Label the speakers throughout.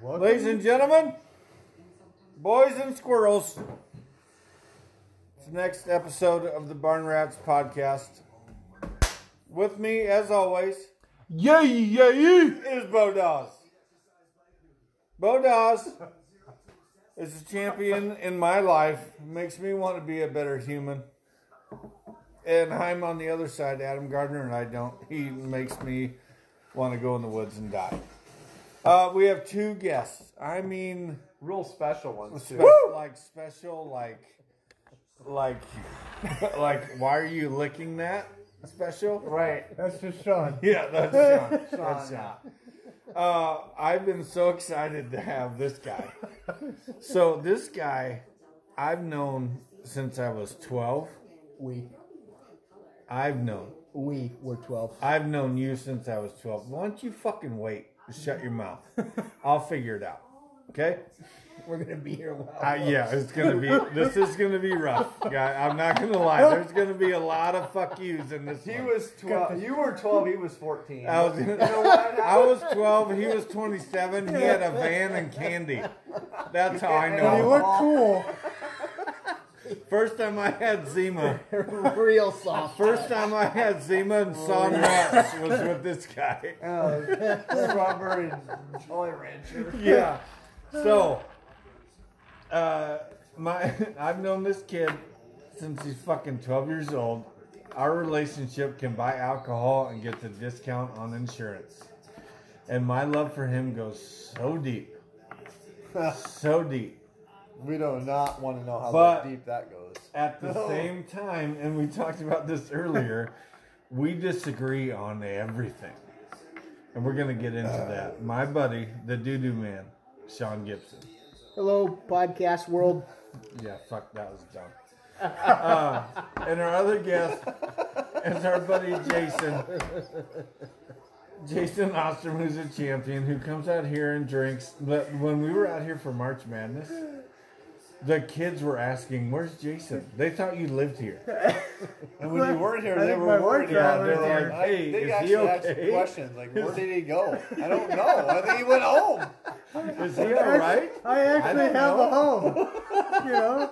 Speaker 1: Welcome.
Speaker 2: Ladies and gentlemen, boys and squirrels, it's the next episode of the Barn Rats podcast. With me, as always,
Speaker 1: Yeah, yeah, yeah.
Speaker 2: is Bo Dawes. Bo Dawes is a champion in my life. Makes me want to be a better human. And I'm on the other side, Adam Gardner, and I don't. He makes me want to go in the woods and die. Uh, we have two guests. I mean,
Speaker 1: Real special ones too.
Speaker 2: spe- like special, like, like, like. Why are you licking that? Special.
Speaker 1: Right.
Speaker 3: That's just Sean.
Speaker 2: Yeah, that's Sean. That's Sean. Uh, I've been so excited to have this guy. So this guy, I've known since I was twelve.
Speaker 3: We
Speaker 2: I've known.
Speaker 3: we were twelve.
Speaker 2: I've known you since I was twelve. Why don't you fucking wait? Shut your mouth. I'll figure it out. Okay.
Speaker 3: We're gonna be here a while.
Speaker 2: Uh, yeah, it's gonna be. This is gonna be rough, guy. I'm not gonna lie. There's gonna be a lot of fuck yous in this.
Speaker 1: He
Speaker 2: one.
Speaker 1: was twelve. You were twelve. He was fourteen.
Speaker 2: I was, I was 12, he was 27. He had a van and candy. That's how I
Speaker 3: But you
Speaker 2: know.
Speaker 3: look cool.
Speaker 2: First time I had Zima.
Speaker 3: Real soft.
Speaker 2: First time I had Zima and saw nuts was with this guy.
Speaker 1: Strawberry Jolly Rancher.
Speaker 2: Yeah. So, uh, my I've known this kid since he's fucking 12 years old. Our relationship can buy alcohol and gets a discount on insurance. And my love for him goes so deep. so deep.
Speaker 1: We do not want to know how
Speaker 2: But-
Speaker 1: deep that goes.
Speaker 2: At the
Speaker 1: No.
Speaker 2: same time, and we talked about this earlier, we disagree on everything. And we're going to get into that. My buddy, the doo doo man, Sean Gibson.
Speaker 3: Hello, podcast world.
Speaker 2: Yeah, fuck, that was dumb. uh, and our other guest is our buddy Jason. Jason Ostrom, who's a champion, who comes out here and drinks. But when we were out here for March Madness, the kids were asking, "Where's Jason?" They thought you lived here.
Speaker 1: And when you weren't here,
Speaker 3: I
Speaker 1: they
Speaker 3: think
Speaker 1: were
Speaker 3: my
Speaker 1: worried
Speaker 3: words are
Speaker 1: about it.
Speaker 2: over
Speaker 1: They're
Speaker 2: there.
Speaker 1: like,
Speaker 2: Hey,
Speaker 1: I- they
Speaker 2: is he
Speaker 1: actually asked
Speaker 2: okay?
Speaker 1: questions like, where did he go? I don't know. I think he went home.
Speaker 2: Is he all right?
Speaker 3: I actually
Speaker 2: I don't
Speaker 3: have
Speaker 2: know.
Speaker 3: a home. You know,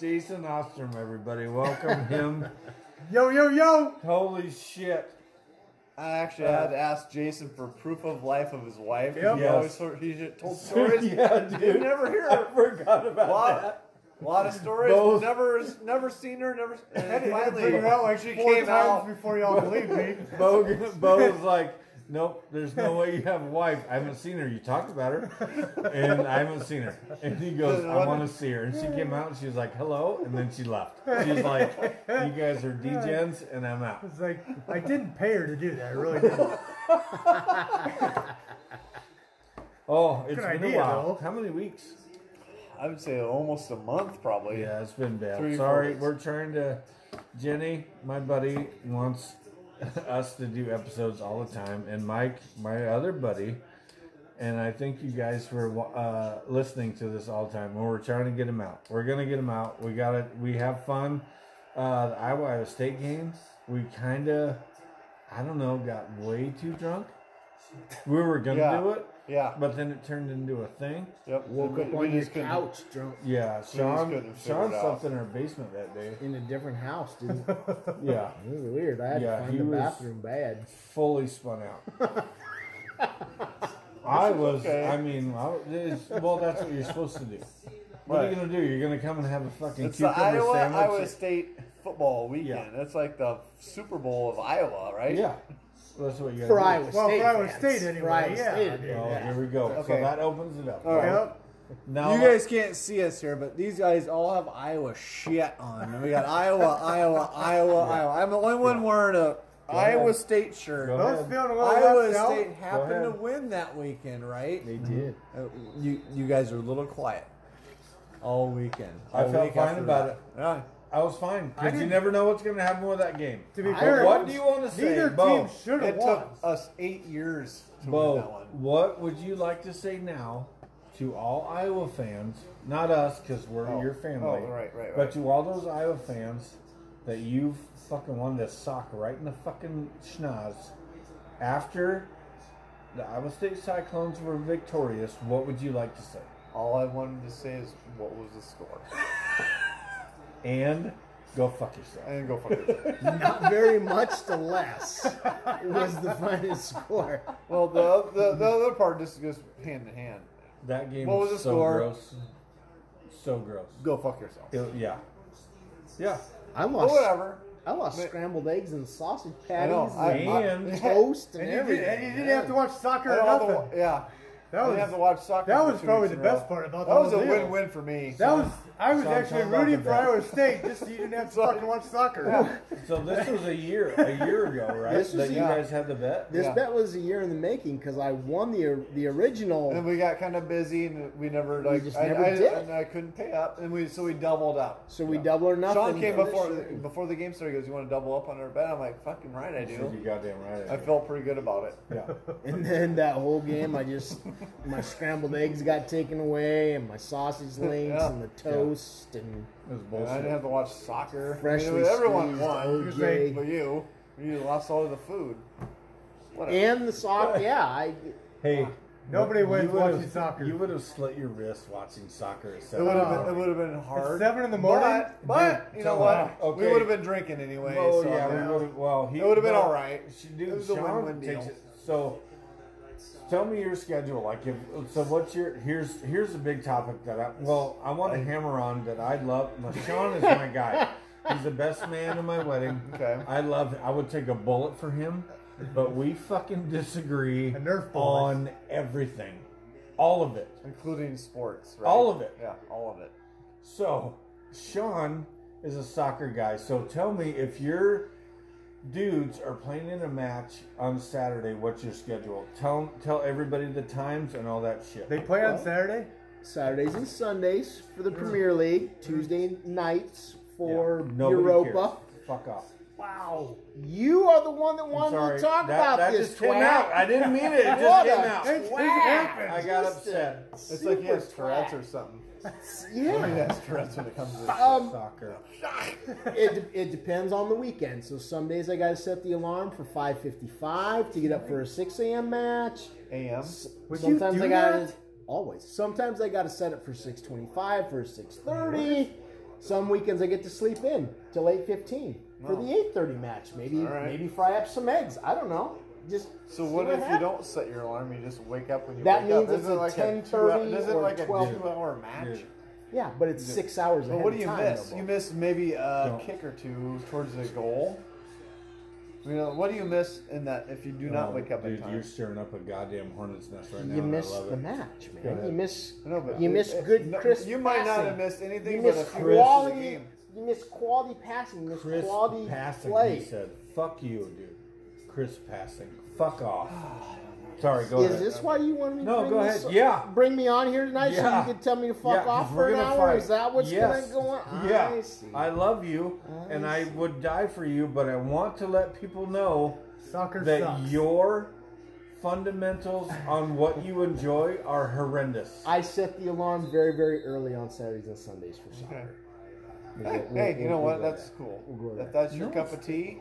Speaker 2: Jason Ostrom, everybody, welcome him.
Speaker 3: yo yo yo.
Speaker 2: Holy shit!
Speaker 1: I actually had to ask Jason for proof of life of his wife.
Speaker 3: Yep.
Speaker 1: He
Speaker 2: Yes.
Speaker 1: always sort- he told stories.
Speaker 2: yeah, dude.
Speaker 1: You never hear
Speaker 2: I forgot about
Speaker 1: a
Speaker 2: that.
Speaker 1: lot, a lot of stories.
Speaker 2: Both.
Speaker 1: Never, never seen her. Never. And
Speaker 3: Finally,
Speaker 1: finally,
Speaker 3: figure out like
Speaker 1: she
Speaker 3: four
Speaker 1: came
Speaker 3: times
Speaker 1: out.
Speaker 3: before y'all believe me.
Speaker 2: Bo, Bo was like, nope, there's no way you have a wife. I haven't seen her. You talked about her, and I haven't seen her. And he goes, I want to see her. And she came out and she was like, hello, and then she left. She's like, you guys are degens, and I'm out.
Speaker 3: It's like I didn't pay her to do that. I really didn't.
Speaker 2: Oh, it's
Speaker 3: Good
Speaker 2: been
Speaker 3: idea,
Speaker 2: a while.
Speaker 3: though.
Speaker 2: How many weeks?
Speaker 1: I would say almost a month, probably.
Speaker 2: Yeah, it's been bad.
Speaker 1: Three, four
Speaker 2: Sorry,
Speaker 1: weeks.
Speaker 2: we're trying to. Jenny, my buddy, wants us to do episodes all the time, and Mike, my other buddy, and I thank you guys for uh, listening to this all the time. And we're trying to get him out. We're gonna get him out. We got it. We have fun. Uh, the Iowa Iowa State game. We kind of, I don't know, got way too drunk. We were gonna
Speaker 1: Yeah.
Speaker 2: do it,
Speaker 1: Yeah.
Speaker 2: but then it turned into a thing.
Speaker 1: Yep.
Speaker 4: Woke
Speaker 1: We-
Speaker 4: up
Speaker 1: we
Speaker 4: on your
Speaker 1: just couldn't-
Speaker 4: couch drunk
Speaker 2: Yeah,
Speaker 1: couldn't
Speaker 2: Sean.
Speaker 1: figure
Speaker 2: Sean
Speaker 1: it out.
Speaker 2: slept in our basement that day.
Speaker 4: in a different house, dude. it
Speaker 2: Yeah.
Speaker 4: was weird. I had
Speaker 2: Yeah,
Speaker 4: to
Speaker 2: he
Speaker 4: find the
Speaker 2: was-
Speaker 4: bathroom bad.
Speaker 2: fully spun out. I was,
Speaker 1: okay.
Speaker 2: I mean, I, was- it's, well, that's what you're supposed to do. What are you
Speaker 1: Right.
Speaker 2: gonna do? You're gonna come and have a fucking
Speaker 1: It's the
Speaker 2: cucumber
Speaker 1: Iowa
Speaker 2: sandwich?
Speaker 1: Iowa State football weekend.
Speaker 2: Yeah.
Speaker 1: That's like the Super Bowl of Iowa, right?
Speaker 2: yeah, that's what you gotta
Speaker 4: For
Speaker 2: do.
Speaker 4: Iowa
Speaker 3: Well,
Speaker 4: State.
Speaker 3: for Iowa
Speaker 4: fans.
Speaker 3: State anyway,
Speaker 4: For Iowa
Speaker 3: yeah.
Speaker 4: State, dude,
Speaker 2: Oh,
Speaker 4: yeah.
Speaker 2: here we go. So
Speaker 5: Okay.
Speaker 2: that opens it up.
Speaker 5: All right.
Speaker 3: Yep.
Speaker 2: Now,
Speaker 5: You guys can't see us here, but these guys all have Iowa shit on. And we got Iowa, Iowa, Iowa, Iowa. I'm the only one wearing a Iowa State shirt.
Speaker 2: Go
Speaker 3: Don't feel a little
Speaker 5: Iowa
Speaker 3: left out.
Speaker 5: State happened to
Speaker 2: ahead.
Speaker 5: win that weekend, right?
Speaker 4: They did.
Speaker 5: Uh, You you guys are a little quiet all weekend.
Speaker 2: I
Speaker 5: All
Speaker 2: felt
Speaker 5: week
Speaker 2: fine
Speaker 5: after
Speaker 2: about
Speaker 5: that.
Speaker 2: it.
Speaker 5: Yeah.
Speaker 2: I was fine because you
Speaker 3: didn't-
Speaker 2: never know what's gonna happen with that game.
Speaker 3: To be
Speaker 2: But
Speaker 3: fair,
Speaker 2: what do you want to say,
Speaker 3: Neither
Speaker 2: Bo?
Speaker 3: team should have
Speaker 1: It
Speaker 3: won.
Speaker 1: took us eight years to win that
Speaker 2: Bo,
Speaker 1: one.
Speaker 2: what would you like to say now to all Iowa fans? Not us, because we're
Speaker 1: Oh.
Speaker 2: your family.
Speaker 1: Oh, right, right,
Speaker 2: But
Speaker 1: right.
Speaker 2: to all those Iowa fans that you fucking won this sock right in the fucking schnoz after the Iowa State Cyclones were victorious, what would you like to say?
Speaker 1: All I wanted to say is, what was the score?
Speaker 2: And go fuck yourself.
Speaker 1: And go fuck yourself.
Speaker 4: Not very much to less was the final score.
Speaker 1: well, the, the the other part just goes hand in hand.
Speaker 2: That game
Speaker 1: What
Speaker 2: was,
Speaker 1: was the
Speaker 2: so
Speaker 1: score?
Speaker 2: gross. So gross.
Speaker 1: Go fuck yourself.
Speaker 2: It- yeah. Yeah.
Speaker 4: I
Speaker 1: But
Speaker 4: lost.
Speaker 1: whatever.
Speaker 4: I lost
Speaker 1: Man.
Speaker 4: scrambled eggs and sausage
Speaker 1: I
Speaker 4: patties
Speaker 1: know. I,
Speaker 4: and
Speaker 1: I-
Speaker 2: And-
Speaker 1: yeah.
Speaker 4: toast and,
Speaker 3: And you, did,
Speaker 4: everything.
Speaker 3: and you didn't have to watch
Speaker 1: I
Speaker 3: soccer
Speaker 1: didn't
Speaker 3: or
Speaker 1: have to
Speaker 3: nothing.
Speaker 1: wa- yeah. I
Speaker 3: that
Speaker 1: didn't
Speaker 3: was
Speaker 1: have to watch soccer.
Speaker 3: that
Speaker 1: for
Speaker 3: was
Speaker 1: two
Speaker 3: probably
Speaker 1: weeks
Speaker 3: the
Speaker 1: in a row.
Speaker 3: best part about the
Speaker 1: That was a
Speaker 3: whole deal.
Speaker 1: win-win for me.
Speaker 3: That was I was
Speaker 2: Sorry,
Speaker 3: actually
Speaker 2: sorry about
Speaker 3: rooting for
Speaker 2: that.
Speaker 3: Iowa State just so you didn't have to fucking watch soccer.
Speaker 2: So this was a year a year ago, right?
Speaker 4: This was
Speaker 2: that you
Speaker 1: a-
Speaker 2: guys had the bet?
Speaker 4: This
Speaker 1: Yeah.
Speaker 4: bet was a year in the making because I won the the
Speaker 1: And then
Speaker 4: original.
Speaker 1: we got kind of busy, and we never like
Speaker 4: just
Speaker 1: I,
Speaker 4: never
Speaker 1: I,
Speaker 4: did.
Speaker 1: and I couldn't pay up, and we so we doubled up.
Speaker 4: So we double or nothing.
Speaker 1: Sean came
Speaker 4: for this
Speaker 1: before
Speaker 4: year.
Speaker 1: before the game started. He goes, "You want to double up on our bet?" I'm like, "Fucking right, I
Speaker 2: You're
Speaker 1: do."
Speaker 2: goddamn right.
Speaker 1: I felt pretty good about it.
Speaker 2: Yeah.
Speaker 4: And then that whole game, I just my scrambled eggs got taken away, and my sausage links,
Speaker 1: Yeah.
Speaker 4: and the toast, and
Speaker 2: It was
Speaker 1: And I
Speaker 2: bullshit.
Speaker 1: didn't have to watch soccer. I mean,
Speaker 4: Freshly
Speaker 1: everyone
Speaker 4: squeezed
Speaker 1: won,
Speaker 4: OJ.
Speaker 1: except for you. You lost all of the food. Whatever.
Speaker 4: and the sock. Yeah, I
Speaker 2: Hey,
Speaker 3: Nobody
Speaker 2: you
Speaker 3: wins
Speaker 2: would've-
Speaker 3: watching soccer.
Speaker 2: You would have slit your wrist watching soccer. At
Speaker 1: it
Speaker 2: seven
Speaker 1: would have
Speaker 4: uh,
Speaker 3: Oh.
Speaker 1: been it would have been hard.
Speaker 3: It's seven in the morning?
Speaker 1: But, but you know what?
Speaker 2: Oh,
Speaker 1: We
Speaker 2: okay.
Speaker 1: would have been drinking anyway.
Speaker 2: Oh
Speaker 1: so
Speaker 2: yeah, we
Speaker 1: yeah.
Speaker 2: would have. Well, he,
Speaker 1: It would've been
Speaker 2: no,
Speaker 1: all right.
Speaker 2: She, dude,
Speaker 1: It was a
Speaker 2: Sean
Speaker 1: win-win
Speaker 2: takes
Speaker 1: deal.
Speaker 2: it. So, tell me your schedule. Like, if so, what's your here's here's a big topic that I well I want to hammer on that I love. Now, Sean is my guy. He's the best man in my wedding.
Speaker 1: Okay.
Speaker 2: I love. I would take a bullet for him, but we fucking disagree
Speaker 3: A Nerf bullet.
Speaker 2: on everything, all of it.
Speaker 1: including sports. Right?
Speaker 2: All of it.
Speaker 1: Yeah, all of it.
Speaker 2: So, Sean is a soccer guy. So tell me if your dudes are playing in a match on Saturday, what's your schedule? Tell tell everybody the times and all that shit.
Speaker 3: They play on Saturday.
Speaker 4: Saturdays and Sundays for
Speaker 1: Mm.
Speaker 4: the Premier League, Tuesday nights
Speaker 2: Yeah.
Speaker 4: for
Speaker 2: Nobody
Speaker 4: Europa.
Speaker 2: cares. Fuck off.
Speaker 3: Wow.
Speaker 4: You are the one that wanted
Speaker 2: Sorry.
Speaker 4: to talk
Speaker 2: that,
Speaker 4: about
Speaker 2: that
Speaker 4: this.
Speaker 2: just came
Speaker 4: twat.
Speaker 2: out. I didn't mean it. It just
Speaker 4: What
Speaker 2: came
Speaker 4: a
Speaker 2: out.
Speaker 3: It's, it's
Speaker 4: Wow.
Speaker 3: happened.
Speaker 2: I got upset.
Speaker 1: It's like he has
Speaker 4: Super
Speaker 1: Tourette's
Speaker 4: twat.
Speaker 1: or something. He
Speaker 4: Yeah.
Speaker 1: has Tourette's when it comes to this.
Speaker 4: Um,
Speaker 2: Soccer.
Speaker 4: it, it depends on the weekend. So some days I got to set the alarm for 5:55 to get up for a 6 a.m. match.
Speaker 1: AM.
Speaker 3: Would you
Speaker 4: Sometimes
Speaker 3: do
Speaker 4: I gotta
Speaker 3: that?
Speaker 4: always. Sometimes I gotta set it for six twenty-five for six thirty. Some weekends I get to sleep in till eight fifteen for the eight thirty match. Maybe
Speaker 1: All right.
Speaker 4: maybe fry up some eggs. I don't know. Just
Speaker 1: So
Speaker 4: see
Speaker 1: what if you
Speaker 4: happens.
Speaker 1: don't set your alarm? You just wake up when you
Speaker 4: That
Speaker 1: wake up.
Speaker 4: means it's
Speaker 1: Isn't it
Speaker 4: a
Speaker 1: like
Speaker 4: 10:30
Speaker 1: two- isn't it
Speaker 4: or
Speaker 1: like a
Speaker 4: 12.
Speaker 1: two-hour match?
Speaker 2: Dude.
Speaker 4: Yeah, but it's six hours.
Speaker 1: But
Speaker 4: ahead
Speaker 1: what do
Speaker 4: of
Speaker 1: you
Speaker 4: time,
Speaker 1: miss?
Speaker 4: though,
Speaker 1: You
Speaker 4: Bo.
Speaker 1: miss maybe a
Speaker 2: No.
Speaker 1: kick or two towards the goal. You know what do you miss in that if you do not
Speaker 4: Oh,
Speaker 1: wake up
Speaker 2: Dude,
Speaker 1: in time?
Speaker 2: you're stirring up a goddamn hornet's nest right now.
Speaker 4: You
Speaker 2: and
Speaker 4: miss
Speaker 2: I love
Speaker 4: the
Speaker 2: it.
Speaker 4: match,
Speaker 2: Go
Speaker 4: man.
Speaker 2: ahead.
Speaker 4: You miss.
Speaker 1: No, but
Speaker 4: you
Speaker 1: it-
Speaker 4: miss
Speaker 1: it-
Speaker 4: good
Speaker 1: no,
Speaker 4: crisp.
Speaker 1: You might not have
Speaker 4: passing.
Speaker 1: missed anything.
Speaker 4: You
Speaker 1: but
Speaker 4: miss
Speaker 1: a few misses a
Speaker 4: quality.
Speaker 1: game.
Speaker 4: You miss quality passing. You miss
Speaker 2: Chris
Speaker 4: quality
Speaker 2: passing.
Speaker 4: play.
Speaker 2: He said, "Fuck you, dude." Chris passing. Fuck off. Sorry, go
Speaker 4: Is
Speaker 2: ahead.
Speaker 4: this why you wanted me to
Speaker 2: No,
Speaker 4: bring
Speaker 2: go
Speaker 4: this-
Speaker 2: ahead. Yeah.
Speaker 4: bring me on here tonight
Speaker 2: Yeah.
Speaker 4: so you could tell me to fuck
Speaker 2: Yeah,
Speaker 4: off
Speaker 2: 'cause
Speaker 4: for
Speaker 2: we're
Speaker 4: an
Speaker 2: gonna
Speaker 4: hour?
Speaker 2: fight.
Speaker 4: Is that what's
Speaker 2: Yes.
Speaker 4: going to go on?
Speaker 2: Yeah.
Speaker 4: I see.
Speaker 2: I love you,
Speaker 4: I
Speaker 2: and I would die for you, but I want to let people know
Speaker 3: Soccer
Speaker 2: that
Speaker 3: sucks.
Speaker 2: your fundamentals on what you enjoy are horrendous.
Speaker 4: I set the alarm very, very early on Saturdays and Sundays for soccer.
Speaker 1: Hey, hey, you know
Speaker 4: we'll
Speaker 1: what?
Speaker 4: go
Speaker 1: That's
Speaker 4: back.
Speaker 1: cool.
Speaker 4: We'll go
Speaker 1: If
Speaker 4: back.
Speaker 1: that's your cup of tea,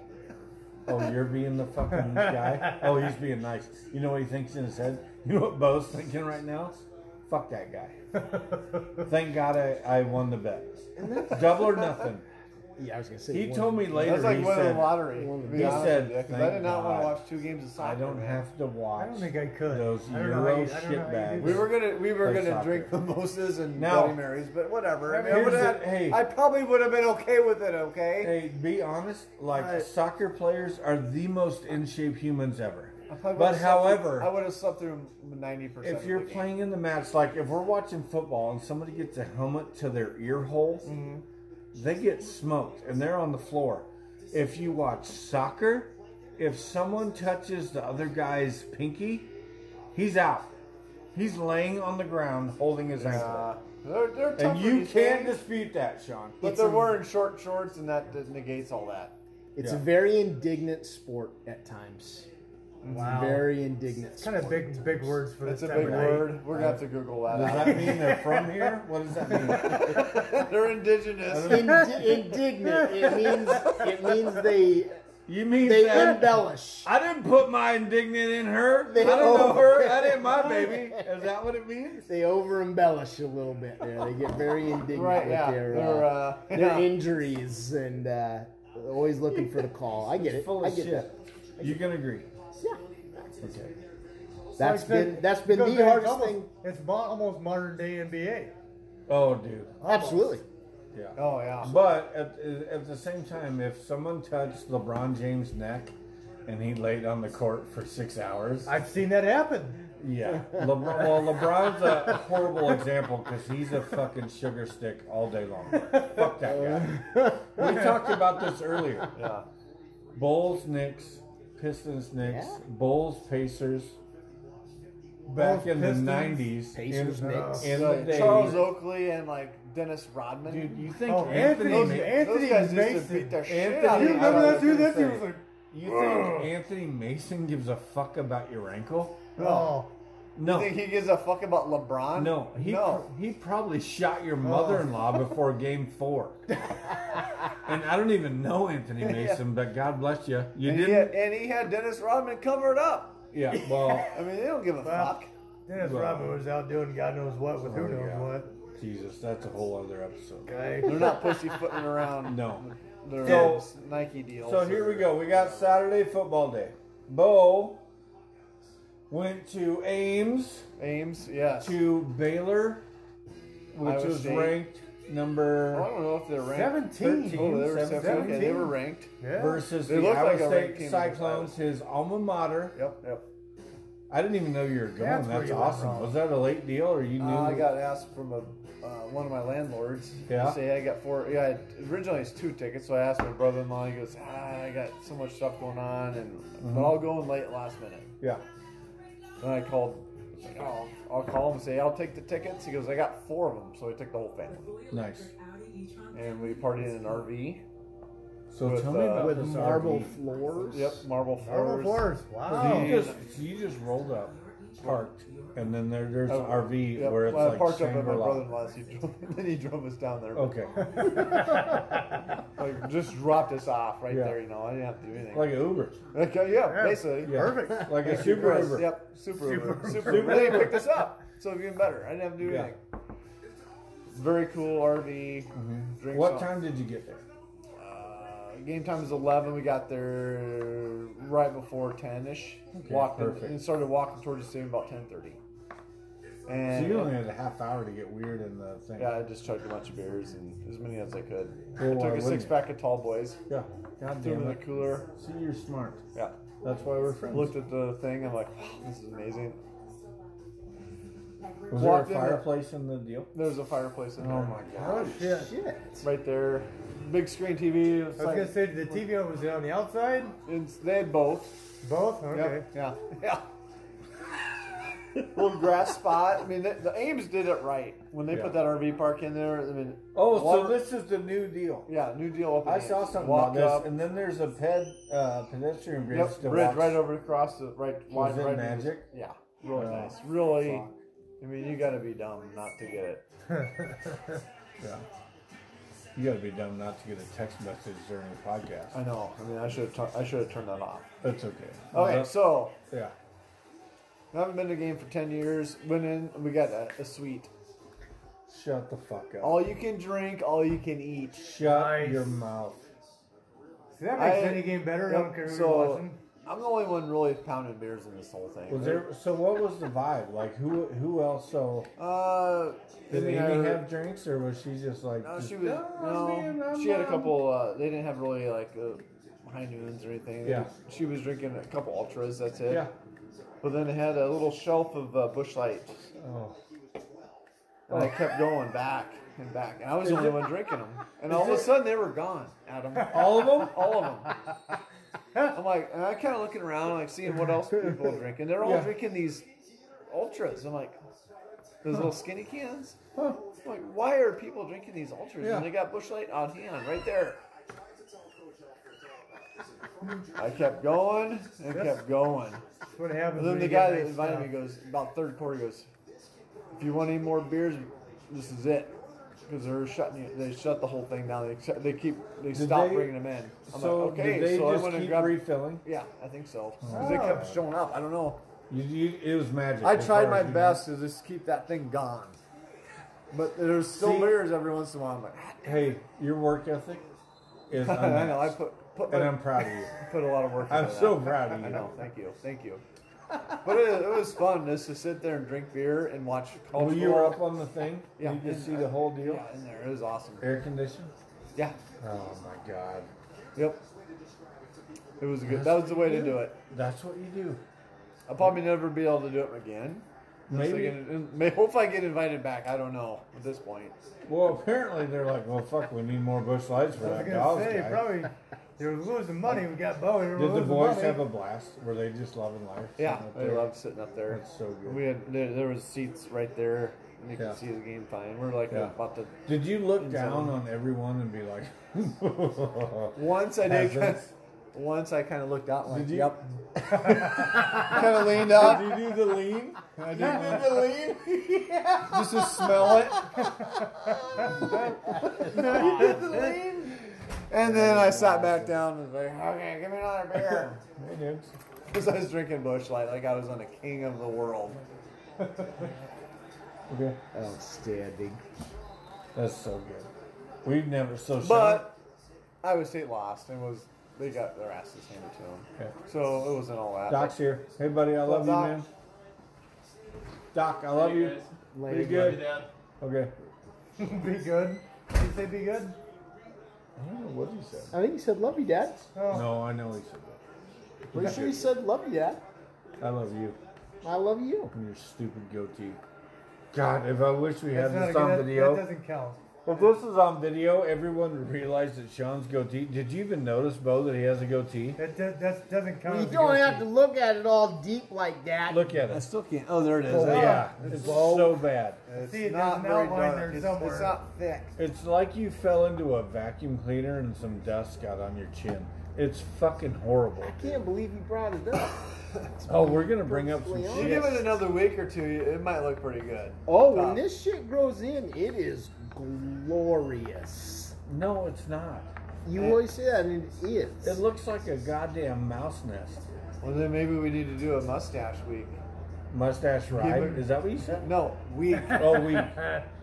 Speaker 2: Oh, you're being the fucking guy. Oh, he's being nice. You know what he thinks in his head? You know what Bo's thinking right now? Fuck that guy. Thank God I, I won the bet. Double or nothing.
Speaker 4: Yeah, I was going to say.
Speaker 2: He
Speaker 4: one.
Speaker 2: told me later.
Speaker 1: that's like
Speaker 2: he
Speaker 1: winning
Speaker 2: said,
Speaker 1: the lottery.
Speaker 4: Well,
Speaker 1: to be
Speaker 2: he
Speaker 1: honest
Speaker 2: said,
Speaker 1: with you, 'cause I
Speaker 2: "Thank
Speaker 1: did not
Speaker 2: God.
Speaker 1: want to watch two games of soccer.
Speaker 2: I don't
Speaker 1: man.
Speaker 2: have to watch.
Speaker 3: I don't think I could.
Speaker 2: those
Speaker 3: I don't know how
Speaker 2: Euro
Speaker 3: you- I don't know how you
Speaker 2: shitbags.
Speaker 3: do
Speaker 1: We were gonna we were
Speaker 2: Play
Speaker 1: gonna
Speaker 2: soccer.
Speaker 1: drink mimosas and
Speaker 2: Now-
Speaker 1: Bloody Marys, but whatever. I, mean, I,
Speaker 2: Here's
Speaker 1: would've had,
Speaker 2: the- hey.
Speaker 1: I probably would have been okay with it. Okay,
Speaker 2: Hey, be honest. Like
Speaker 1: Right.
Speaker 2: soccer players are the most in shape humans ever.
Speaker 1: I probably
Speaker 2: But
Speaker 1: would've slept
Speaker 2: however,
Speaker 1: through- I would have slept through ninety percent.
Speaker 2: if you're playing in the match, like if we're watching football and somebody gets a helmet to their ear hole,
Speaker 4: Mm-hmm.
Speaker 2: they get smoked and they're on the floor. If you watch soccer, if someone touches the other guy's pinky, he's out. He's laying on the ground holding his ankle.
Speaker 1: they're, they're
Speaker 2: And
Speaker 1: tougher,
Speaker 2: you can't
Speaker 1: think?
Speaker 2: dispute that, Sean.
Speaker 1: But they're wearing short shorts, and that just negates all that.
Speaker 4: It's
Speaker 2: Yeah.
Speaker 4: a very indignant sport at times.
Speaker 3: Wow.
Speaker 4: Very indignant
Speaker 3: kind of
Speaker 4: sport.
Speaker 3: big, big words for
Speaker 1: That's a
Speaker 3: this
Speaker 1: big
Speaker 3: time of day.
Speaker 1: word. We're gonna have to Google that.
Speaker 2: Does
Speaker 1: out.
Speaker 2: that mean they're from here? What does that mean?
Speaker 1: they're indigenous.
Speaker 4: Indi- indignant. It means it means they
Speaker 2: You mean
Speaker 4: They
Speaker 2: that-
Speaker 4: embellish.
Speaker 2: I didn't put my indignant in her.
Speaker 4: They-
Speaker 2: I don't know
Speaker 4: oh.
Speaker 2: her. I didn't my baby. Is that what it means?
Speaker 4: They over embellish a little bit there. They get very indignant
Speaker 1: Right,
Speaker 4: with
Speaker 1: yeah.
Speaker 4: their,
Speaker 1: They're,
Speaker 4: uh,
Speaker 1: uh,
Speaker 4: their
Speaker 1: yeah.
Speaker 4: injuries and uh, always looking for the call. I get it.
Speaker 2: Full
Speaker 4: I
Speaker 2: of
Speaker 4: get
Speaker 2: shit.
Speaker 4: that.
Speaker 2: You can agree.
Speaker 4: Yeah.
Speaker 2: Okay.
Speaker 4: That's
Speaker 3: Like
Speaker 4: been that's been
Speaker 3: goes
Speaker 4: the
Speaker 3: back
Speaker 4: hardest
Speaker 3: almost-
Speaker 4: thing.
Speaker 3: It's mo- almost modern day NBA.
Speaker 2: Oh, dude.
Speaker 4: Absolutely.
Speaker 2: Yeah.
Speaker 1: Oh yeah.
Speaker 2: But at, at the same time, if someone touched LeBron James' neck and he laid on the court for six hours,
Speaker 3: I've seen that happen.
Speaker 2: yeah. LeBron, well, LeBron's a horrible example because he's a fucking sugar stick all day long. Fuck that guy. We talked about this earlier.
Speaker 1: Yeah.
Speaker 2: Bulls, Knicks, Pistons, Knicks,
Speaker 4: Yeah.
Speaker 2: Bulls, Pacers. Back
Speaker 3: Bulls,
Speaker 2: in
Speaker 3: Pistons,
Speaker 2: the '90s,
Speaker 4: Pacers,
Speaker 2: in,
Speaker 3: uh,
Speaker 4: Knicks.
Speaker 2: in the
Speaker 1: Like
Speaker 2: day,
Speaker 1: Charles Oakley and like Dennis Rodman.
Speaker 2: dude, you think
Speaker 3: Oh,
Speaker 2: Anthony?
Speaker 1: those,
Speaker 3: Anthony-
Speaker 2: Ma-
Speaker 1: those guys used to
Speaker 3: Mason.
Speaker 1: beat their shit
Speaker 2: Anthony-
Speaker 1: out of
Speaker 3: You
Speaker 1: each
Speaker 3: remember
Speaker 1: other.
Speaker 3: that dude? That dude was like,
Speaker 2: You think Anthony Mason gives a fuck about your ankle?
Speaker 3: oh,
Speaker 1: You
Speaker 2: No.
Speaker 1: think he gives a fuck about LeBron?
Speaker 2: No, he
Speaker 1: no. Oh.
Speaker 2: he probably shot your mother-in-law before game four, and I don't even know Anthony Mason, but God bless you, you
Speaker 1: and, he had,
Speaker 2: didn't.
Speaker 1: and he had Dennis Rodman covered up.
Speaker 2: Yeah, well,
Speaker 1: I mean, they don't give a
Speaker 3: Well,
Speaker 1: fuck.
Speaker 3: Dennis
Speaker 2: Well.
Speaker 3: Rodman was out doing God knows what with
Speaker 2: Oh,
Speaker 3: who knows
Speaker 2: yeah.
Speaker 3: what.
Speaker 2: Jesus, that's a whole other episode.
Speaker 1: They're
Speaker 3: Okay.
Speaker 1: not pussyfooting around.
Speaker 2: No.
Speaker 1: Their
Speaker 2: So-
Speaker 1: so, Nike deals.
Speaker 2: So here
Speaker 1: or-
Speaker 2: we go. We got Saturday football day. Bo went to Ames
Speaker 1: Ames, yes.
Speaker 2: to Baylor, which
Speaker 1: Iowa
Speaker 2: was
Speaker 1: State.
Speaker 2: ranked
Speaker 1: Oh, I
Speaker 2: number
Speaker 1: don't know if they're ranked.
Speaker 3: 17.
Speaker 1: Oh, they were
Speaker 2: 17.
Speaker 1: seven. Okay, they were ranked.
Speaker 3: Yeah.
Speaker 2: versus
Speaker 1: They
Speaker 2: the
Speaker 1: look
Speaker 2: Iowa
Speaker 1: like a ranked
Speaker 2: State
Speaker 1: team against Iowa
Speaker 2: Cyclones, his alma mater.
Speaker 1: Yep, yep.
Speaker 2: I didn't even know you were going.
Speaker 3: That's
Speaker 2: That's,
Speaker 3: where you went
Speaker 2: awesome.
Speaker 3: wrong.
Speaker 2: Was that a late deal, or you knew?
Speaker 1: Uh, I got asked from a uh, one of my landlords.
Speaker 2: Yeah.
Speaker 1: Say I got four. Yeah. I had, originally it's two tickets, so I asked my brother-in-law. He goes, ah, I got so much stuff going on, and but I'll go in late last minute.
Speaker 2: yeah.
Speaker 1: Then I called. he's like, oh, I'll call him and say I'll take the tickets. He goes, I got four of them, so I took the whole family,
Speaker 2: Nice.
Speaker 1: and we partied in an RV.
Speaker 2: So
Speaker 1: With,
Speaker 2: tell me
Speaker 1: uh,
Speaker 2: about
Speaker 4: With
Speaker 2: this
Speaker 4: marble
Speaker 2: RV.
Speaker 4: floors.
Speaker 1: Yep, marble floors.
Speaker 3: Marble floors.
Speaker 1: Oh.
Speaker 2: So
Speaker 3: Wow.
Speaker 2: you just so you just rolled up, parked, and then there, there's
Speaker 1: Uh,
Speaker 2: an RV
Speaker 1: Yep,
Speaker 2: where it's
Speaker 1: well, I
Speaker 2: like Oh.
Speaker 1: parked up at my
Speaker 2: chamber lot.
Speaker 1: brother-in-law's. He drove, then he drove us down there.
Speaker 2: Okay,
Speaker 1: Like, just dropped us off right
Speaker 2: Yeah.
Speaker 1: there. You know, I didn't have to do anything.
Speaker 2: like an Uber.
Speaker 1: Okay, yeah, basically.
Speaker 2: Yeah.
Speaker 3: Perfect.
Speaker 2: Like a super
Speaker 1: Super
Speaker 2: Uber.
Speaker 1: Yep, super Uber.
Speaker 3: Super
Speaker 1: Super,
Speaker 3: Uber.
Speaker 1: Uber. They picked us up, so it's even better. I didn't have to do
Speaker 2: Yeah.
Speaker 1: anything. Very cool RV. Drinks
Speaker 2: Mm-hmm. What
Speaker 1: on-
Speaker 2: time did you get there?
Speaker 1: Uh, game time is eleven. We got there right before ten ish.
Speaker 2: Okay,
Speaker 1: Walked in-
Speaker 2: perfect.
Speaker 1: and started walking towards the stadium about ten thirty.
Speaker 2: So
Speaker 1: And
Speaker 2: you only had a half hour to get weird in the thing.
Speaker 1: yeah, I just chugged a bunch of beers and as many as I could.
Speaker 2: Well, why
Speaker 1: I took a
Speaker 2: wouldn't
Speaker 1: six
Speaker 2: you?
Speaker 1: pack of Tall Boys,
Speaker 2: Yeah. God
Speaker 1: threw them
Speaker 2: damn
Speaker 1: in the
Speaker 2: it.
Speaker 1: cooler.
Speaker 2: See, you're smart.
Speaker 1: Yeah,
Speaker 2: That's why we're friends.
Speaker 1: looked at the thing. I'm like, wow, this is amazing.
Speaker 2: Was there a
Speaker 1: walked in the-
Speaker 2: fireplace in the deal?
Speaker 1: There's a fireplace in there.
Speaker 2: Oh my
Speaker 3: Oh,
Speaker 2: god.
Speaker 3: shit.
Speaker 4: Shit.
Speaker 1: Right there, big screen TV.
Speaker 3: I was gonna say, did the TV was it on the outside?
Speaker 1: It's, they had both.
Speaker 3: Both? Okay.
Speaker 1: Yep, Yeah. Yeah. Little grass spot. I mean, the, the Ames did it right when they
Speaker 2: Yeah.
Speaker 1: put that RV park in there. I mean,
Speaker 2: Oh, so
Speaker 1: water-
Speaker 2: this is the new deal.
Speaker 1: Yeah, New Deal up. in
Speaker 2: I
Speaker 1: Ames.
Speaker 2: saw something
Speaker 1: Walk
Speaker 2: about this,
Speaker 1: up.
Speaker 2: and then there's a ped, uh, pedestrian bridge
Speaker 1: Yep,
Speaker 2: to
Speaker 1: bridge
Speaker 2: walk.
Speaker 1: right over across the right.
Speaker 2: Was
Speaker 1: wide
Speaker 2: it
Speaker 1: right
Speaker 2: magic?
Speaker 1: Yeah, really
Speaker 2: Oh,
Speaker 1: nice. Really,
Speaker 2: fuck.
Speaker 1: I mean, you got to be dumb not to get it.
Speaker 2: Yeah. You gotta be dumb not to get a text message during the podcast.
Speaker 1: I know. I mean, I should have. I should have turned that off.
Speaker 2: That's okay.
Speaker 1: Okay,
Speaker 2: That-
Speaker 1: so
Speaker 2: yeah.
Speaker 1: I haven't been to a game for ten years. Went in. We got a, a suite.
Speaker 2: Shut the fuck up.
Speaker 1: All you can drink. All you can eat.
Speaker 2: Shut
Speaker 3: Nice.
Speaker 2: your mouth.
Speaker 3: See, that makes
Speaker 1: I-
Speaker 3: any game better. I don't
Speaker 1: Yep,
Speaker 3: care who
Speaker 1: so
Speaker 3: you're watching.
Speaker 1: I'm the only one really pounding beers in this whole thing.
Speaker 2: Was there? So what was the vibe? Like who? Who else? So
Speaker 1: Uh,
Speaker 2: did
Speaker 1: I mean,
Speaker 2: Amy
Speaker 1: I-
Speaker 2: have drinks, or was she just like?
Speaker 1: No,
Speaker 2: just,
Speaker 1: she was.
Speaker 2: "Oh,
Speaker 1: no,
Speaker 2: man, I'm
Speaker 1: she had a
Speaker 2: not-"
Speaker 1: couple. Uh, they didn't have really like uh, high noons or anything. They
Speaker 2: Yeah.
Speaker 1: just- She was drinking a couple ultras. That's it.
Speaker 2: Yeah.
Speaker 1: But then it had a little shelf of uh, Bush Light,
Speaker 2: Oh.
Speaker 1: and I kept going back and back, and I was the only one drinking them. And all of a sudden, they were gone, Adam.
Speaker 2: All of them?
Speaker 1: all of them. I'm like, and I'm kind of looking around, like seeing what else people are drinking. They're all
Speaker 2: Yeah.
Speaker 1: drinking these ultras. I'm like, those little skinny cans. I'm like, why are people drinking these ultras?
Speaker 2: Yeah.
Speaker 1: And they got Bush Light on hand right there. I kept going and kept going.
Speaker 3: That's what happens.
Speaker 1: And then
Speaker 3: when
Speaker 1: the
Speaker 3: you get
Speaker 1: guy that
Speaker 3: nice
Speaker 1: invited
Speaker 3: stuff.
Speaker 1: me goes, about third quarter, goes, if you want any more beers, this is it. because they're shutting it- they shut the whole thing down. They shut- they keep they
Speaker 2: Did
Speaker 1: stop
Speaker 2: they-
Speaker 1: bringing them in. I'm
Speaker 2: so
Speaker 1: like, okay,
Speaker 2: did they
Speaker 1: so I
Speaker 2: just
Speaker 1: went and
Speaker 2: keep
Speaker 1: grabbed.
Speaker 2: refilling?
Speaker 1: yeah, I think so. 'Cause They
Speaker 3: Oh.
Speaker 1: kept showing up. I don't know.
Speaker 2: You, you, it was magic.
Speaker 1: I
Speaker 2: as
Speaker 1: tried
Speaker 2: far
Speaker 1: my
Speaker 2: as you
Speaker 1: best to just keep that thing gone, but there's still
Speaker 2: See-
Speaker 1: mirrors every once in a while. I'm like, "Ah,
Speaker 2: know. Hey, your work ethic is
Speaker 1: damn it." I know. I
Speaker 2: unmatched,
Speaker 1: put put
Speaker 2: and
Speaker 1: my-
Speaker 2: I'm proud of you.
Speaker 1: put a lot of work.
Speaker 2: I'm
Speaker 1: into that.
Speaker 2: so proud of
Speaker 1: I
Speaker 2: you.
Speaker 1: know. Thank you. Thank you. But it, it was fun just to sit there and drink beer and watch.
Speaker 2: Oh,
Speaker 1: college
Speaker 2: you were
Speaker 1: football.
Speaker 2: up on the thing.
Speaker 1: Yeah.
Speaker 2: you could see the whole deal.
Speaker 1: Yeah, in there. It was awesome.
Speaker 2: Air conditioned.
Speaker 1: Yeah.
Speaker 2: Oh my god,
Speaker 1: Yep. It was good. That was the way to do it.
Speaker 2: that's what you do.
Speaker 1: I'll probably never be able to do it again. Unless I
Speaker 2: Maybe.
Speaker 1: get in- may- hopefully I get invited back. I don't know at this point.
Speaker 2: Well, apparently they're like, well, fuck, we need more bush lights for
Speaker 3: I was
Speaker 2: that
Speaker 3: gonna
Speaker 2: dog's
Speaker 3: say
Speaker 2: guy.
Speaker 3: probably they were losing money. We got Bo. They were
Speaker 2: Did the
Speaker 3: losing
Speaker 2: boys
Speaker 3: money.
Speaker 2: have a blast? Were they just loving life?
Speaker 1: Yeah,
Speaker 2: sitting up
Speaker 1: I
Speaker 2: there?
Speaker 1: love sitting up there.
Speaker 2: That's so good.
Speaker 1: We had there, there was seats right there, and you
Speaker 2: Yeah.
Speaker 1: could see the game fine. We're like
Speaker 2: Yeah.
Speaker 1: about to.
Speaker 2: Did you look
Speaker 1: zone.
Speaker 2: down on everyone and be like,
Speaker 1: Once I did. Kind
Speaker 2: Peasants.
Speaker 1: once I kind of looked out. Like,
Speaker 2: Did you-
Speaker 1: Yep. kind of leaned out.
Speaker 2: Did you do the lean? I didn't.
Speaker 1: just to smell it. And then I sat back down and was like, okay, give me another beer.
Speaker 2: Hey, dudes.
Speaker 1: Because I was drinking Bush Light like I was on the king of the world.
Speaker 2: Okay.
Speaker 4: Outstanding.
Speaker 2: That's so good. We've never so.
Speaker 1: But Iowa State lost and was they got their asses handed to them.
Speaker 2: Okay.
Speaker 1: So it wasn't all that.
Speaker 2: Doc's here. Hey, buddy, I love you,
Speaker 1: Doc?
Speaker 2: man. Doc, I love you.
Speaker 6: guys.
Speaker 2: Be
Speaker 4: Later,
Speaker 6: Love you,
Speaker 2: good.
Speaker 6: Dad.
Speaker 2: Okay.
Speaker 3: Be good. Did you say be good?
Speaker 2: I don't know what he said.
Speaker 4: I think he said, "Love you, Dad."
Speaker 3: Oh.
Speaker 2: No, I know he said that.
Speaker 4: Pretty sure he said, "Love you, Dad."
Speaker 2: I love you
Speaker 4: I love you.
Speaker 2: and your stupid goatee. God, if I wish we had
Speaker 3: That's not a
Speaker 2: this
Speaker 3: good-
Speaker 2: on
Speaker 3: that-
Speaker 2: video.
Speaker 3: That doesn't count.
Speaker 2: If this is on video, everyone realized that Sean's goatee. Did you even notice, Bo, that he has a goatee?
Speaker 3: That does, that doesn't count.
Speaker 4: You
Speaker 3: as a
Speaker 4: don't
Speaker 3: good
Speaker 4: have to
Speaker 3: thing.
Speaker 4: look at it all deep like that.
Speaker 2: Look at
Speaker 5: I
Speaker 2: it.
Speaker 5: still can't. Oh, there it is.
Speaker 2: Oh, yeah, it's, so bad.
Speaker 1: It's
Speaker 3: See, there's
Speaker 1: not
Speaker 3: an
Speaker 1: very
Speaker 3: outline
Speaker 1: dark.
Speaker 3: there
Speaker 1: It's,
Speaker 3: somewhere.
Speaker 1: it's not thick.
Speaker 2: It's like you fell into a vacuum cleaner and some dust got on your chin. It's fucking horrible.
Speaker 4: I can't believe you brought it up.
Speaker 2: Oh, we're gonna bring up some
Speaker 4: You
Speaker 1: You
Speaker 2: shit.
Speaker 1: give it another week or two, it might look pretty good.
Speaker 4: Oh,
Speaker 1: Top.
Speaker 4: when this shit grows in, it is glorious.
Speaker 2: No, it's not.
Speaker 4: You always say that, and it is.
Speaker 2: It looks like a goddamn mouse nest.
Speaker 1: Well, then maybe we need to do a mustache week.
Speaker 2: Mustache ride?
Speaker 1: it-
Speaker 2: Is that what you said?
Speaker 1: No, week.
Speaker 2: Oh, we.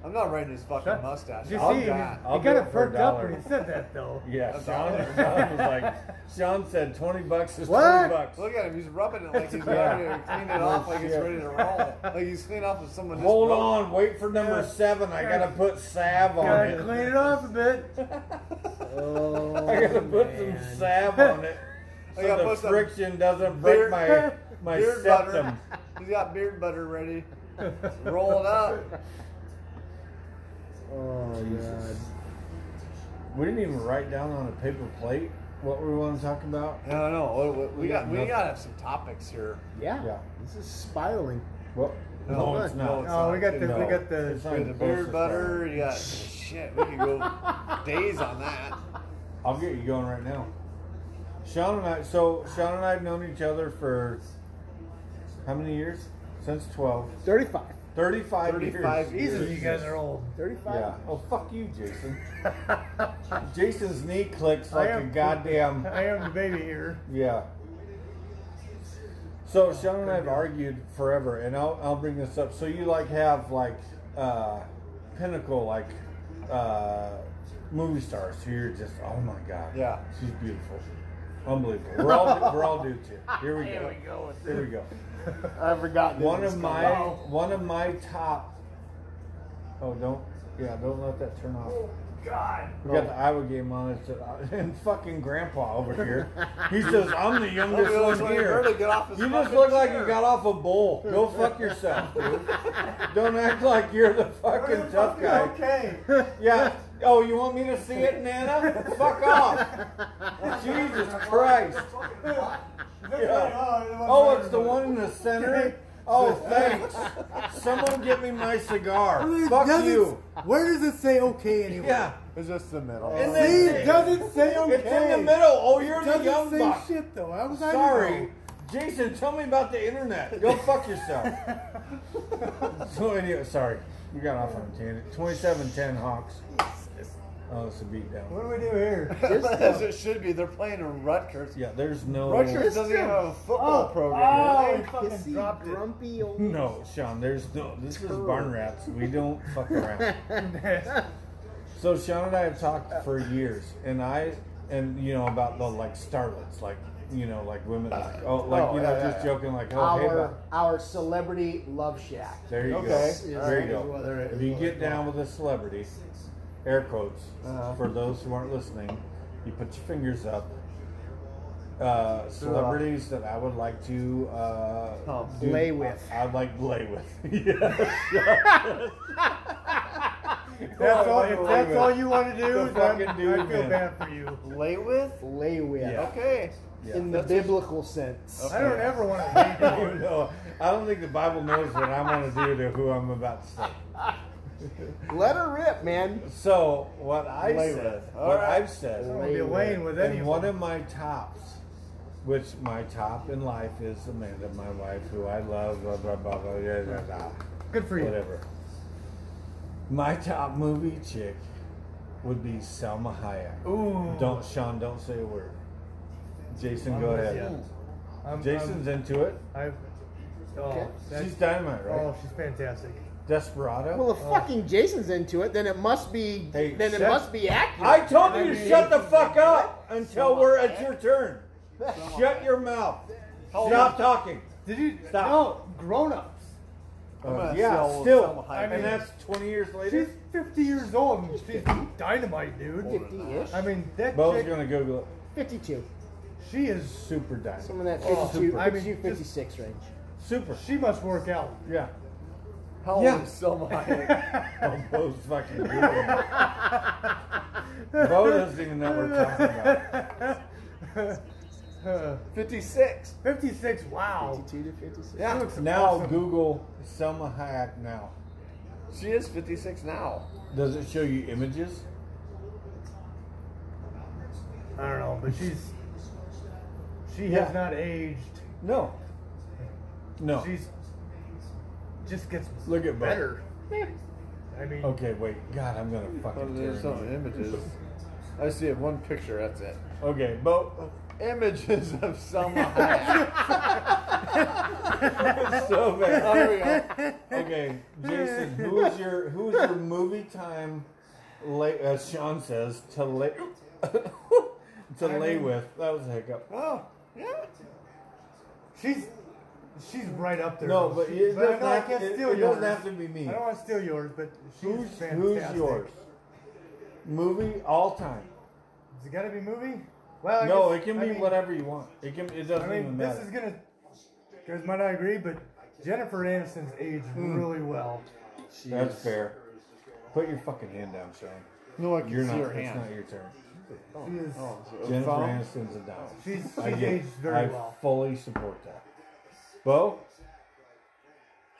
Speaker 1: I'm not writing his fucking mustache.
Speaker 3: Did you
Speaker 1: I'll
Speaker 3: see?
Speaker 1: die.
Speaker 2: I'll
Speaker 3: he
Speaker 2: do
Speaker 3: kind
Speaker 2: it for a
Speaker 3: of perked up
Speaker 2: dollar.
Speaker 3: when he said that, though.
Speaker 2: Yeah,
Speaker 1: That's
Speaker 2: Sean,
Speaker 1: all.
Speaker 2: Sean was like, Sean said twenty bucks is
Speaker 4: What?
Speaker 2: twenty bucks.
Speaker 1: Look at him. He's rubbing it like he's ready to clean it off, like he's ready to roll. Like he's cleaning off of someone. just
Speaker 2: Hold
Speaker 1: broke.
Speaker 2: on, wait for number
Speaker 3: Yeah.
Speaker 2: seven. I gotta put salve on
Speaker 3: Gotta
Speaker 2: it.
Speaker 3: clean it off a bit.
Speaker 4: Oh,
Speaker 2: I gotta put some salve on it
Speaker 1: I
Speaker 2: so
Speaker 1: gotta
Speaker 2: the
Speaker 1: put some
Speaker 2: friction doesn't break
Speaker 1: beard-
Speaker 2: my my
Speaker 1: beard
Speaker 2: septum.
Speaker 1: butter. He's got beard butter ready. Roll it up.
Speaker 4: oh, God.
Speaker 2: We didn't even write down on a paper plate what we want to talk about.
Speaker 1: I don't know. What- what- We,
Speaker 2: We
Speaker 1: got.
Speaker 2: got
Speaker 1: We
Speaker 2: nothing.
Speaker 1: gotta have some topics here.
Speaker 4: Yeah.
Speaker 2: Yeah.
Speaker 4: This is spiraling.
Speaker 2: Well, no, it's
Speaker 1: no,
Speaker 2: not.
Speaker 1: it's
Speaker 3: Oh, we got the
Speaker 2: No.
Speaker 3: we got
Speaker 2: It's
Speaker 3: the
Speaker 2: not
Speaker 1: You got the
Speaker 2: even close
Speaker 1: beard
Speaker 2: to
Speaker 1: butter.
Speaker 2: starting.
Speaker 1: You got shit. We could go days on that.
Speaker 2: I'll get you going right now. Sean and I. So Sean and I have known each other for how many years? Since 12.
Speaker 4: 35.
Speaker 2: 35,
Speaker 1: Thirty-five
Speaker 2: years.
Speaker 1: years.
Speaker 3: Jesus. You guys are old.
Speaker 4: 35.
Speaker 2: Yeah. Oh, fuck you, Jason. Jason's knee clicks like
Speaker 3: I
Speaker 2: a
Speaker 3: am-
Speaker 2: goddamn.
Speaker 3: I am the baby here.
Speaker 2: Yeah. So Sean and I have argued forever, and I'll, I'll bring this up. So you like have like uh, pinnacle like uh, movie stars who you're just oh my god
Speaker 1: Yeah.
Speaker 2: she's beautiful unbelievable we're all we're all dudes here here we go here we go
Speaker 4: I forgot. that
Speaker 2: one
Speaker 4: this
Speaker 2: of
Speaker 4: came
Speaker 2: my
Speaker 4: out.
Speaker 2: one of my top oh don't yeah don't let that turn off
Speaker 1: Oh,
Speaker 3: God.
Speaker 2: we got the Iowa game on it, and fucking Grandpa over here. He says, "I'm the youngest
Speaker 1: Well, we
Speaker 2: one
Speaker 1: always wanted her to
Speaker 2: here."
Speaker 1: get off his
Speaker 2: You just
Speaker 1: fucking
Speaker 2: look like you
Speaker 1: chair.
Speaker 2: got off a bull. Go fuck yourself, dude. Don't act like you're the fucking tough guy.
Speaker 3: Okay.
Speaker 2: Yeah. Oh, you want me to see it, Nana? fuck off. Jesus Christ. Yeah. Oh, it's the one in the center. Oh, thanks. Someone get me my cigar. Fuck
Speaker 5: Does it-
Speaker 2: you.
Speaker 5: Where does it say okay anyway?
Speaker 2: Yeah.
Speaker 1: It's just the middle.
Speaker 2: And
Speaker 5: See,
Speaker 2: then-
Speaker 5: it doesn't say okay.
Speaker 2: It's in the middle. Oh, you're
Speaker 5: It
Speaker 2: the
Speaker 5: doesn't
Speaker 2: young
Speaker 5: say
Speaker 2: buck.
Speaker 5: shit though. I was
Speaker 2: Sorry, Jason. Tell me about the internet. Go fuck yourself. so anyway, sorry. We got off on a tangent. 27-10 Hawks. Oh, it's a
Speaker 3: What
Speaker 2: beatdown.
Speaker 3: do we do here?
Speaker 1: As it should be. They're playing in Rutgers.
Speaker 2: Yeah, there's no.
Speaker 1: Rutgers doesn't even have a football program.
Speaker 3: Oh,
Speaker 1: They
Speaker 3: he fucking
Speaker 4: Pissy,
Speaker 3: dropped it.
Speaker 4: grumpy old.
Speaker 2: No, Sean. There's no. This is barn rats. We don't fuck around. So Sean and I have talked for years, and I and you know about the like starlets, like you know like women, like oh like
Speaker 1: Oh,
Speaker 2: you know
Speaker 1: yeah, yeah,
Speaker 2: just
Speaker 1: yeah.
Speaker 2: joking like oh hey,
Speaker 4: Our
Speaker 2: bud.
Speaker 4: our celebrity love shack.
Speaker 2: there you
Speaker 1: Okay.
Speaker 2: go,
Speaker 4: Is-
Speaker 2: there you
Speaker 4: is
Speaker 2: go.
Speaker 4: what-
Speaker 2: If you get down with a celebrity, air quotes
Speaker 1: Uh-huh.
Speaker 2: for those who aren't listening, you put your fingers up. Uh, celebrities that I would like to uh,
Speaker 1: Oh,
Speaker 2: do-
Speaker 4: lay with.
Speaker 2: I, would like lay with. yeah.
Speaker 3: That's all,
Speaker 2: Wait,
Speaker 3: if
Speaker 2: wait,
Speaker 3: that's
Speaker 2: wait.
Speaker 3: all you want to
Speaker 2: Go
Speaker 3: do,
Speaker 2: fucking
Speaker 3: then
Speaker 2: do
Speaker 3: I
Speaker 2: it,
Speaker 3: feel
Speaker 2: man.
Speaker 3: bad for you.
Speaker 1: Lay with?
Speaker 4: Lay with
Speaker 2: Yeah.
Speaker 1: Okay.
Speaker 2: Yeah.
Speaker 4: in the biblical sense.
Speaker 1: Okay.
Speaker 3: I don't ever want to
Speaker 2: I don't know. I don't think the Bible knows what I'm going to do to who I'm about to say.
Speaker 4: Let her rip, man.
Speaker 2: So what I
Speaker 1: Lay
Speaker 2: said,
Speaker 1: with. All
Speaker 2: what
Speaker 1: right.
Speaker 2: I've said,
Speaker 3: I'm gonna be laying with
Speaker 2: and one
Speaker 3: anyone.
Speaker 2: of my tops, which my top in life is Amanda, my wife, who I love, blah blah blah blah, blah, blah, blah
Speaker 3: Good for you.
Speaker 2: whatever. My top movie chick would be Selma Hayek.
Speaker 3: Ooh.
Speaker 2: Don't Sean, don't say a word. Jason, go
Speaker 3: with
Speaker 2: ahead.
Speaker 3: you. I'm,
Speaker 2: Jason's into it.
Speaker 3: I'm, i oh,
Speaker 4: Okay.
Speaker 3: Um, that's,
Speaker 2: She's dynamite, right?
Speaker 3: oh, she's fantastic.
Speaker 2: Desperado.
Speaker 4: Well, if fucking Jason's into it, then it must be
Speaker 2: Hey,
Speaker 4: then it
Speaker 2: shut-
Speaker 4: must be accurate.
Speaker 2: I told you
Speaker 3: I
Speaker 2: to
Speaker 3: mean-
Speaker 2: shut the fuck up until we're at your turn. Shut your mouth. Stop talking.
Speaker 3: Did you?
Speaker 2: Stop.
Speaker 3: No, grown ups.
Speaker 1: I'm gonna
Speaker 2: yeah,
Speaker 1: sell Selma
Speaker 2: still.
Speaker 1: Hayek.
Speaker 2: and that's 20 years
Speaker 3: She's
Speaker 2: later.
Speaker 3: 50 years old and she's dynamite, dude.
Speaker 4: 50-ish,
Speaker 3: I mean, that
Speaker 2: Bo's
Speaker 3: chick,
Speaker 2: gonna Google it.
Speaker 4: 52.
Speaker 3: she is.
Speaker 2: Super diet.
Speaker 4: Some of that
Speaker 3: Oh,
Speaker 4: 52,
Speaker 3: super. I mean,
Speaker 4: 52,
Speaker 3: just-
Speaker 4: 56 range.
Speaker 2: Super.
Speaker 3: She must work out.
Speaker 2: Yeah.
Speaker 1: How old
Speaker 2: Yeah.
Speaker 1: is Selma Hayek?
Speaker 2: Oh, Bo's fucking Googling it. Bo doesn't even know what we're talking about.
Speaker 3: Uh,
Speaker 1: 56.
Speaker 3: 56, wow.
Speaker 4: 52 to 56.
Speaker 1: Yeah.
Speaker 3: She looks
Speaker 2: Now
Speaker 3: awesome.
Speaker 2: Google Selma Hayek now.
Speaker 1: She is 56 now.
Speaker 2: Does it show you images?
Speaker 3: I don't know, but she's. She
Speaker 2: Yeah.
Speaker 3: has not aged.
Speaker 2: No. No.
Speaker 3: She's. Just gets
Speaker 2: Look at Bo.
Speaker 3: better. I mean,
Speaker 2: Okay, wait. God, I'm gonna
Speaker 1: But
Speaker 2: fucking tear
Speaker 1: there's
Speaker 2: him
Speaker 1: some
Speaker 2: up.
Speaker 1: images. I see it one picture, that's it.
Speaker 2: Okay, Bo.
Speaker 1: Images of Selma Hayek.
Speaker 2: so
Speaker 1: oh,
Speaker 2: bad.
Speaker 1: there we go.
Speaker 2: Okay, Jason, who is your who is your movie time? Lay, as Sean says, to lay to lay with. That was a hiccup.
Speaker 1: Oh, yeah.
Speaker 3: she's. She's right up there.
Speaker 2: No, but it
Speaker 3: I
Speaker 2: doesn't
Speaker 3: know I
Speaker 2: have
Speaker 3: can't
Speaker 2: to- it-
Speaker 3: steal
Speaker 2: it
Speaker 3: yours.
Speaker 2: doesn't have to be me.
Speaker 3: I don't want to steal yours, but she's
Speaker 2: Who's
Speaker 3: fantastic.
Speaker 2: who's yours? Movie all time.
Speaker 3: Is it got to be movie? Well, I
Speaker 2: No,
Speaker 3: guess-
Speaker 2: it can
Speaker 3: I
Speaker 2: be
Speaker 3: mean,
Speaker 2: whatever you want. It can. It doesn't
Speaker 3: I mean,
Speaker 2: even
Speaker 3: this
Speaker 2: matter.
Speaker 3: is gonna. You guys might not agree, but Jennifer Aniston's aged
Speaker 2: Hmm.
Speaker 3: really well.
Speaker 2: That's fair. Put your fucking hand down, Sean.
Speaker 1: No, I can
Speaker 2: You're
Speaker 1: see
Speaker 2: not.
Speaker 1: her
Speaker 2: it's
Speaker 1: hand.
Speaker 2: not your turn.
Speaker 3: She is.
Speaker 1: Oh,
Speaker 2: Jennifer
Speaker 1: Phone?
Speaker 2: Aniston's a dime.
Speaker 3: She's, she's
Speaker 2: Oh, I get.
Speaker 3: aged very
Speaker 2: I
Speaker 3: well.
Speaker 2: fully support that. Bo.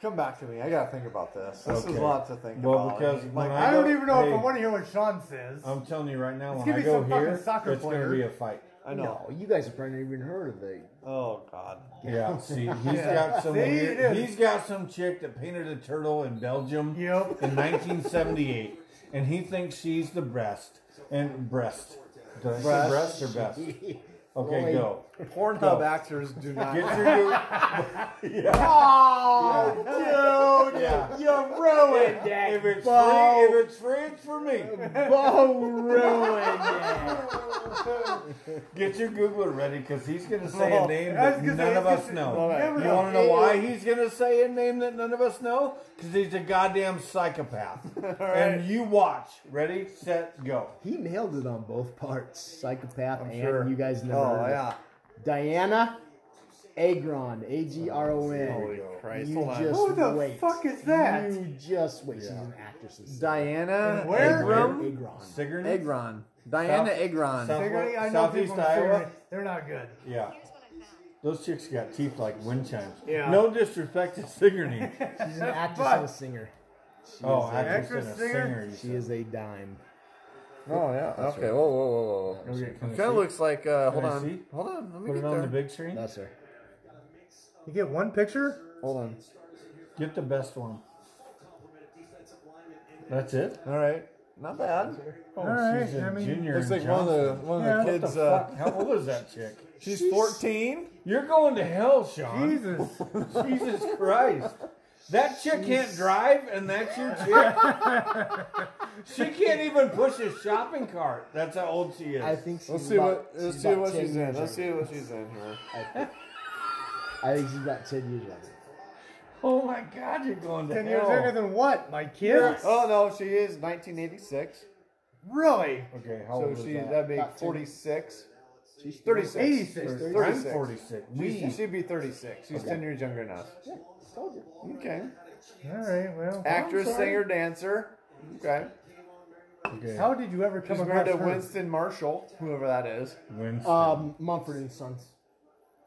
Speaker 1: Come back to me. I gotta think about this. This is
Speaker 2: Okay.
Speaker 1: a lot to think
Speaker 2: Well,
Speaker 1: about.
Speaker 2: because
Speaker 1: Like,
Speaker 2: when I-
Speaker 3: I don't
Speaker 2: go-
Speaker 3: even know if
Speaker 2: hey.
Speaker 3: I want to hear what Sean says.
Speaker 2: I'm telling you right now,
Speaker 3: It's
Speaker 2: when
Speaker 3: gonna
Speaker 2: I
Speaker 3: be
Speaker 2: go
Speaker 3: some fucking
Speaker 2: here, it's
Speaker 3: soccer
Speaker 2: going to
Speaker 3: player.
Speaker 2: be a fight.
Speaker 1: I know.
Speaker 4: No, you guys have probably never even heard of the.
Speaker 1: Oh God.
Speaker 2: Yeah, see, he's
Speaker 3: Yeah.
Speaker 2: got some.
Speaker 3: See,
Speaker 2: weird-
Speaker 3: it is.
Speaker 2: he's got some chick that painted a turtle in Belgium
Speaker 3: Yep.
Speaker 2: in 1978, and he thinks she's the breast and breast. Did I say breast or best? Okay, go.
Speaker 1: Pornhub
Speaker 2: Go.
Speaker 1: actors do not.
Speaker 2: Get your Google. yeah,
Speaker 1: oh, dude,
Speaker 2: yeah.
Speaker 1: you ruined
Speaker 2: If it's
Speaker 1: Bo.
Speaker 2: free, if it's free, it's for me.
Speaker 4: Bo ruined it.
Speaker 2: Get your Googler ready, because he's going to say a
Speaker 1: Oh,
Speaker 2: name
Speaker 3: I
Speaker 2: that
Speaker 3: was gonna say,
Speaker 2: none of
Speaker 3: it's
Speaker 2: us
Speaker 3: just-
Speaker 2: know.
Speaker 3: you never
Speaker 2: You
Speaker 3: know.
Speaker 2: want to know why he's going to say a name that none of us know? Because he's a goddamn psychopath. And you watch. Ready, set, go.
Speaker 4: He nailed it on both parts. Psychopath and
Speaker 1: sure.
Speaker 4: you guys never heard
Speaker 1: Oh
Speaker 4: of it.
Speaker 1: yeah.
Speaker 4: Diana Agron, A G R O
Speaker 1: Holy
Speaker 4: N.
Speaker 1: Christ.
Speaker 4: You
Speaker 1: Hold on.
Speaker 4: just
Speaker 3: Who the
Speaker 4: wait.
Speaker 3: fuck is that?
Speaker 4: You just wait. She's an actress. and stuff.
Speaker 1: Diana
Speaker 3: And where?
Speaker 1: Agron.
Speaker 4: Agron.
Speaker 2: Sigourney?
Speaker 5: Egron. Diana Egron.
Speaker 2: South-
Speaker 3: Sigourney, I know
Speaker 2: Southeast
Speaker 3: people in
Speaker 2: Iowa?
Speaker 3: Sigourney, They're not good.
Speaker 2: Yeah. Those chicks got teeth like wind chimes.
Speaker 3: Yeah.
Speaker 2: No disrespect to Sigourney.
Speaker 4: She's an actress
Speaker 3: But-
Speaker 4: and a singer. She
Speaker 2: oh,
Speaker 4: is a,
Speaker 2: actress
Speaker 3: Actress,
Speaker 2: and a
Speaker 3: singer?
Speaker 2: singer. you
Speaker 4: she
Speaker 2: said.
Speaker 4: is a dime.
Speaker 1: Oh yeah. Okay. Whoa, whoa, whoa, whoa, whoa.
Speaker 2: Okay, can I
Speaker 1: Kind of
Speaker 2: see?
Speaker 1: looks like. Uh, hold
Speaker 2: I
Speaker 1: on.
Speaker 2: see?
Speaker 1: Hold on. Let
Speaker 2: Put
Speaker 1: me get
Speaker 2: it on
Speaker 1: there.
Speaker 2: the big screen.
Speaker 4: That's her.
Speaker 3: You get one picture?
Speaker 1: Hold on.
Speaker 2: Get the best one. That's it.
Speaker 1: All right, not bad.
Speaker 2: Oh,
Speaker 3: right,
Speaker 2: she's a
Speaker 3: I mean,
Speaker 2: junior.
Speaker 1: Looks
Speaker 2: in
Speaker 1: like one of the
Speaker 2: Johnson.
Speaker 1: one
Speaker 3: Yeah.
Speaker 1: of the
Speaker 2: What
Speaker 1: kids.
Speaker 2: the
Speaker 1: uh,
Speaker 2: fuck? How old is that chick?
Speaker 1: she's 14.
Speaker 2: You're going to hell, Sean.
Speaker 3: Jesus.
Speaker 2: Jesus Christ. That chick can't drive, and that's your chick. she can't even push a shopping cart. That's how old she is.
Speaker 4: I think she's
Speaker 1: Let's see
Speaker 4: about,
Speaker 1: what let's
Speaker 4: she's
Speaker 1: see
Speaker 4: about
Speaker 1: what
Speaker 4: 10
Speaker 1: she's in.
Speaker 4: years
Speaker 1: Let's
Speaker 4: younger.
Speaker 1: see what she's in here.
Speaker 4: I think she's about 10 years younger.
Speaker 2: oh my God, you're going to
Speaker 3: 10 years
Speaker 2: hell.
Speaker 3: younger than what? My kids?
Speaker 1: Oh no, she is 1986.
Speaker 3: Really?
Speaker 2: okay, how
Speaker 1: So
Speaker 2: old
Speaker 1: she
Speaker 2: is that?
Speaker 1: that'd be
Speaker 4: About two.
Speaker 1: 46.
Speaker 4: She's
Speaker 1: 36.
Speaker 3: 86,
Speaker 1: Or
Speaker 4: thirty-
Speaker 2: I'm
Speaker 1: 36.
Speaker 2: 46.
Speaker 1: She's-
Speaker 2: We.
Speaker 1: She'd be 36. She's 10 years younger than us.
Speaker 4: Yeah, told you.
Speaker 1: Okay.
Speaker 3: All right, well.
Speaker 1: Actress,
Speaker 4: sorry.
Speaker 1: singer, dancer. Okay.
Speaker 2: Okay.
Speaker 3: How did you ever come
Speaker 1: She's
Speaker 3: across
Speaker 1: married to
Speaker 3: her?
Speaker 1: Winston Marshall, whoever that is.
Speaker 2: Winston.
Speaker 4: Um, Mumford and Sons.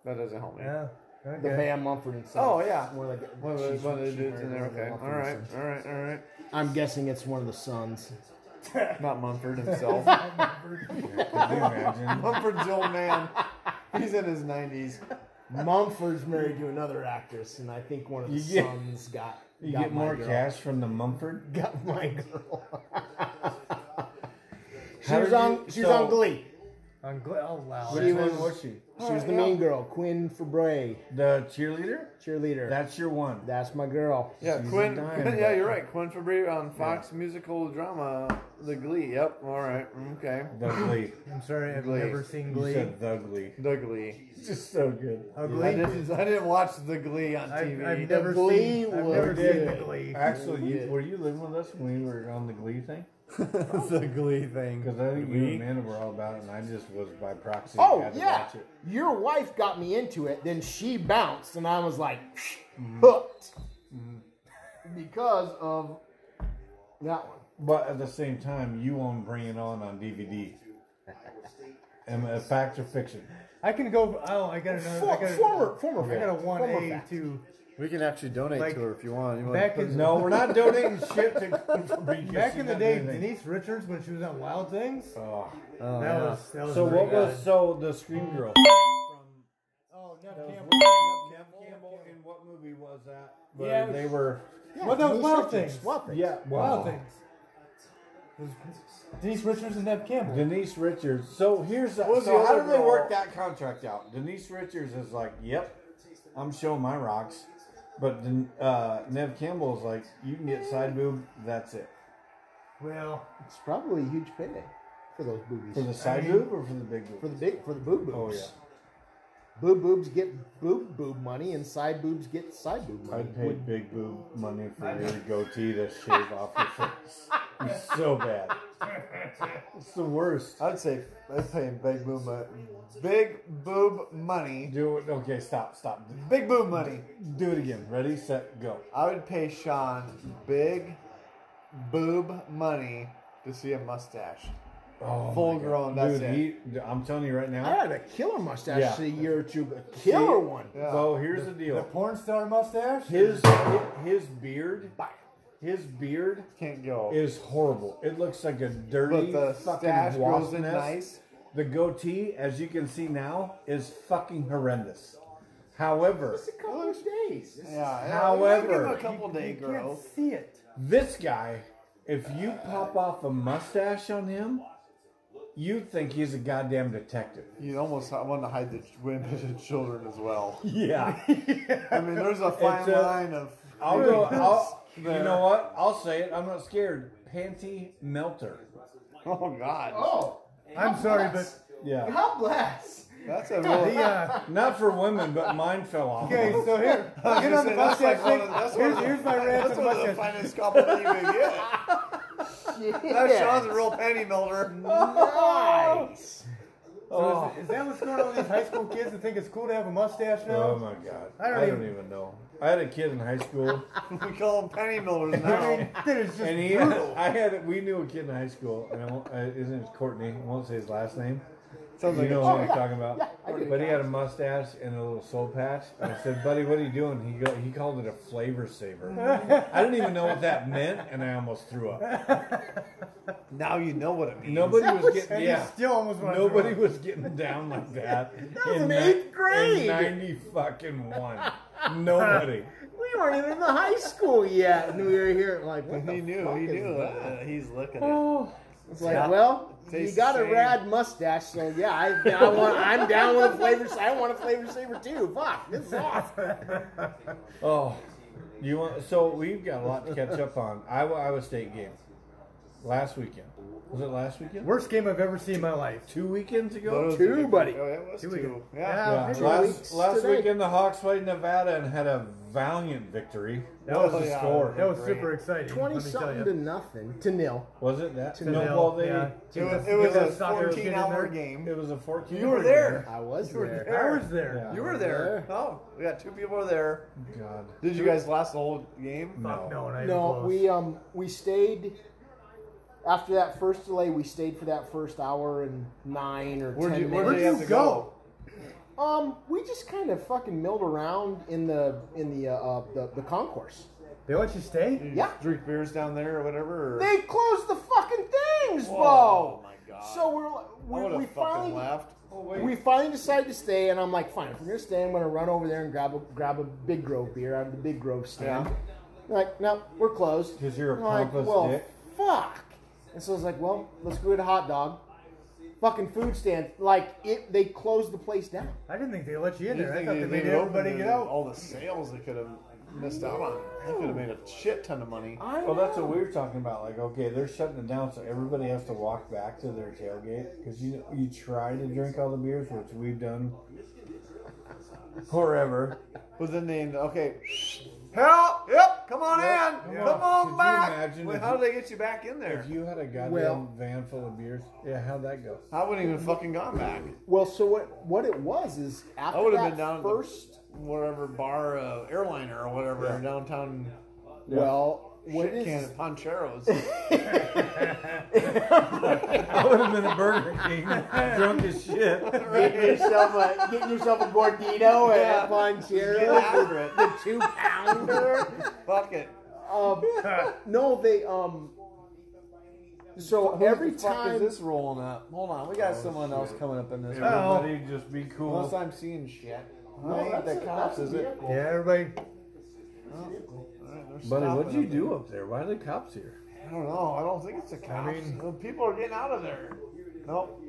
Speaker 1: That doesn't help me.
Speaker 3: Yeah.
Speaker 4: The
Speaker 3: Okay.
Speaker 4: band Mumford and Sons.
Speaker 1: Oh, yeah.
Speaker 4: One of the,
Speaker 1: One of the,
Speaker 4: she's-
Speaker 1: one of the
Speaker 4: she's
Speaker 1: dudes in there.
Speaker 4: married to
Speaker 1: Okay.
Speaker 4: Mumford
Speaker 1: All
Speaker 4: and
Speaker 1: right.
Speaker 4: Sons.
Speaker 1: All right. All right.
Speaker 4: I'm guessing it's one of the sons.
Speaker 1: Not Mumford himself.
Speaker 2: Could you imagine?
Speaker 1: Mumford's old man. He's in his 90s.
Speaker 4: Mumford's married to another actress, and I think one of the
Speaker 2: You get-
Speaker 4: sons got.
Speaker 2: You
Speaker 4: got
Speaker 2: get
Speaker 4: my
Speaker 2: more
Speaker 4: girl.
Speaker 2: cash from the Mumford?
Speaker 4: Got my girl. she
Speaker 2: How
Speaker 4: was
Speaker 2: did
Speaker 4: on.
Speaker 2: you-
Speaker 4: she was on
Speaker 2: so-
Speaker 4: Glee.
Speaker 3: I'm glad. Oh, wow.
Speaker 2: Which one was she?
Speaker 4: She was the mean girl, Quinn Fabray,
Speaker 2: The cheerleader?
Speaker 4: cheerleader.
Speaker 2: That's your one.
Speaker 4: That's my girl.
Speaker 1: Yeah,
Speaker 2: She's
Speaker 1: Quinn.
Speaker 2: a dime,
Speaker 1: yeah,
Speaker 2: but-
Speaker 1: you're right. Quinn Fabry on Fox musical drama The Glee. Yep. All right. Okay.
Speaker 2: The Glee.
Speaker 3: I'm sorry, I've
Speaker 1: Glee.
Speaker 3: never seen
Speaker 2: You
Speaker 3: Glee.
Speaker 2: said the Glee.
Speaker 1: The Glee.
Speaker 2: It's just so good.
Speaker 3: Oh,
Speaker 1: I
Speaker 3: Glee?
Speaker 1: didn't, I didn't watch The Glee on
Speaker 3: I've,
Speaker 1: TV.
Speaker 3: I've never
Speaker 4: Glee
Speaker 3: seen, I've
Speaker 4: was
Speaker 3: never seen the
Speaker 4: good.
Speaker 3: Glee.
Speaker 2: Actually, you, were you living with us when we were on the Glee thing?
Speaker 1: the Glee thing.
Speaker 2: Because I think you
Speaker 1: Glee?
Speaker 2: and Amanda were all about it, and I just was by proxy.
Speaker 4: Oh
Speaker 2: had to
Speaker 4: yeah,
Speaker 2: watch it.
Speaker 4: your wife got me into it. Then she bounced, and I was like Mm-hmm. hooked Mm-hmm. because of that one.
Speaker 2: But at the same time, you own Bring It On on DVD. and uh, fact or fiction?
Speaker 3: I can go. Oh, I got another. I
Speaker 4: For,
Speaker 3: got a,
Speaker 4: former, former,
Speaker 3: I got a
Speaker 4: fact.
Speaker 3: one
Speaker 4: former
Speaker 3: A
Speaker 4: fact.
Speaker 3: two.
Speaker 1: We can actually donate
Speaker 3: Like,
Speaker 1: to her if you want. You want
Speaker 3: Back in
Speaker 2: No, we're not donating shit to
Speaker 3: back in the day, Denise Richards when she was on Wild Things.
Speaker 2: Oh.
Speaker 1: oh,
Speaker 3: that,
Speaker 1: yeah.
Speaker 3: was, that was.
Speaker 2: So
Speaker 3: very
Speaker 2: what
Speaker 3: good.
Speaker 2: was so the Scream Girl?
Speaker 3: Oh,
Speaker 2: That
Speaker 3: no,
Speaker 2: was
Speaker 3: Campbell.
Speaker 2: Campbell. Campbel, and what movie was that? Where
Speaker 3: Yeah.
Speaker 2: they were.
Speaker 4: Yeah,
Speaker 3: What about
Speaker 4: Denise
Speaker 3: Wild
Speaker 4: Richards?
Speaker 3: Things?
Speaker 4: Wild Things.
Speaker 2: Yeah,
Speaker 3: Wild
Speaker 2: wow.
Speaker 3: Things. It was Denise Richards and Nev Campbell.
Speaker 2: Denise Richards. So here's that.
Speaker 1: was the
Speaker 2: So how
Speaker 1: other
Speaker 2: do they
Speaker 1: girl?
Speaker 2: work that contract out? Denise Richards is like, "Yep, I'm showing my rocks," but Den- uh, Nev Campbell is like, "You can get side boob. That's it
Speaker 3: well,
Speaker 4: It's probably a huge payday for those boobies.
Speaker 2: for the side boob or for the big
Speaker 4: for
Speaker 2: boob."
Speaker 4: the big for the boob boobs.
Speaker 2: Oh yeah,
Speaker 4: Boob boobs get boob boob money, and side boobs get side boob money.
Speaker 2: I'd pay big boob money for your goatee to shave off your face. It's so bad. It's the worst.
Speaker 1: I'd say I'd pay him big boob, mo- big boob money.
Speaker 2: Do it. Okay, stop, stop.
Speaker 1: Big boob money.
Speaker 2: Do it again. Ready, set, go.
Speaker 1: I would pay Sean big boob money to see a mustache.
Speaker 2: Oh, my
Speaker 1: Full
Speaker 2: God.
Speaker 1: grown, that's
Speaker 2: Dude,
Speaker 1: it.
Speaker 2: he- I'm telling you right now.
Speaker 4: I had a killer mustache
Speaker 2: Yeah.
Speaker 4: a year or two ago. Killer one.
Speaker 1: Yeah.
Speaker 2: So here's the
Speaker 3: the
Speaker 2: deal.
Speaker 3: porn star mustache.
Speaker 2: His his beard, his beard
Speaker 1: Can't go.
Speaker 2: is horrible. It looks like a dirty
Speaker 1: but the stash
Speaker 2: fucking wasp nest.
Speaker 1: grows in nice.
Speaker 2: The goatee, as you can see now, is fucking horrendous. However,
Speaker 4: It's a couple of days.
Speaker 1: Yeah.
Speaker 2: However,
Speaker 1: give him a couple day
Speaker 3: you can't
Speaker 1: growth.
Speaker 3: see it.
Speaker 2: this guy, if you pop off a mustache on him, you'd think he's a goddamn detective.
Speaker 1: You almost want to hide the ch- women and children as well.
Speaker 2: Yeah.
Speaker 1: I mean, there's a fine
Speaker 2: It's a-
Speaker 1: line of.
Speaker 2: I'll go. I'll, you
Speaker 1: There.
Speaker 2: know what? I'll say it. I'm not scared. Panty melter.
Speaker 1: Oh God,
Speaker 4: Oh,
Speaker 3: I'm sorry, but
Speaker 2: Yeah.
Speaker 4: God bless.
Speaker 1: that's a really.
Speaker 3: the uh,
Speaker 2: Not for women, but mine fell off. Oh
Speaker 3: okay. So here,
Speaker 1: I
Speaker 3: get
Speaker 1: was
Speaker 3: on
Speaker 1: gonna
Speaker 3: the
Speaker 1: say, that's like
Speaker 3: mustache
Speaker 1: one
Speaker 3: thing.
Speaker 1: of- that's one
Speaker 3: Here's,
Speaker 1: of the-
Speaker 3: here's my rant on
Speaker 1: That's
Speaker 3: the
Speaker 1: one of the
Speaker 3: mustache.
Speaker 1: finest couple you can get. That's Sean's a real panty melter.
Speaker 4: Nice.
Speaker 3: So is, is that what's going on with these high school kids that think it's cool to have a mustache
Speaker 2: Oh
Speaker 3: now?
Speaker 2: my god.
Speaker 3: I
Speaker 2: I
Speaker 3: don't
Speaker 2: don't,
Speaker 3: even-
Speaker 2: even, know. I had a kid in high school
Speaker 1: We call them panty melters
Speaker 3: I
Speaker 1: now.
Speaker 3: mean, that is just
Speaker 2: and he
Speaker 3: brutal.
Speaker 2: I had we knew a kid in high school and I won't, uh, his name is Courtney. I won't say his last name.
Speaker 1: Sounds
Speaker 2: You
Speaker 1: like
Speaker 2: know
Speaker 1: a
Speaker 2: what
Speaker 1: chick.
Speaker 2: I'm talking about.
Speaker 4: yeah, I do.
Speaker 2: but he had a mustache and a little soul patch. And I said, "Buddy, what are you doing?" He go, he called it a flavor
Speaker 4: Mm.
Speaker 2: saver. I didn't even know what that meant, and I almost threw up.
Speaker 1: Now you know what it means.
Speaker 2: Nobody was getting
Speaker 3: and
Speaker 2: yeah.
Speaker 3: you still almost want
Speaker 2: Nobody
Speaker 3: To
Speaker 2: was getting down like that.
Speaker 4: was in
Speaker 2: ni-
Speaker 4: eighth grade.
Speaker 2: In ninety fucking one. Nobody.
Speaker 4: We You weren't even in the high school yet, and we were here like, what the
Speaker 1: He knew.
Speaker 4: fuck
Speaker 1: He
Speaker 4: is
Speaker 1: knew.
Speaker 4: that?
Speaker 1: Uh, he's looking at.
Speaker 4: It's like,
Speaker 1: Yeah.
Speaker 4: well, you
Speaker 1: Tastes
Speaker 4: got
Speaker 1: the
Speaker 4: a
Speaker 1: same.
Speaker 4: rad mustache, so yeah, I, I want, I'm down with a flavor. I want a flavor saver too. Fuck, this is awesome.
Speaker 2: Oh, you want? So we've got a lot to catch up on. Iowa Iowa State game last weekend. Was it last weekend?
Speaker 3: Worst game I've ever seen in my life.
Speaker 2: Two weekends
Speaker 1: But it
Speaker 2: ago.
Speaker 1: was
Speaker 4: Two,
Speaker 1: a good-
Speaker 4: buddy.
Speaker 1: Oh, it was
Speaker 3: Two
Speaker 1: two.
Speaker 3: again.
Speaker 1: Yeah.
Speaker 2: Yeah,
Speaker 4: Two
Speaker 2: last
Speaker 4: weeks
Speaker 2: last
Speaker 4: today.
Speaker 2: weekend the Hawks played Nevada and had a valiant victory. That
Speaker 1: Oh,
Speaker 2: was the
Speaker 1: yeah.
Speaker 2: score.
Speaker 3: That was
Speaker 1: Great.
Speaker 3: super exciting.
Speaker 4: Twenty
Speaker 3: let me tell
Speaker 4: something
Speaker 3: you.
Speaker 4: to nothing to nil.
Speaker 2: Was it that?
Speaker 3: To
Speaker 2: no,
Speaker 3: nil,
Speaker 2: well they
Speaker 3: yeah.
Speaker 1: It was,
Speaker 3: Give
Speaker 1: it was
Speaker 3: that
Speaker 1: a
Speaker 3: soccer kid
Speaker 1: 14
Speaker 3: in
Speaker 1: hour
Speaker 3: there.
Speaker 1: game.
Speaker 2: it was a fourteen.
Speaker 1: You were there.
Speaker 4: I was
Speaker 1: You were
Speaker 4: there.
Speaker 1: there.
Speaker 3: I was there.
Speaker 2: Yeah.
Speaker 1: You were there. Oh, we got two people were there.
Speaker 2: Oh, God.
Speaker 1: Did you guys last the whole game?
Speaker 2: No.
Speaker 3: Fuck no, and I
Speaker 4: No,
Speaker 3: was.
Speaker 4: we um we stayed after that first delay. We stayed for that first hour and nine or
Speaker 1: Where'd
Speaker 4: ten
Speaker 1: you,
Speaker 4: minutes.
Speaker 1: where'd you have to go?
Speaker 4: Um, we just kind of fucking milled around in the in the uh, uh the, the concourse.
Speaker 3: They let you stay?
Speaker 1: Did you
Speaker 4: Yeah.
Speaker 1: Drink beers down there or whatever? Or?
Speaker 4: They closed the fucking things,
Speaker 1: Whoa, Oh
Speaker 4: bro.
Speaker 1: my God.
Speaker 4: So
Speaker 1: I
Speaker 4: we're
Speaker 1: would
Speaker 4: we, we
Speaker 1: have fucking
Speaker 4: finally
Speaker 1: laughed. Oh,
Speaker 4: we finally decided to stay, and I'm like, fine, if we're gonna stay, I'm gonna run over there and grab a grab a Big Grove beer out of the Big Grove stand.
Speaker 1: Yeah.
Speaker 4: Like, no, we're closed.
Speaker 2: 'Cause you're a
Speaker 4: I'm like,
Speaker 2: pompous
Speaker 4: well,
Speaker 2: dick."
Speaker 4: Fuck. And so I was like, well, let's go get a hot dog. Fucking food stand. Like it, they closed the place down.
Speaker 3: I didn't think they let you in
Speaker 1: You
Speaker 3: there. I
Speaker 1: think
Speaker 3: thought
Speaker 1: they-
Speaker 3: they
Speaker 1: they
Speaker 3: made
Speaker 1: would open
Speaker 3: everybody
Speaker 1: to
Speaker 3: get out.
Speaker 1: All the sales they could have missed out on. They could have made a shit ton of money.
Speaker 4: I
Speaker 2: Well, that's what
Speaker 4: know.
Speaker 2: we were talking about. Like, okay, they're shutting it down, so everybody has to walk back to their tailgate because you you try to drink all the beers, which we've done forever.
Speaker 1: But then they okay. Help! Yep, come on
Speaker 2: Yep,
Speaker 1: in.
Speaker 2: come on.
Speaker 1: Come on
Speaker 2: Could you
Speaker 1: back.
Speaker 2: imagine
Speaker 1: Wait,
Speaker 2: if
Speaker 1: how
Speaker 2: you-
Speaker 1: did they get you back in there?
Speaker 2: If you had a goddamn
Speaker 4: Well-
Speaker 2: van full of beers, yeah, how'd that go?
Speaker 1: I wouldn't even fucking gone back.
Speaker 4: Well, so what? What it was is after
Speaker 1: I would
Speaker 4: that
Speaker 1: have been down at
Speaker 4: first.
Speaker 1: the whatever bar, uh, airliner or whatever downtown.
Speaker 4: Well, what
Speaker 1: shit
Speaker 4: is
Speaker 1: can at Poncheros?
Speaker 2: I would have been at Burger King, drunk as shit.
Speaker 4: Get yourself a get yourself a gordito and
Speaker 1: Yeah.
Speaker 4: a
Speaker 1: Get
Speaker 4: panchero,
Speaker 1: after it.
Speaker 4: the two pounder.
Speaker 1: Fuck it.
Speaker 4: Um, no, they um. So every
Speaker 1: Who the fuck
Speaker 4: time
Speaker 1: is this rolling up? Hold on, we
Speaker 2: Oh,
Speaker 1: got someone else coming up in this. room.
Speaker 3: Oh.
Speaker 2: Everybody just be
Speaker 1: Unless
Speaker 2: cool.
Speaker 1: I'm seeing shit.
Speaker 4: No,
Speaker 1: I ain't
Speaker 4: that's
Speaker 1: the
Speaker 4: a-
Speaker 1: cops,
Speaker 4: that's
Speaker 1: is
Speaker 4: a
Speaker 1: it?
Speaker 4: vehicle.
Speaker 3: Yeah, everybody.
Speaker 1: Alright, they're
Speaker 2: Buddy,
Speaker 1: stopping
Speaker 2: what'd you
Speaker 1: up
Speaker 2: do up there? Why are the cops here?
Speaker 1: there. I don't know. I don't think it's the cops.
Speaker 3: mean-
Speaker 1: The people are getting out of there. Nope.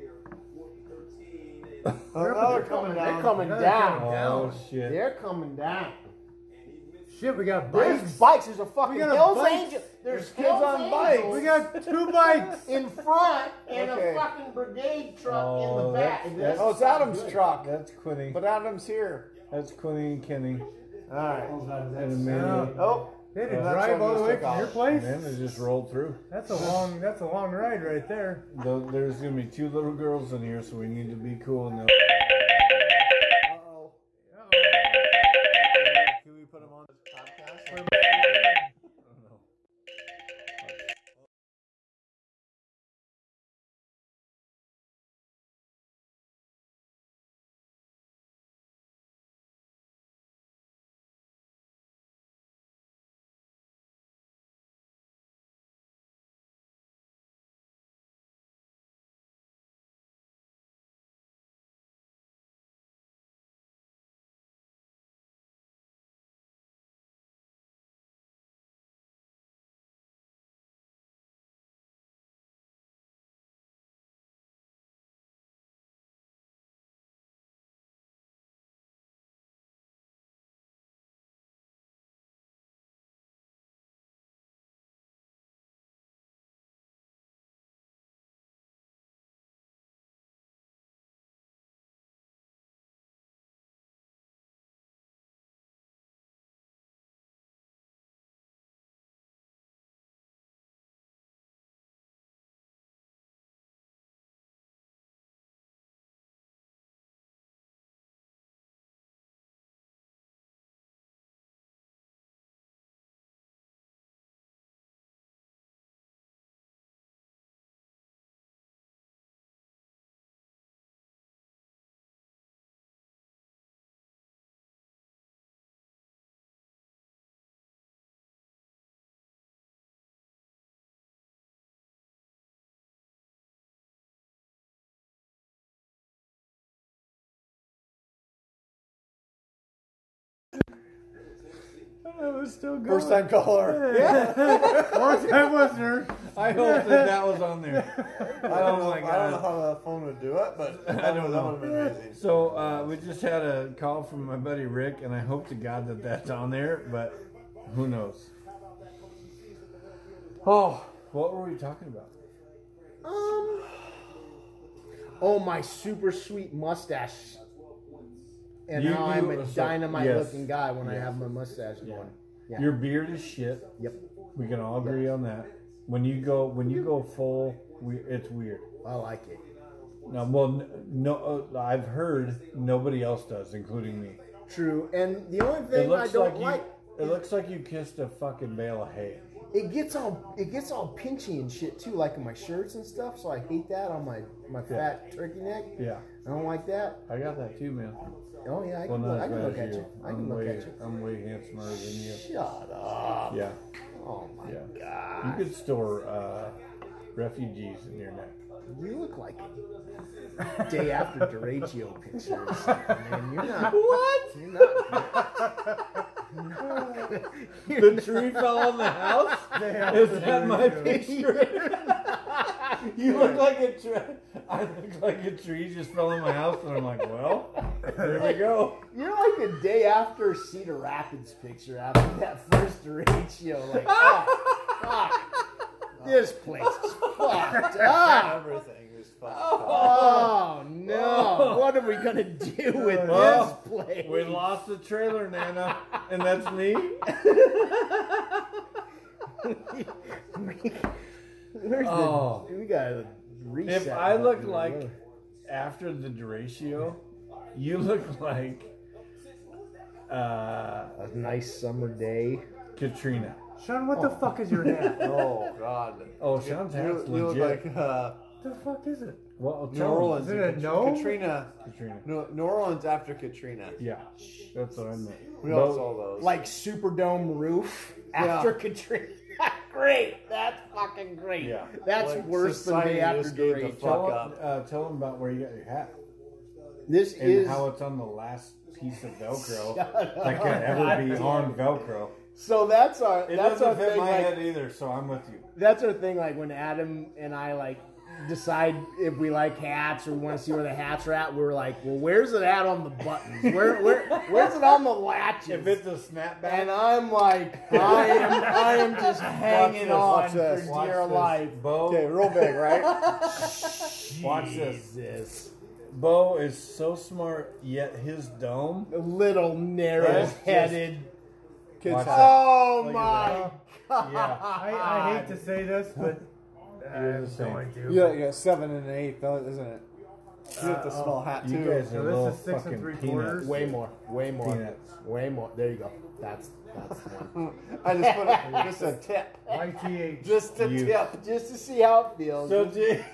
Speaker 1: Oh, now they're coming down.
Speaker 4: They're coming
Speaker 3: They're
Speaker 4: down.
Speaker 3: coming
Speaker 2: Oh
Speaker 3: Down.
Speaker 2: shit!
Speaker 4: They're coming down.
Speaker 3: Shit, we got
Speaker 4: There's
Speaker 3: bikes.
Speaker 4: bikes. There's a fucking
Speaker 3: got a
Speaker 4: Hell's
Speaker 3: bike.
Speaker 4: Angel. There's,
Speaker 1: There's kids
Speaker 4: Hell's
Speaker 1: on bikes.
Speaker 4: Angels
Speaker 3: We got two bikes.
Speaker 4: in front and
Speaker 1: Okay.
Speaker 4: a fucking brigade truck in
Speaker 2: Oh,
Speaker 4: the back.
Speaker 2: that's- that's-
Speaker 1: Oh, it's Adam's truck.
Speaker 2: That's Quinny.
Speaker 1: But Adam's here.
Speaker 2: That's Quinny and Kenny
Speaker 1: All right.
Speaker 2: and Amanda.
Speaker 1: Oh,
Speaker 3: They had to
Speaker 1: Oh, that's
Speaker 3: drive
Speaker 1: why
Speaker 3: all the
Speaker 1: we
Speaker 3: way
Speaker 1: took
Speaker 3: from your
Speaker 1: off.
Speaker 3: place.
Speaker 2: Man, they just rolled through.
Speaker 3: That's a long. That's a long ride right there.
Speaker 2: Though there's gonna be two little girls in here, so we need to be cool. And
Speaker 1: can we put him on this podcast?
Speaker 2: was still going.
Speaker 1: First time caller.
Speaker 3: Long time listener.
Speaker 2: I hope that that was on there.
Speaker 1: I
Speaker 2: Oh
Speaker 1: don't, know,
Speaker 2: my
Speaker 1: I don't know
Speaker 2: God.
Speaker 1: how the phone would do it, but
Speaker 2: I don't
Speaker 1: that
Speaker 2: know.
Speaker 1: would have been amazing.
Speaker 2: So uh, we just had a call from my buddy Rick, and I hope to God that that's on there, but who knows? Oh, what were we talking about?
Speaker 4: Um. Oh, my super sweet mustache. And
Speaker 2: You-
Speaker 4: now
Speaker 2: you-
Speaker 4: I'm a
Speaker 2: so-
Speaker 4: dynamite
Speaker 2: yes.
Speaker 4: looking guy when I have my mustache going. Yeah.
Speaker 2: Your beard is shit.
Speaker 4: Yep.
Speaker 2: We can all agree on that. When you go, when you go full, we, it's weird.
Speaker 4: I like it.
Speaker 2: Now, well, n- no, uh, I've heard nobody else does, including me.
Speaker 4: True. And the only
Speaker 2: It
Speaker 4: thing I
Speaker 2: looks
Speaker 4: don't
Speaker 2: like
Speaker 4: like,
Speaker 2: you. It looks like you kissed a fucking bale of hay.
Speaker 4: it gets all it gets all pinchy and shit too, like in my shirts and stuff. So I hate that on my my fat turkey neck.
Speaker 2: Yeah,
Speaker 4: I don't like that.
Speaker 2: I got that too, man.
Speaker 4: Oh yeah, I
Speaker 2: Well,
Speaker 4: can,
Speaker 2: not
Speaker 4: look, I
Speaker 2: as
Speaker 4: can
Speaker 2: bad
Speaker 4: look
Speaker 2: as
Speaker 4: at
Speaker 2: you.
Speaker 4: you. I
Speaker 2: I'm
Speaker 4: can look
Speaker 2: way,
Speaker 4: at you.
Speaker 2: I'm way handsomer than you.
Speaker 4: Shut up.
Speaker 2: Yeah,
Speaker 4: Oh my
Speaker 2: yeah. You
Speaker 4: god.
Speaker 2: could store uh, refugees in your neck.
Speaker 4: You look like a day after Deragio pictures. Man, you're not.
Speaker 2: What?
Speaker 4: You're not. You're
Speaker 2: The
Speaker 4: not
Speaker 2: tree fell on the house. Is that my picture? you look like a tree. I look like a tree just fell on my house, and I'm like, well, there we go.
Speaker 4: you're like a day after Cedar Rapids picture after that first Deragio. Like, oh, fuck. This place is fucked up.
Speaker 1: Everything is fucked
Speaker 4: Oh no! What are we gonna do with this
Speaker 2: Oh.
Speaker 4: place?
Speaker 2: We lost the trailer, Nana, and that's me.
Speaker 4: Where's
Speaker 2: Oh.
Speaker 4: the, we gotta reset.
Speaker 2: If I look
Speaker 4: button.
Speaker 2: like after the Duratio, you look like uh,
Speaker 4: a nice summer day.
Speaker 2: Katrina.
Speaker 3: Sean, what the fuck is your hat?
Speaker 1: Oh God!
Speaker 2: Oh, Sean's
Speaker 1: You,
Speaker 2: hat's
Speaker 1: you look
Speaker 2: legit.
Speaker 1: like uh,
Speaker 3: What the fuck is it?
Speaker 2: well,
Speaker 1: New
Speaker 2: tell him.
Speaker 1: Orleans.
Speaker 3: Is it a
Speaker 1: Kat-
Speaker 3: gnome?
Speaker 1: Katrina.
Speaker 2: Katrina.
Speaker 1: No, New Orleans after Katrina.
Speaker 2: Yeah, that's what I meant.
Speaker 1: We all
Speaker 2: But-
Speaker 1: saw those.
Speaker 4: Like Superdome roof after Katrina. great. That's fucking great.
Speaker 2: Yeah.
Speaker 4: That's
Speaker 1: Like,
Speaker 4: worse than day
Speaker 1: society
Speaker 4: after
Speaker 1: just gave the
Speaker 4: day.
Speaker 1: fuck.
Speaker 2: tell,
Speaker 1: up.
Speaker 2: Uh, tell him about where you got your hat
Speaker 4: This
Speaker 2: and
Speaker 4: is
Speaker 2: how it's on the last piece of Velcro
Speaker 4: Shut up.
Speaker 2: that can ever be on Velcro.
Speaker 4: so. That's our.
Speaker 2: It
Speaker 4: that's our
Speaker 2: doesn't fit
Speaker 4: thing.
Speaker 2: my
Speaker 4: like-
Speaker 2: head either, so I'm with you.
Speaker 4: that's our thing. Like when Adam and I like decide if we like hats or want to see where the hats are at, we're like, well, where's it at on the buttons? Where, where, where's it on the latches?
Speaker 2: If it's a snapback,
Speaker 4: and I'm like, I am, I am just hanging
Speaker 2: this,
Speaker 4: on
Speaker 1: watch this,
Speaker 4: for
Speaker 2: watch
Speaker 4: dear
Speaker 2: this.
Speaker 4: life.
Speaker 2: Bo,
Speaker 1: Okay, real big, right?
Speaker 2: watch this.
Speaker 4: Jesus.
Speaker 2: Bo is so smart, yet his dome.
Speaker 4: Little narrow-headed.
Speaker 1: Kids
Speaker 2: Watch
Speaker 1: have-
Speaker 4: Oh
Speaker 2: Look at
Speaker 4: my god!
Speaker 2: Yeah.
Speaker 3: I, I hate to say this, but I
Speaker 2: You're the
Speaker 3: have
Speaker 2: same.
Speaker 3: no idea.
Speaker 5: Yeah, yeah, seven and an eighth, though, isn't it?
Speaker 1: You have the small hat
Speaker 2: You
Speaker 1: too.
Speaker 2: guys are
Speaker 3: So this
Speaker 2: little
Speaker 3: is six and
Speaker 2: fucking
Speaker 3: three
Speaker 2: peanuts.
Speaker 3: quarters?
Speaker 4: Way more. Way more.
Speaker 2: Peanuts.
Speaker 4: Way more. There you go. That's that's the one.
Speaker 1: I just put a, just a tip,
Speaker 3: YTH.
Speaker 1: just a
Speaker 2: You-
Speaker 1: tip.
Speaker 4: Just to see how it feels.
Speaker 2: So, J-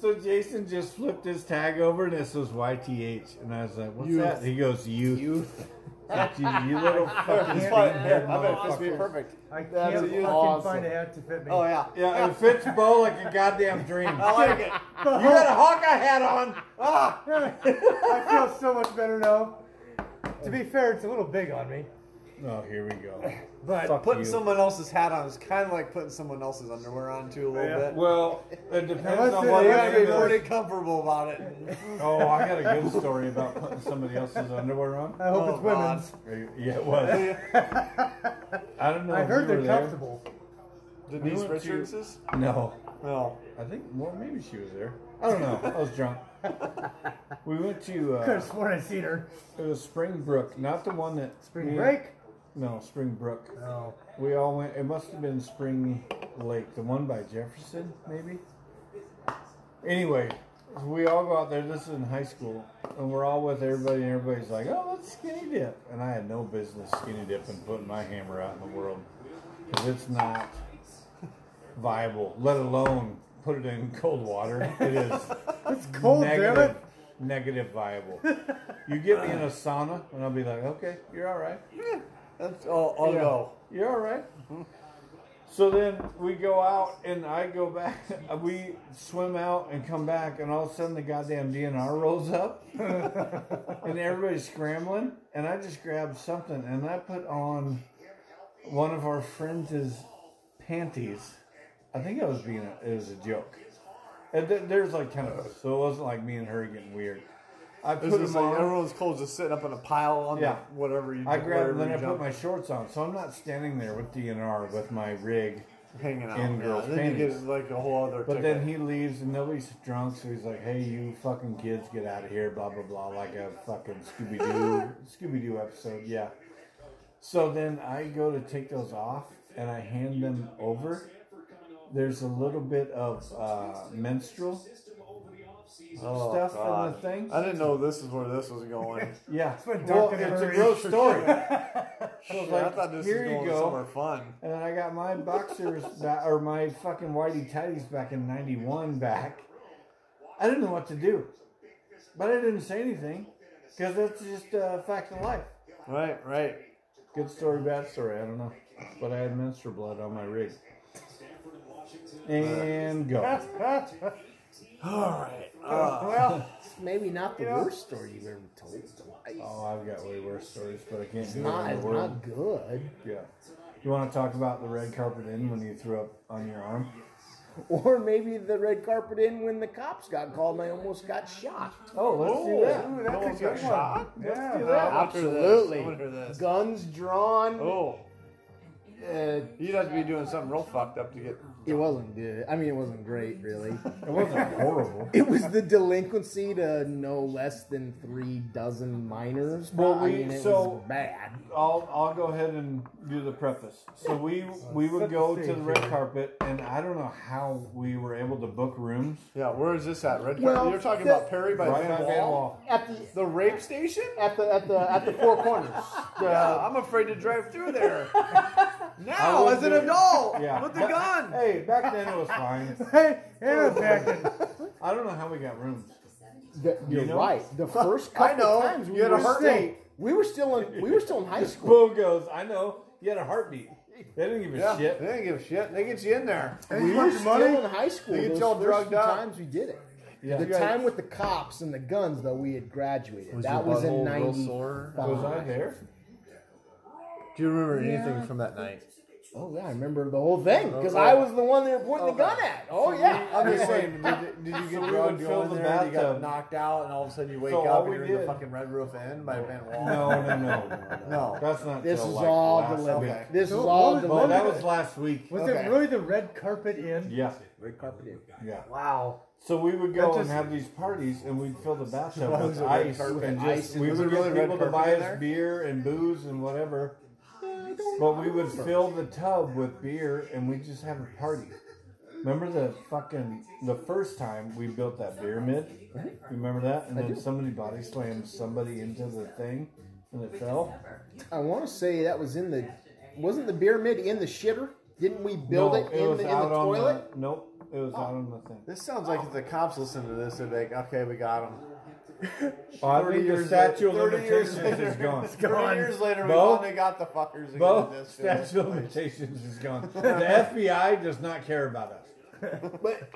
Speaker 2: so Jason just flipped his tag over and it says YTH, and I was like, "What's
Speaker 1: Youth.
Speaker 2: that?" He goes, "Youth." Like, you, you little fucking
Speaker 1: It's
Speaker 2: pink
Speaker 1: fine.
Speaker 2: haired
Speaker 1: I bet it fits me
Speaker 2: motherfucker.
Speaker 1: perfect.
Speaker 3: I can't
Speaker 1: That is
Speaker 3: fucking
Speaker 1: awesome.
Speaker 3: find a hat to fit me.
Speaker 1: Oh yeah,
Speaker 2: Yeah, it fits Bo like a goddamn dream.
Speaker 1: I like it.
Speaker 2: You got a Hawkeye hat on.
Speaker 1: Ah,
Speaker 3: I feel so much better now. To be fair, it's a little big on me,
Speaker 2: Oh, here we go.
Speaker 3: but
Speaker 2: Fuck
Speaker 1: putting
Speaker 2: you.
Speaker 1: someone else's hat on is kind of like putting someone else's underwear on too a little
Speaker 3: Yeah.
Speaker 1: bit.
Speaker 2: Well, it depends
Speaker 3: Unless
Speaker 2: on
Speaker 3: it-
Speaker 2: what
Speaker 1: You
Speaker 3: yeah,
Speaker 1: gotta be
Speaker 2: it is.
Speaker 1: pretty comfortable about it.
Speaker 2: Oh, I got a good story about putting somebody else's underwear on.
Speaker 3: I hope
Speaker 1: Oh,
Speaker 3: it's women's.
Speaker 1: God.
Speaker 2: Yeah, it was. I don't know.
Speaker 3: I
Speaker 1: Oh,
Speaker 2: if you
Speaker 3: heard
Speaker 2: were
Speaker 3: they're
Speaker 2: there.
Speaker 3: comfortable.
Speaker 1: Uh. Denise Oh.
Speaker 2: went to-
Speaker 1: Richards's?
Speaker 2: No,
Speaker 1: No.
Speaker 2: I think well, maybe she was there. I don't know. I was drunk. We went to
Speaker 3: Could have
Speaker 2: uh,
Speaker 3: sworn I seen her.
Speaker 2: it was Springbrook, not the one that
Speaker 3: Spring
Speaker 2: we-
Speaker 3: break.
Speaker 2: No, Springbrook.
Speaker 3: No.
Speaker 2: We all went. It must have been Spring Lake, the one by Jefferson, maybe. Anyway, we all go out there. This is in high school, and we're all with everybody, and everybody's like, "Oh, let's skinny dip," and I had no business skinny dipping, putting my hammer out in the world, 'cause it's not viable. Let alone put it in cold water. It is
Speaker 3: It's cold, damn
Speaker 2: negative,
Speaker 3: it.
Speaker 2: negative viable. You get me in a sauna, and I'll be like, "Okay, you're all right."
Speaker 1: That's, oh, I'll
Speaker 2: Yeah.
Speaker 1: go.
Speaker 2: You're all right. So then we go out, and I go back. We swim out and come back, and all of a sudden the goddamn DNR rolls up, and everybody's scrambling. And I just grabbed something, and I put on one of our friends' panties. I think I was being a, it was a joke. And th- there's like ten of us, so it wasn't like me and her getting weird. I
Speaker 1: It
Speaker 2: put
Speaker 1: was
Speaker 2: them
Speaker 1: just like
Speaker 2: on.
Speaker 1: everyone's clothes just sitting up in a pile on
Speaker 2: Yeah.
Speaker 1: the, whatever you.
Speaker 2: I grabbed and
Speaker 1: wherever
Speaker 2: then I
Speaker 1: you
Speaker 2: put
Speaker 1: jump,
Speaker 2: my shorts on, so I'm not standing there with DNR with my rig.
Speaker 1: hanging out.
Speaker 2: in
Speaker 1: yeah.
Speaker 2: girls'
Speaker 1: then you
Speaker 2: panties.
Speaker 1: get like a whole other.
Speaker 2: But
Speaker 1: ticket.
Speaker 2: then he leaves and nobody's drunk, so he's like, "Hey, you fucking kids, get out of here!" Blah blah blah, like a fucking Scooby Doo Scooby Doo episode. Yeah. So then I go to take those off and I hand them over. There's a little bit of uh, menstrual
Speaker 1: Oh,
Speaker 2: stuff in the
Speaker 1: God.
Speaker 2: thing.
Speaker 1: I didn't know this is where this was going.
Speaker 2: Yeah.
Speaker 3: what
Speaker 2: well,
Speaker 3: Dr.
Speaker 2: it's a
Speaker 3: Murray-
Speaker 2: gross story. so it's
Speaker 1: Shit, I
Speaker 2: like,
Speaker 1: thought this
Speaker 2: here
Speaker 1: was
Speaker 2: you
Speaker 1: going
Speaker 2: go.
Speaker 1: somewhere fun.
Speaker 2: And then I got my boxers back, or my fucking whitey tighties back in '91 back. I didn't know what to do, but I didn't say anything because that's just a fact of life.
Speaker 1: Right, right.
Speaker 2: Good story, bad story. I don't know, but I had menstrual blood on my rig. And go.
Speaker 1: All right. Uh,
Speaker 4: Maybe not the worst story you've ever told.
Speaker 2: Oh, I've got way worse stories, but I can't do
Speaker 4: Not,
Speaker 2: it in
Speaker 4: it's
Speaker 2: the world.
Speaker 4: not good.
Speaker 2: Yeah. You want to talk about the red carpet in when you threw up on your arm?
Speaker 4: Or maybe the red carpet in when the cops got called and I almost got shot.
Speaker 2: Oh, let's do that.
Speaker 3: Ooh, that's
Speaker 1: no
Speaker 3: a
Speaker 1: one's
Speaker 3: good
Speaker 1: got
Speaker 3: one.
Speaker 1: shot.
Speaker 3: Yeah.
Speaker 1: I want
Speaker 4: Absolutely.
Speaker 1: to hear this.
Speaker 4: Guns drawn.
Speaker 1: Oh,
Speaker 4: Uh,
Speaker 1: you'd have to be doing something real fucked up to get.
Speaker 4: it wasn't good. I mean, it wasn't great, really.
Speaker 2: It wasn't horrible.
Speaker 4: it was the delinquency to no less than three dozen minors.
Speaker 2: Well,
Speaker 4: I
Speaker 2: we-
Speaker 4: mean, it
Speaker 2: so-
Speaker 4: was bad.
Speaker 2: I'll I'll go ahead and do the preface. So we we would
Speaker 3: set
Speaker 2: go
Speaker 3: the
Speaker 2: to the
Speaker 3: stage
Speaker 2: red
Speaker 3: here.
Speaker 2: carpet, and I don't know how we were able to book rooms
Speaker 1: Yeah, where is this at? Red.
Speaker 4: Well,
Speaker 1: You're talking
Speaker 4: the-
Speaker 1: about Perry by
Speaker 2: right
Speaker 1: Van
Speaker 2: by Van
Speaker 1: Wall.
Speaker 2: Wall.
Speaker 4: At the
Speaker 1: The rape station?
Speaker 4: at the at the at the four corners. The-
Speaker 1: Yeah, I'm afraid to drive through there. now,
Speaker 2: would
Speaker 1: as an
Speaker 2: do-
Speaker 1: adult,
Speaker 2: Yeah,
Speaker 1: with a
Speaker 2: Ba-
Speaker 1: gun.
Speaker 2: Hey, back then it was fine.
Speaker 3: Hey, yeah, back then.
Speaker 2: I don't know how we got rooms.
Speaker 4: the- you're
Speaker 2: know?
Speaker 4: right. The first
Speaker 1: I
Speaker 4: couple
Speaker 1: know.
Speaker 4: times we
Speaker 1: You had a
Speaker 4: were
Speaker 1: heartbeat.
Speaker 4: still we were still in we were still in high school.
Speaker 2: Bo goes. I know. You had a heartbeat. They didn't give a
Speaker 1: Yeah,
Speaker 2: shit.
Speaker 1: they didn't give a shit. They get you in there.
Speaker 4: We were still in high school.
Speaker 1: They get
Speaker 4: Those
Speaker 1: y'all
Speaker 4: first
Speaker 1: drugged
Speaker 4: few
Speaker 1: up.
Speaker 4: times we did it.
Speaker 2: Yeah.
Speaker 4: The
Speaker 2: You guys-
Speaker 4: time with the cops and the guns, though, we had graduated. that
Speaker 1: your
Speaker 4: was in
Speaker 1: butthole real
Speaker 4: ninety
Speaker 1: sore?
Speaker 2: was I there?
Speaker 1: Do you remember anything from that night?
Speaker 4: Oh yeah, I remember the whole thing because
Speaker 1: Okay.
Speaker 4: I was the one they were pointing the gun at. Oh yeah,
Speaker 1: I'm just saying, did, did you
Speaker 2: So
Speaker 1: get
Speaker 2: we would
Speaker 1: drugged
Speaker 2: fill
Speaker 1: going
Speaker 2: the
Speaker 1: there and you got
Speaker 2: bathtub.
Speaker 1: knocked out and all of a sudden you wake
Speaker 2: So all
Speaker 1: up and
Speaker 2: we
Speaker 1: you're in
Speaker 2: did-
Speaker 1: the fucking Red Roof Inn by Van Wall?
Speaker 2: No, no, no, no.
Speaker 1: No.
Speaker 2: That's not.
Speaker 4: this
Speaker 2: till
Speaker 4: is
Speaker 2: like
Speaker 4: all
Speaker 2: last
Speaker 4: deliberate.
Speaker 2: week.
Speaker 4: This is
Speaker 3: So
Speaker 4: all
Speaker 3: what was-
Speaker 2: Oh,
Speaker 4: deliberate.
Speaker 2: that was last week.
Speaker 3: Was
Speaker 1: Okay.
Speaker 3: it really the red carpet in?
Speaker 2: Yeah,
Speaker 4: Red carpet.
Speaker 2: yeah.
Speaker 4: Wow.
Speaker 2: So we would go
Speaker 3: That just-
Speaker 2: and have these parties, and we'd fill the bathtub
Speaker 1: Well, it was
Speaker 2: with
Speaker 1: a red
Speaker 2: ice,
Speaker 1: carpet.
Speaker 2: and
Speaker 1: Ice
Speaker 2: just
Speaker 1: and-
Speaker 2: we
Speaker 1: was
Speaker 2: would
Speaker 1: it
Speaker 2: get
Speaker 1: really red
Speaker 2: people to
Speaker 1: carpet
Speaker 2: buy
Speaker 1: in there?
Speaker 2: us beer and booze and whatever. But we would fill the tub with beer, and we'd just have a party. Remember the fucking the first time we built that pyramid? Remember that? And then somebody body slammed somebody into the thing, and it fell.
Speaker 4: I want to say that was in the, wasn't the beer mid in the shitter? Didn't we build
Speaker 2: No,
Speaker 4: it in the, in the toilet?
Speaker 2: on the nope. It
Speaker 1: Oh.
Speaker 2: was out on the thing.
Speaker 1: This sounds like if the cops listen to this, they'd be like, okay, we got him.
Speaker 2: I think the statue of
Speaker 1: years
Speaker 2: limitations
Speaker 1: later-
Speaker 2: is gone.
Speaker 1: 30 years later, we
Speaker 2: Bo?
Speaker 1: finally got the fuckers who
Speaker 2: Both
Speaker 1: did this to us.
Speaker 2: statute of limitations is gone. The FBI does not care about us.
Speaker 4: But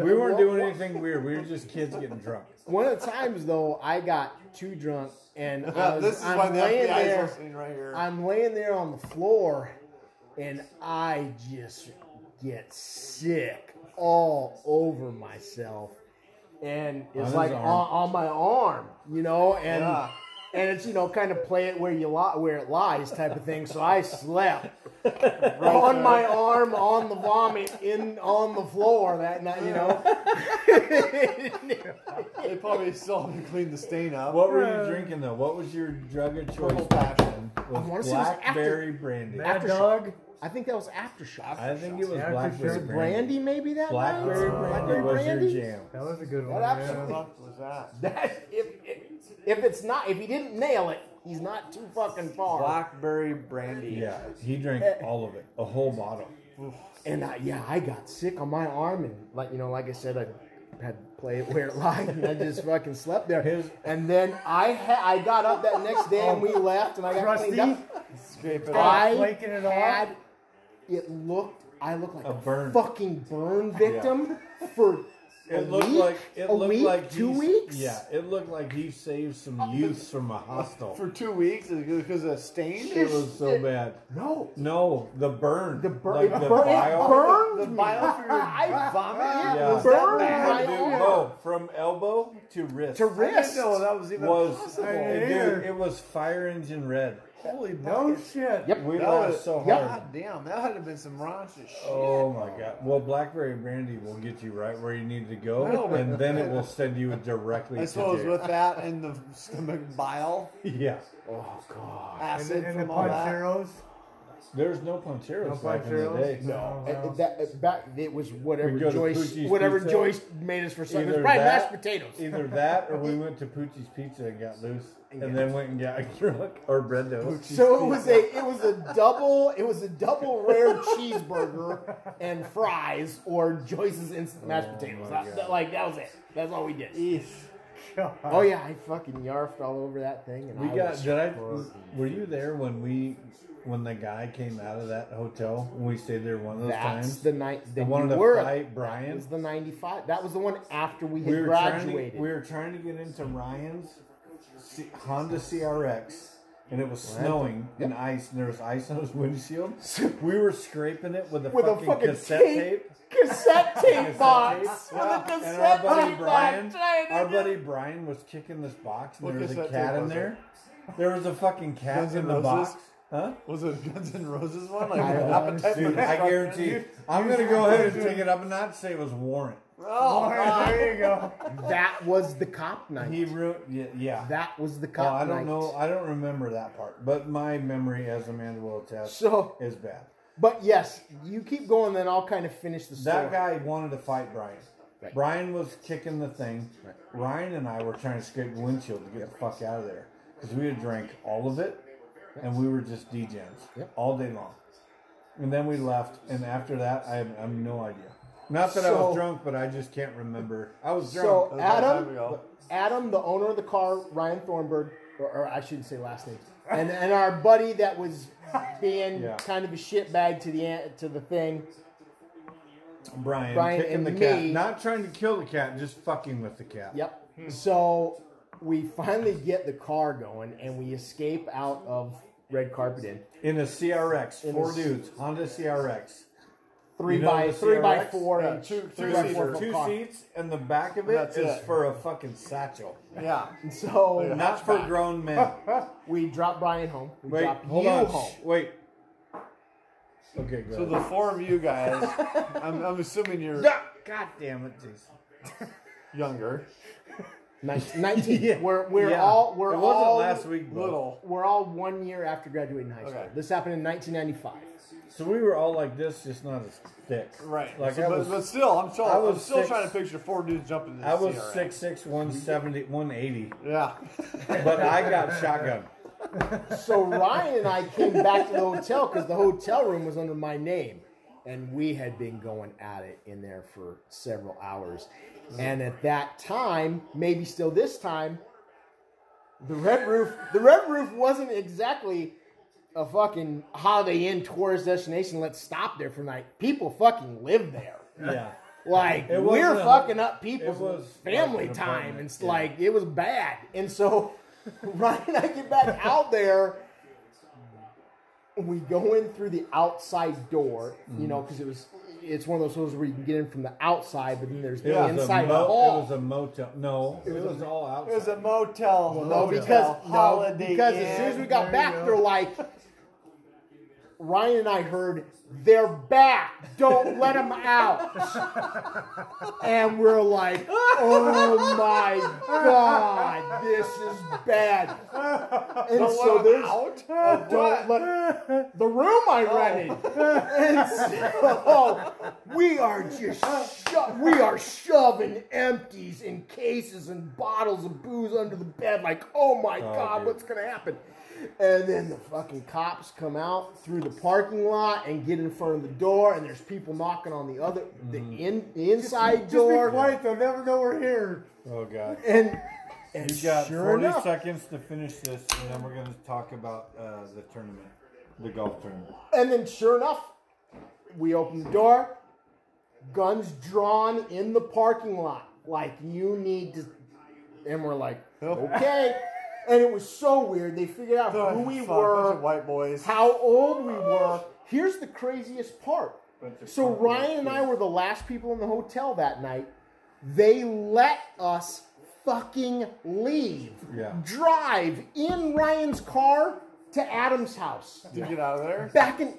Speaker 2: We weren't doing anything weird. We were just kids getting drunk.
Speaker 4: one of the times though, I got too drunk and I was,
Speaker 1: uh, this is
Speaker 4: I'm
Speaker 1: why the
Speaker 4: laying
Speaker 1: FBI
Speaker 4: there.
Speaker 1: is listening right here.
Speaker 4: I'm laying there on the floor, and I just get sick all over myself, and
Speaker 2: On
Speaker 4: it's
Speaker 2: his
Speaker 4: like on,
Speaker 2: arm.
Speaker 4: on my arm, you know, and
Speaker 1: Yeah.
Speaker 4: and it's you know kind of play it where you lie, where it lies type of thing. So I slept on my arm, on the vomit, in on the floor that night, you know.
Speaker 1: they probably still haven't cleaned the stain up.
Speaker 2: What were you drinking though? What was your drug of choice?
Speaker 1: Purple passion.
Speaker 2: It
Speaker 4: wanna
Speaker 2: Was
Speaker 4: say it was after-
Speaker 2: blackberry brandy.
Speaker 3: Mad
Speaker 4: Aftershock.
Speaker 3: Dog?
Speaker 4: I think that was aftershock.
Speaker 2: I think it was
Speaker 3: After
Speaker 2: blackberry
Speaker 3: sure.
Speaker 2: brandy.
Speaker 4: brandy, maybe that
Speaker 2: Blackberry
Speaker 4: night?
Speaker 2: brandy was your jam.
Speaker 3: That was a good one.
Speaker 4: That
Speaker 3: yeah.
Speaker 4: absolutely-
Speaker 1: fuck was that?
Speaker 4: That if, if if it's not if he didn't nail it, he's not too fucking far.
Speaker 1: Blackberry brandy.
Speaker 2: Yeah, he drank
Speaker 4: Eh.
Speaker 2: all of it, a whole bottle.
Speaker 4: And I, yeah, I got sick on my arm and like you know, like I said, I had to play it where it lied, and I just fucking slept there.
Speaker 2: His- Oh,
Speaker 4: and then I ha- I got up that next day and we left and I got cleaned
Speaker 3: Crusty?
Speaker 4: up.
Speaker 1: Scrape it off.
Speaker 4: I
Speaker 3: flaking it off?
Speaker 4: had it looked I looked like
Speaker 2: A
Speaker 4: a,
Speaker 2: burn.
Speaker 4: fucking burn victim for
Speaker 2: It
Speaker 4: A
Speaker 2: looked
Speaker 4: week?
Speaker 2: like it
Speaker 4: A
Speaker 2: looked
Speaker 4: week?
Speaker 2: like
Speaker 4: Two
Speaker 2: he's-
Speaker 4: weeks? Oh,
Speaker 2: Yeah, it looked like he saved some youths from a hostel.
Speaker 1: for two weeks because of stain.
Speaker 2: it was so bad.
Speaker 3: Oh,
Speaker 2: No,
Speaker 1: no.
Speaker 2: the burn. The
Speaker 1: burn-
Speaker 2: Like
Speaker 1: it
Speaker 2: the
Speaker 1: burned- it
Speaker 2: bile.
Speaker 1: the
Speaker 4: me.
Speaker 1: bile for your
Speaker 4: I-
Speaker 1: vomit.
Speaker 2: Yeah.
Speaker 1: Was that
Speaker 4: Burned
Speaker 1: bad?
Speaker 4: my
Speaker 2: Dude,
Speaker 4: own-
Speaker 2: no, from elbow to wrist.
Speaker 4: To
Speaker 1: I didn't
Speaker 4: wrist.
Speaker 1: know that was even
Speaker 2: was
Speaker 1: possible.
Speaker 3: I-
Speaker 2: dude,
Speaker 3: Here.
Speaker 2: it was fire engine red.
Speaker 1: Holy
Speaker 3: No
Speaker 1: buckets.
Speaker 3: shit.
Speaker 4: Yep.
Speaker 2: We
Speaker 1: That
Speaker 2: laughed
Speaker 1: was-
Speaker 2: so hard.
Speaker 1: God damn, that had to have been some raunchy shit.
Speaker 2: Oh my god. Well, blackberry brandy will get you right where you need to go,
Speaker 1: No, but-
Speaker 2: and then it will send you directly
Speaker 1: I
Speaker 2: to
Speaker 1: suppose
Speaker 2: jail.
Speaker 1: with that and the stomach bile
Speaker 2: yeah.
Speaker 1: oh, God.
Speaker 3: And,
Speaker 1: acid
Speaker 3: and the
Speaker 1: from all that.
Speaker 3: Poncheros.
Speaker 2: There's no Poncheros
Speaker 3: No
Speaker 2: back in the
Speaker 3: Poncheros?
Speaker 2: day.
Speaker 3: No.
Speaker 4: Uh, uh, that, uh, back, it was whatever
Speaker 2: We Oh. go to
Speaker 4: Joyce,
Speaker 2: Poochie's
Speaker 4: whatever
Speaker 2: Pizza.
Speaker 4: Joyce made us for supper. It was
Speaker 2: Either
Speaker 4: probably
Speaker 2: that-
Speaker 4: mashed potatoes.
Speaker 2: Either that, or we went to Poochie's Pizza and got loose, and then went and got drunk or bread toast.
Speaker 4: So it was a it was a double it was a double rare cheeseburger and fries or Joyce's instant
Speaker 2: Oh
Speaker 4: mashed potatoes. That- that- like that was it. That's all we did. Oh yeah, I fucking yarfed all over that thing. And
Speaker 2: We
Speaker 4: I
Speaker 2: got.
Speaker 4: was
Speaker 2: Did I?
Speaker 4: fucking-
Speaker 2: Were you there when we, when the guy came out of that hotel when we stayed there one of those
Speaker 4: That's
Speaker 2: times?
Speaker 4: the night that
Speaker 2: the
Speaker 4: you
Speaker 2: one to
Speaker 4: were.
Speaker 2: fight
Speaker 4: It
Speaker 2: Brian.
Speaker 4: was the '95. That was the one after we had
Speaker 2: we were trying
Speaker 4: graduated.
Speaker 2: to, we were trying to get into Ryan's C- Honda CRX, and it was snowing and ice, and there was ice on his windshield. We were scraping it with a
Speaker 4: with
Speaker 2: fucking,
Speaker 4: a fucking
Speaker 2: cassette tape.
Speaker 4: tape, cassette tape
Speaker 2: Cassette
Speaker 4: box,
Speaker 2: tape.
Speaker 4: with a
Speaker 2: And our
Speaker 4: cassette
Speaker 2: buddy
Speaker 4: tape
Speaker 2: Brian,
Speaker 4: box. trying to
Speaker 2: our
Speaker 4: do-
Speaker 2: buddy Brian was kicking this box, and
Speaker 1: What
Speaker 2: there was a
Speaker 1: cassette
Speaker 2: cat
Speaker 1: tape
Speaker 2: in
Speaker 1: was
Speaker 2: there. There was a fucking cat
Speaker 1: Guns
Speaker 2: in
Speaker 1: N'
Speaker 2: the box,
Speaker 1: Roses?
Speaker 2: huh?
Speaker 1: Was it Guns N' Roses one? Like,
Speaker 4: I don't
Speaker 1: appetite for
Speaker 2: Dude, I
Speaker 1: Destruction?
Speaker 2: guarantee.
Speaker 1: You-
Speaker 2: I'm gonna go ahead and take it up and not say it was Warrant.
Speaker 1: Oh,
Speaker 3: there you go.
Speaker 4: That was the cop night.
Speaker 2: He ruined. Yeah. yeah.
Speaker 4: that was the
Speaker 2: Oh,
Speaker 4: cop
Speaker 2: I
Speaker 4: night.
Speaker 2: don't know. I don't remember that part, but my memory, as Amanda will attest,
Speaker 4: So,
Speaker 2: is bad.
Speaker 4: but yes, you keep going, then I'll kind of finish the story.
Speaker 2: That guy wanted to fight Brian.
Speaker 4: Right.
Speaker 2: Brian was kicking the thing. Ryan and I were trying to scrape the windshield to get the fuck out of there because we had drank all of it, and we were just degens
Speaker 4: Yep.
Speaker 2: all day long. And then we left, and after that, I have, I have no idea. Not that I
Speaker 4: So-
Speaker 2: was drunk, but I just can't remember. I was drunk.
Speaker 4: So
Speaker 1: That was a long time
Speaker 4: Adam,
Speaker 1: ago.
Speaker 4: Adam, the owner of the car, Ryan Thornburg, or, or I shouldn't say last name, and and our buddy that was being
Speaker 2: Yeah.
Speaker 4: kind of a shitbag to the an- to the thing.
Speaker 2: Brian,
Speaker 4: Brian
Speaker 2: kicking
Speaker 4: and
Speaker 2: the cat,
Speaker 4: me-
Speaker 2: not trying to kill the cat, just fucking with the cat.
Speaker 4: Yep.
Speaker 2: Hmm.
Speaker 4: So we finally get the car going, and we escape out of red carpet in
Speaker 2: In a CRX,
Speaker 4: In a
Speaker 2: four
Speaker 4: C-
Speaker 2: dudes, Honda CRX.
Speaker 4: three
Speaker 2: You know
Speaker 4: by
Speaker 2: the
Speaker 4: three by
Speaker 2: CRX?
Speaker 4: four
Speaker 1: Yeah,
Speaker 4: inch,
Speaker 1: two-
Speaker 4: three
Speaker 1: two
Speaker 4: by
Speaker 1: seater,
Speaker 4: four foot
Speaker 2: Two
Speaker 4: car.
Speaker 2: seats, and the back of it
Speaker 1: That's
Speaker 2: is
Speaker 1: it.
Speaker 2: for a fucking satchel.
Speaker 1: yeah.
Speaker 4: And So
Speaker 2: Not for grown men.
Speaker 4: we drop Brian home. We
Speaker 2: Wait,
Speaker 4: drop
Speaker 2: hold
Speaker 4: you
Speaker 2: on.
Speaker 4: home.
Speaker 2: Shh, Wait. Okay, go.
Speaker 1: So the four of you guys, I'm, I'm assuming you're
Speaker 2: God damn it, Jason.
Speaker 1: younger,
Speaker 4: Nin- Nineteen.
Speaker 2: Yeah.
Speaker 4: We're we're
Speaker 2: Yeah.
Speaker 4: all we're
Speaker 2: It wasn't
Speaker 4: all
Speaker 2: last week, but-
Speaker 1: little.
Speaker 4: We're all one year after graduating high school.
Speaker 1: Okay.
Speaker 4: This happened in 1995.
Speaker 2: So we were all like this, just not as thick.
Speaker 1: Right.
Speaker 2: Like
Speaker 1: So,
Speaker 2: I
Speaker 1: but,
Speaker 2: was,
Speaker 1: but still, I'm still,
Speaker 2: I
Speaker 1: I am
Speaker 2: was
Speaker 1: still
Speaker 2: six-
Speaker 1: trying to picture four dudes jumping into
Speaker 2: I was
Speaker 1: CRX.
Speaker 2: 6'6", 170, 180,
Speaker 1: Yeah.
Speaker 2: but I got shotgun.
Speaker 4: So Ryan and I came back to the hotel because the hotel room was under my name, and we had been going at it in there for several hours. And at that time, maybe still this time, the red roof, the red roof wasn't exactly a fucking Holiday Inn tourist destination. Let's stop there for night. People fucking live there.
Speaker 2: Yeah.
Speaker 4: Like
Speaker 2: It
Speaker 4: we're
Speaker 2: wasn't a-
Speaker 4: fucking up people's
Speaker 2: it was like
Speaker 4: family
Speaker 2: an
Speaker 4: time.
Speaker 2: apartment,
Speaker 4: and It's
Speaker 2: yeah.
Speaker 4: like it was bad, and so Ryan and I get back out there. We go in through the outside door, you know, because it was it's one of those holes where you can get in from the outside, but then there's
Speaker 2: It
Speaker 4: the
Speaker 2: was
Speaker 4: inside
Speaker 2: a mo-
Speaker 4: hall.
Speaker 2: It was a motel. No, it was, all outside.
Speaker 1: It was a motel.
Speaker 4: no,
Speaker 1: hotel,
Speaker 4: because no,
Speaker 1: Holiday
Speaker 4: because as soon as
Speaker 1: Inn.
Speaker 4: we got
Speaker 3: There
Speaker 4: back,
Speaker 3: you go.
Speaker 4: they're like. Ryan and I heard they're back. Don't let them out. and we're like, oh my god, this is bad. And
Speaker 1: Don't
Speaker 4: so
Speaker 1: let 'em
Speaker 4: there's
Speaker 1: out?
Speaker 4: Oh, don't let the room I rented. And so Oh, we are just sho- we are shoving empties and cases and bottles of booze under the bed. Like, oh my god,
Speaker 2: dude.
Speaker 4: what's gonna happen? And then the fucking cops come out through the parking lot and get in front of the door, and there's people knocking on the other the in the inside door.
Speaker 3: Just be quiet. They'll never know we're here.
Speaker 2: oh god.
Speaker 4: And and
Speaker 2: You got
Speaker 4: sure
Speaker 2: 40
Speaker 4: enough,
Speaker 2: seconds to finish this, and then we're going to talk about uh, the tournament, the golf tournament.
Speaker 4: And then sure enough, we open the door. guns drawn in the parking lot. Like you need to, and we're like,
Speaker 1: Nope.
Speaker 4: okay. And it was so weird. They figured out who we were,
Speaker 1: white boys.
Speaker 4: how old we were. Here's the craziest part. So Ryan and I were the last people in the hotel that night. They let us fucking leave.
Speaker 2: Yeah.
Speaker 4: Drive in Ryan's car to Adam's house.
Speaker 1: to get out of there.
Speaker 4: Back in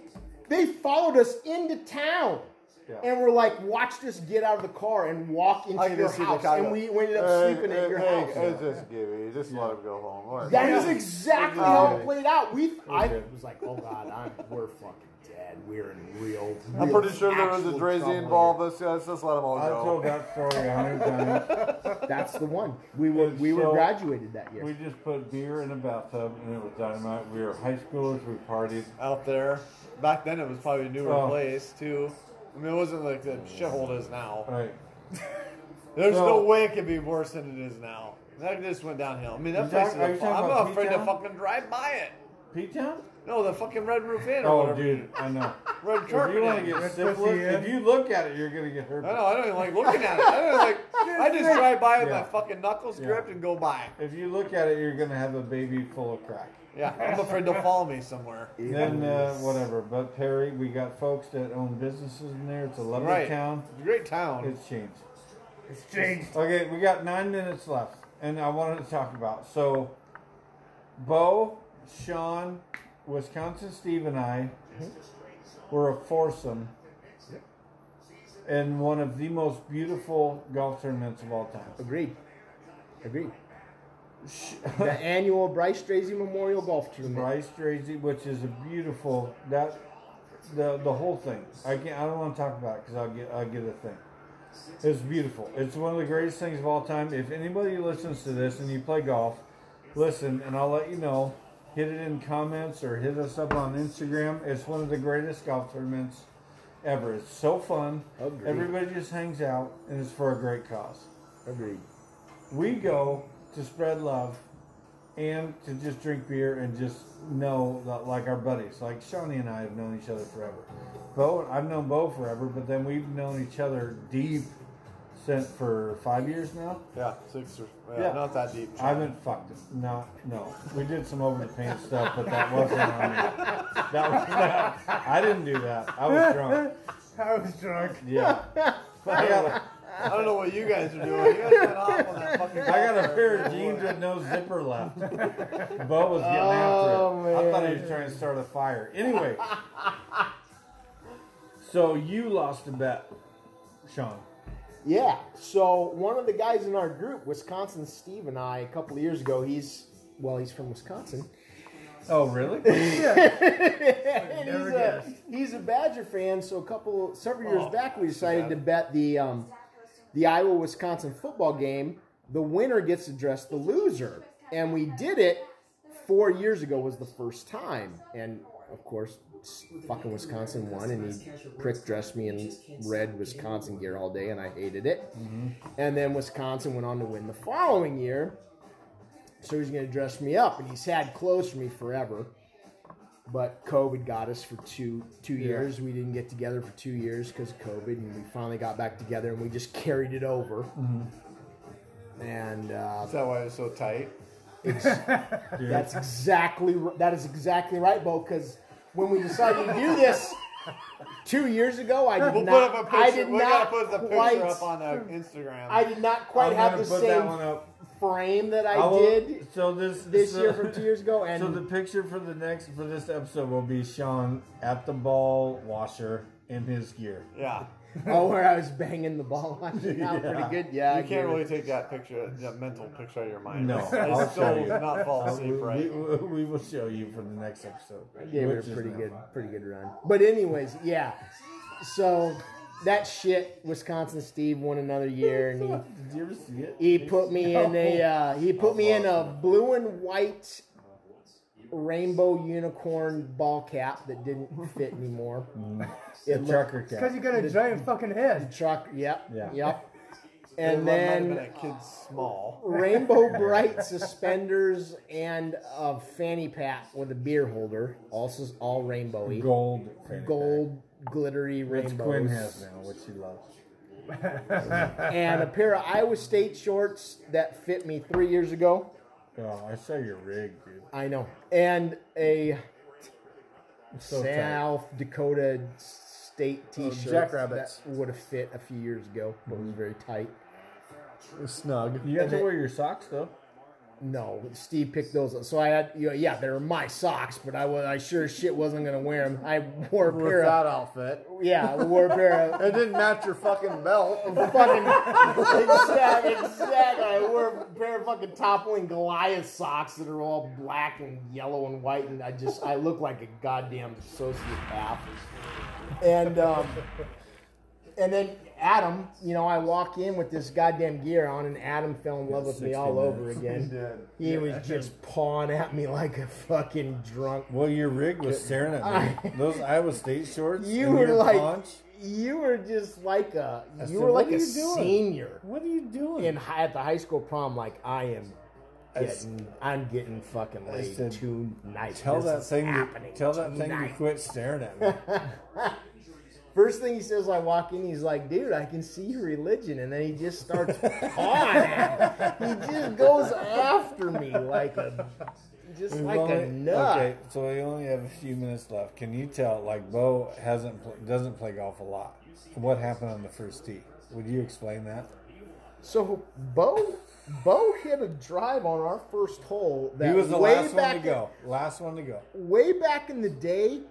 Speaker 4: they followed us into town.
Speaker 2: Yeah.
Speaker 4: And we're like, watched us get out of the car and walk into
Speaker 1: I can
Speaker 4: your
Speaker 1: see the
Speaker 4: house.
Speaker 1: guy
Speaker 4: And
Speaker 1: go,
Speaker 4: we we ended up sleeping at your house.
Speaker 1: just give it. Just let him go home. All right.
Speaker 4: That is
Speaker 3: Yeah.
Speaker 4: exactly how it played out. We, I
Speaker 2: did.
Speaker 4: was like, oh god, I'm, we're fucking dead. We're in real.
Speaker 1: I'm
Speaker 4: real
Speaker 1: pretty sure there was a
Speaker 4: actual
Speaker 1: Drazy
Speaker 4: trouble here."
Speaker 1: involved. Let's, let's just let them all
Speaker 2: I told
Speaker 1: go.
Speaker 2: that story a hundred times.
Speaker 4: That's the one. We were
Speaker 2: And
Speaker 4: we were
Speaker 2: so-
Speaker 4: graduated that year.
Speaker 2: We just put beer in a bathtub and it was dynamite. We were high schoolers. We partied.
Speaker 1: Out there. Back then, it was probably a newer
Speaker 2: Oh.
Speaker 1: place, too. I mean, it wasn't like the shithole it is now.
Speaker 2: Right.
Speaker 1: There's no.
Speaker 2: No.
Speaker 1: way it could be worse than it is now. That just went downhill. I mean, that
Speaker 2: You talk-
Speaker 1: place
Speaker 2: are you
Speaker 1: is. a-
Speaker 2: talking
Speaker 1: I'm
Speaker 2: about
Speaker 1: not afraid to
Speaker 2: P-Town?
Speaker 1: fucking drive by it.
Speaker 2: P Town?
Speaker 1: No, the fucking Red Roof Inn or
Speaker 2: Oh,
Speaker 1: whatever.
Speaker 2: dude, I know. If
Speaker 1: Red
Speaker 2: you want to
Speaker 1: Carpet Inn.
Speaker 2: get
Speaker 3: Red
Speaker 2: syphilis,
Speaker 3: pussy in.
Speaker 2: if you look at it, you're gonna get
Speaker 1: I
Speaker 2: herpes.
Speaker 1: know. I don't even like looking at it. I don't like. I just drive by with
Speaker 2: Yeah.
Speaker 1: my fucking knuckles
Speaker 2: Yeah.
Speaker 1: gripped and go by.
Speaker 2: If you look at it, you're gonna have a baby full of crack.
Speaker 1: Yeah, I'm afraid they'll follow me somewhere.
Speaker 2: Then uh, whatever. But Perry, we got folks that own businesses in there. It's a lovely
Speaker 1: Right.
Speaker 2: town.
Speaker 1: Great town.
Speaker 2: It's changed.
Speaker 3: It's changed.
Speaker 2: Okay, we got nine minutes left, and I wanted to talk about so. Bo, Sean, Wisconsin Steve, and I were a foursome in one of the most beautiful golf tournaments of all time.
Speaker 4: Agreed. Agreed. the annual Bryce Drazy Memorial Golf Tournament.
Speaker 2: Bryce Drazy, which is a beautiful that the the whole thing. I can not I don't want to talk about it because I'll get I'll get a thing. It's beautiful. It's one of the greatest things of all time. If anybody listens to this and you play golf, listen and I'll let you know. Hit it in comments or hit us up on Instagram. It's one of the greatest golf tournaments ever. It's so fun.
Speaker 4: Agreed.
Speaker 2: Everybody just hangs out and it's for a great cause
Speaker 4: Agreed.
Speaker 2: we go to spread love and to just drink beer and just know that like our buddies like shawnee and i have known each other forever bo i've known bo forever but then we've known each other deep since for five years now
Speaker 1: Yeah, six or
Speaker 2: Yeah.
Speaker 1: yeah, not that deep.
Speaker 2: i haven't fucked him no no we did some over the paint stuff but that wasn't on me that was not, i didn't do that i was drunk
Speaker 3: I was drunk.
Speaker 2: yeah I got,
Speaker 1: I don't know what you guys are doing. You guys went off on that fucking.
Speaker 2: I got a pair of jeans with no zipper left. Bo was getting
Speaker 4: Oh,
Speaker 2: after it. I thought he
Speaker 4: man.
Speaker 2: was trying to start a fire. Anyway, so you lost a bet, Sean.
Speaker 4: Yeah. So one of the guys in our group, Wisconsin Steve and I, a couple of years ago, he's well, he's from Wisconsin.
Speaker 2: Oh, really?
Speaker 4: And he's, a, he's a Badger fan, so a couple several years back we decided to bet the um, the Iowa Wisconsin football game. The winner gets to dress the loser, and we did it four years ago was the first time, and of course, s- fucking Wisconsin won, and he prick dressed me in red Wisconsin gear all day, and I hated it. And then Wisconsin went on to win the following year. So he's going to dress me up, and he's had clothes for me forever. But COVID got us for two two years. We didn't get together for two years because of COVID, and we finally got back together, and we just carried it over.
Speaker 1: Mm-hmm.
Speaker 4: And uh,
Speaker 1: That's why it's so tight.
Speaker 4: that's exactly r- that is exactly right, Bo. Because when we decided to do this two years ago, I did
Speaker 1: We'll
Speaker 4: not.
Speaker 1: put up a
Speaker 4: I
Speaker 1: picture.
Speaker 4: did
Speaker 1: We
Speaker 4: not
Speaker 1: gotta put the picture
Speaker 4: quite.
Speaker 1: up on uh, Instagram.
Speaker 4: I did not quite
Speaker 2: I'm
Speaker 4: have
Speaker 2: gonna
Speaker 4: the
Speaker 2: put that one
Speaker 4: same
Speaker 2: up.
Speaker 4: frame that I,
Speaker 2: will-
Speaker 4: did
Speaker 2: So this
Speaker 4: this
Speaker 2: so-
Speaker 4: year from two years ago, and
Speaker 2: So the picture for the next for this episode will be Sean at the ball washer in his gear.
Speaker 1: yeah,
Speaker 4: oh, where I was banging the ball on you, yeah.
Speaker 2: Yeah.
Speaker 4: pretty good. Yeah, I
Speaker 1: you
Speaker 4: get
Speaker 1: can't
Speaker 4: it.
Speaker 1: really take that picture, that mental picture out of your mind.
Speaker 2: No,
Speaker 1: it's
Speaker 2: I'll
Speaker 1: it's
Speaker 2: tell
Speaker 1: still
Speaker 2: you.
Speaker 1: not fall
Speaker 2: Uh, we,
Speaker 1: asleep right.
Speaker 2: we- we will show you for the next episode.
Speaker 4: gave
Speaker 2: which
Speaker 4: it a
Speaker 2: is
Speaker 4: pretty
Speaker 2: now.
Speaker 4: good, pretty good run. But anyways, yeah. So that shit, Wisconsin Steve won another year, and he
Speaker 2: Did you ever see it?
Speaker 4: He put me in a uh, he put me in a blue and white rainbow unicorn ball cap that didn't fit anymore.
Speaker 1: Mm.
Speaker 4: It
Speaker 2: The
Speaker 4: looked
Speaker 2: trucker
Speaker 3: Because
Speaker 2: cat.
Speaker 3: you got a giant fucking head.
Speaker 4: truck. Yep.
Speaker 2: Yeah.
Speaker 4: Yep.
Speaker 1: It
Speaker 4: And
Speaker 1: might have been
Speaker 4: then
Speaker 1: a kid small.
Speaker 4: rainbow bright suspenders and a fanny pack with a beer holder, also all rainbowy,
Speaker 2: Gold. fanny pack.
Speaker 4: gold glittery
Speaker 2: Rich Quinn has
Speaker 4: rainbows,
Speaker 2: now, which he loves.
Speaker 4: and a pair of Iowa State shorts that fit me three years ago.
Speaker 2: Oh, I saw your rig, dude.
Speaker 4: I know, and a
Speaker 2: It's so tight.
Speaker 4: South Dakota State T-shirt
Speaker 5: jackrabbits.
Speaker 4: that would have fit a few years ago, but was very tight.
Speaker 5: snug.
Speaker 2: You got
Speaker 4: And
Speaker 2: to
Speaker 4: it-
Speaker 2: wear your socks though.
Speaker 4: No, Steve picked those up. So I had, you know, yeah, they were my socks, but I was, I sure as shit wasn't gonna wear them. I wore a
Speaker 5: With
Speaker 4: pair
Speaker 5: that
Speaker 4: of,
Speaker 5: outfit.
Speaker 4: yeah, I wore a pair of
Speaker 5: It didn't match your fucking belt.
Speaker 4: fucking exactly, exactly. I wore a pair of fucking toppling Goliath socks that are all black and yellow and white, and I just I look like a goddamn sociopath. And um, and then Adam, you know, I walk in with this goddamn gear on, and Adam fell in love with me all
Speaker 2: 60
Speaker 4: over again. He was just pawing at me like a fucking drunk.
Speaker 2: Well, your rig was staring at me.
Speaker 4: I-
Speaker 2: Those Iowa State shorts.
Speaker 4: You
Speaker 2: and
Speaker 4: were
Speaker 2: your
Speaker 4: like,
Speaker 2: paunch.
Speaker 4: you were just like a, you
Speaker 2: said,
Speaker 4: were
Speaker 2: "What
Speaker 4: like
Speaker 2: are
Speaker 4: a
Speaker 2: you doing?"
Speaker 4: senior.
Speaker 2: What are you doing?
Speaker 4: in hi- at the high school prom, like I am
Speaker 2: That's-
Speaker 4: getting, I'm getting fucking laid
Speaker 2: said,
Speaker 4: tonight.
Speaker 2: tell
Speaker 4: This
Speaker 2: that
Speaker 4: is
Speaker 2: thing. To,
Speaker 4: happening
Speaker 2: tell that thing to
Speaker 4: tonight."
Speaker 2: quit staring at me.
Speaker 4: First thing he says, I walk in, he's like, "Dude, I can see your religion," and then he just starts on. at me. He just goes after me like a, just
Speaker 2: We've
Speaker 4: like a
Speaker 2: only-
Speaker 4: nut.
Speaker 2: Okay, so we only have a few minutes left. Can you tell? Like Bo hasn't pl- doesn't play golf a lot. What happened on the first tee? Would you explain that?
Speaker 4: So Bo, Bo hit a drive on our first hole. That
Speaker 2: he was the
Speaker 4: way
Speaker 2: last one
Speaker 4: back
Speaker 2: to
Speaker 4: in-
Speaker 2: go. last one to go.
Speaker 4: way back in the day,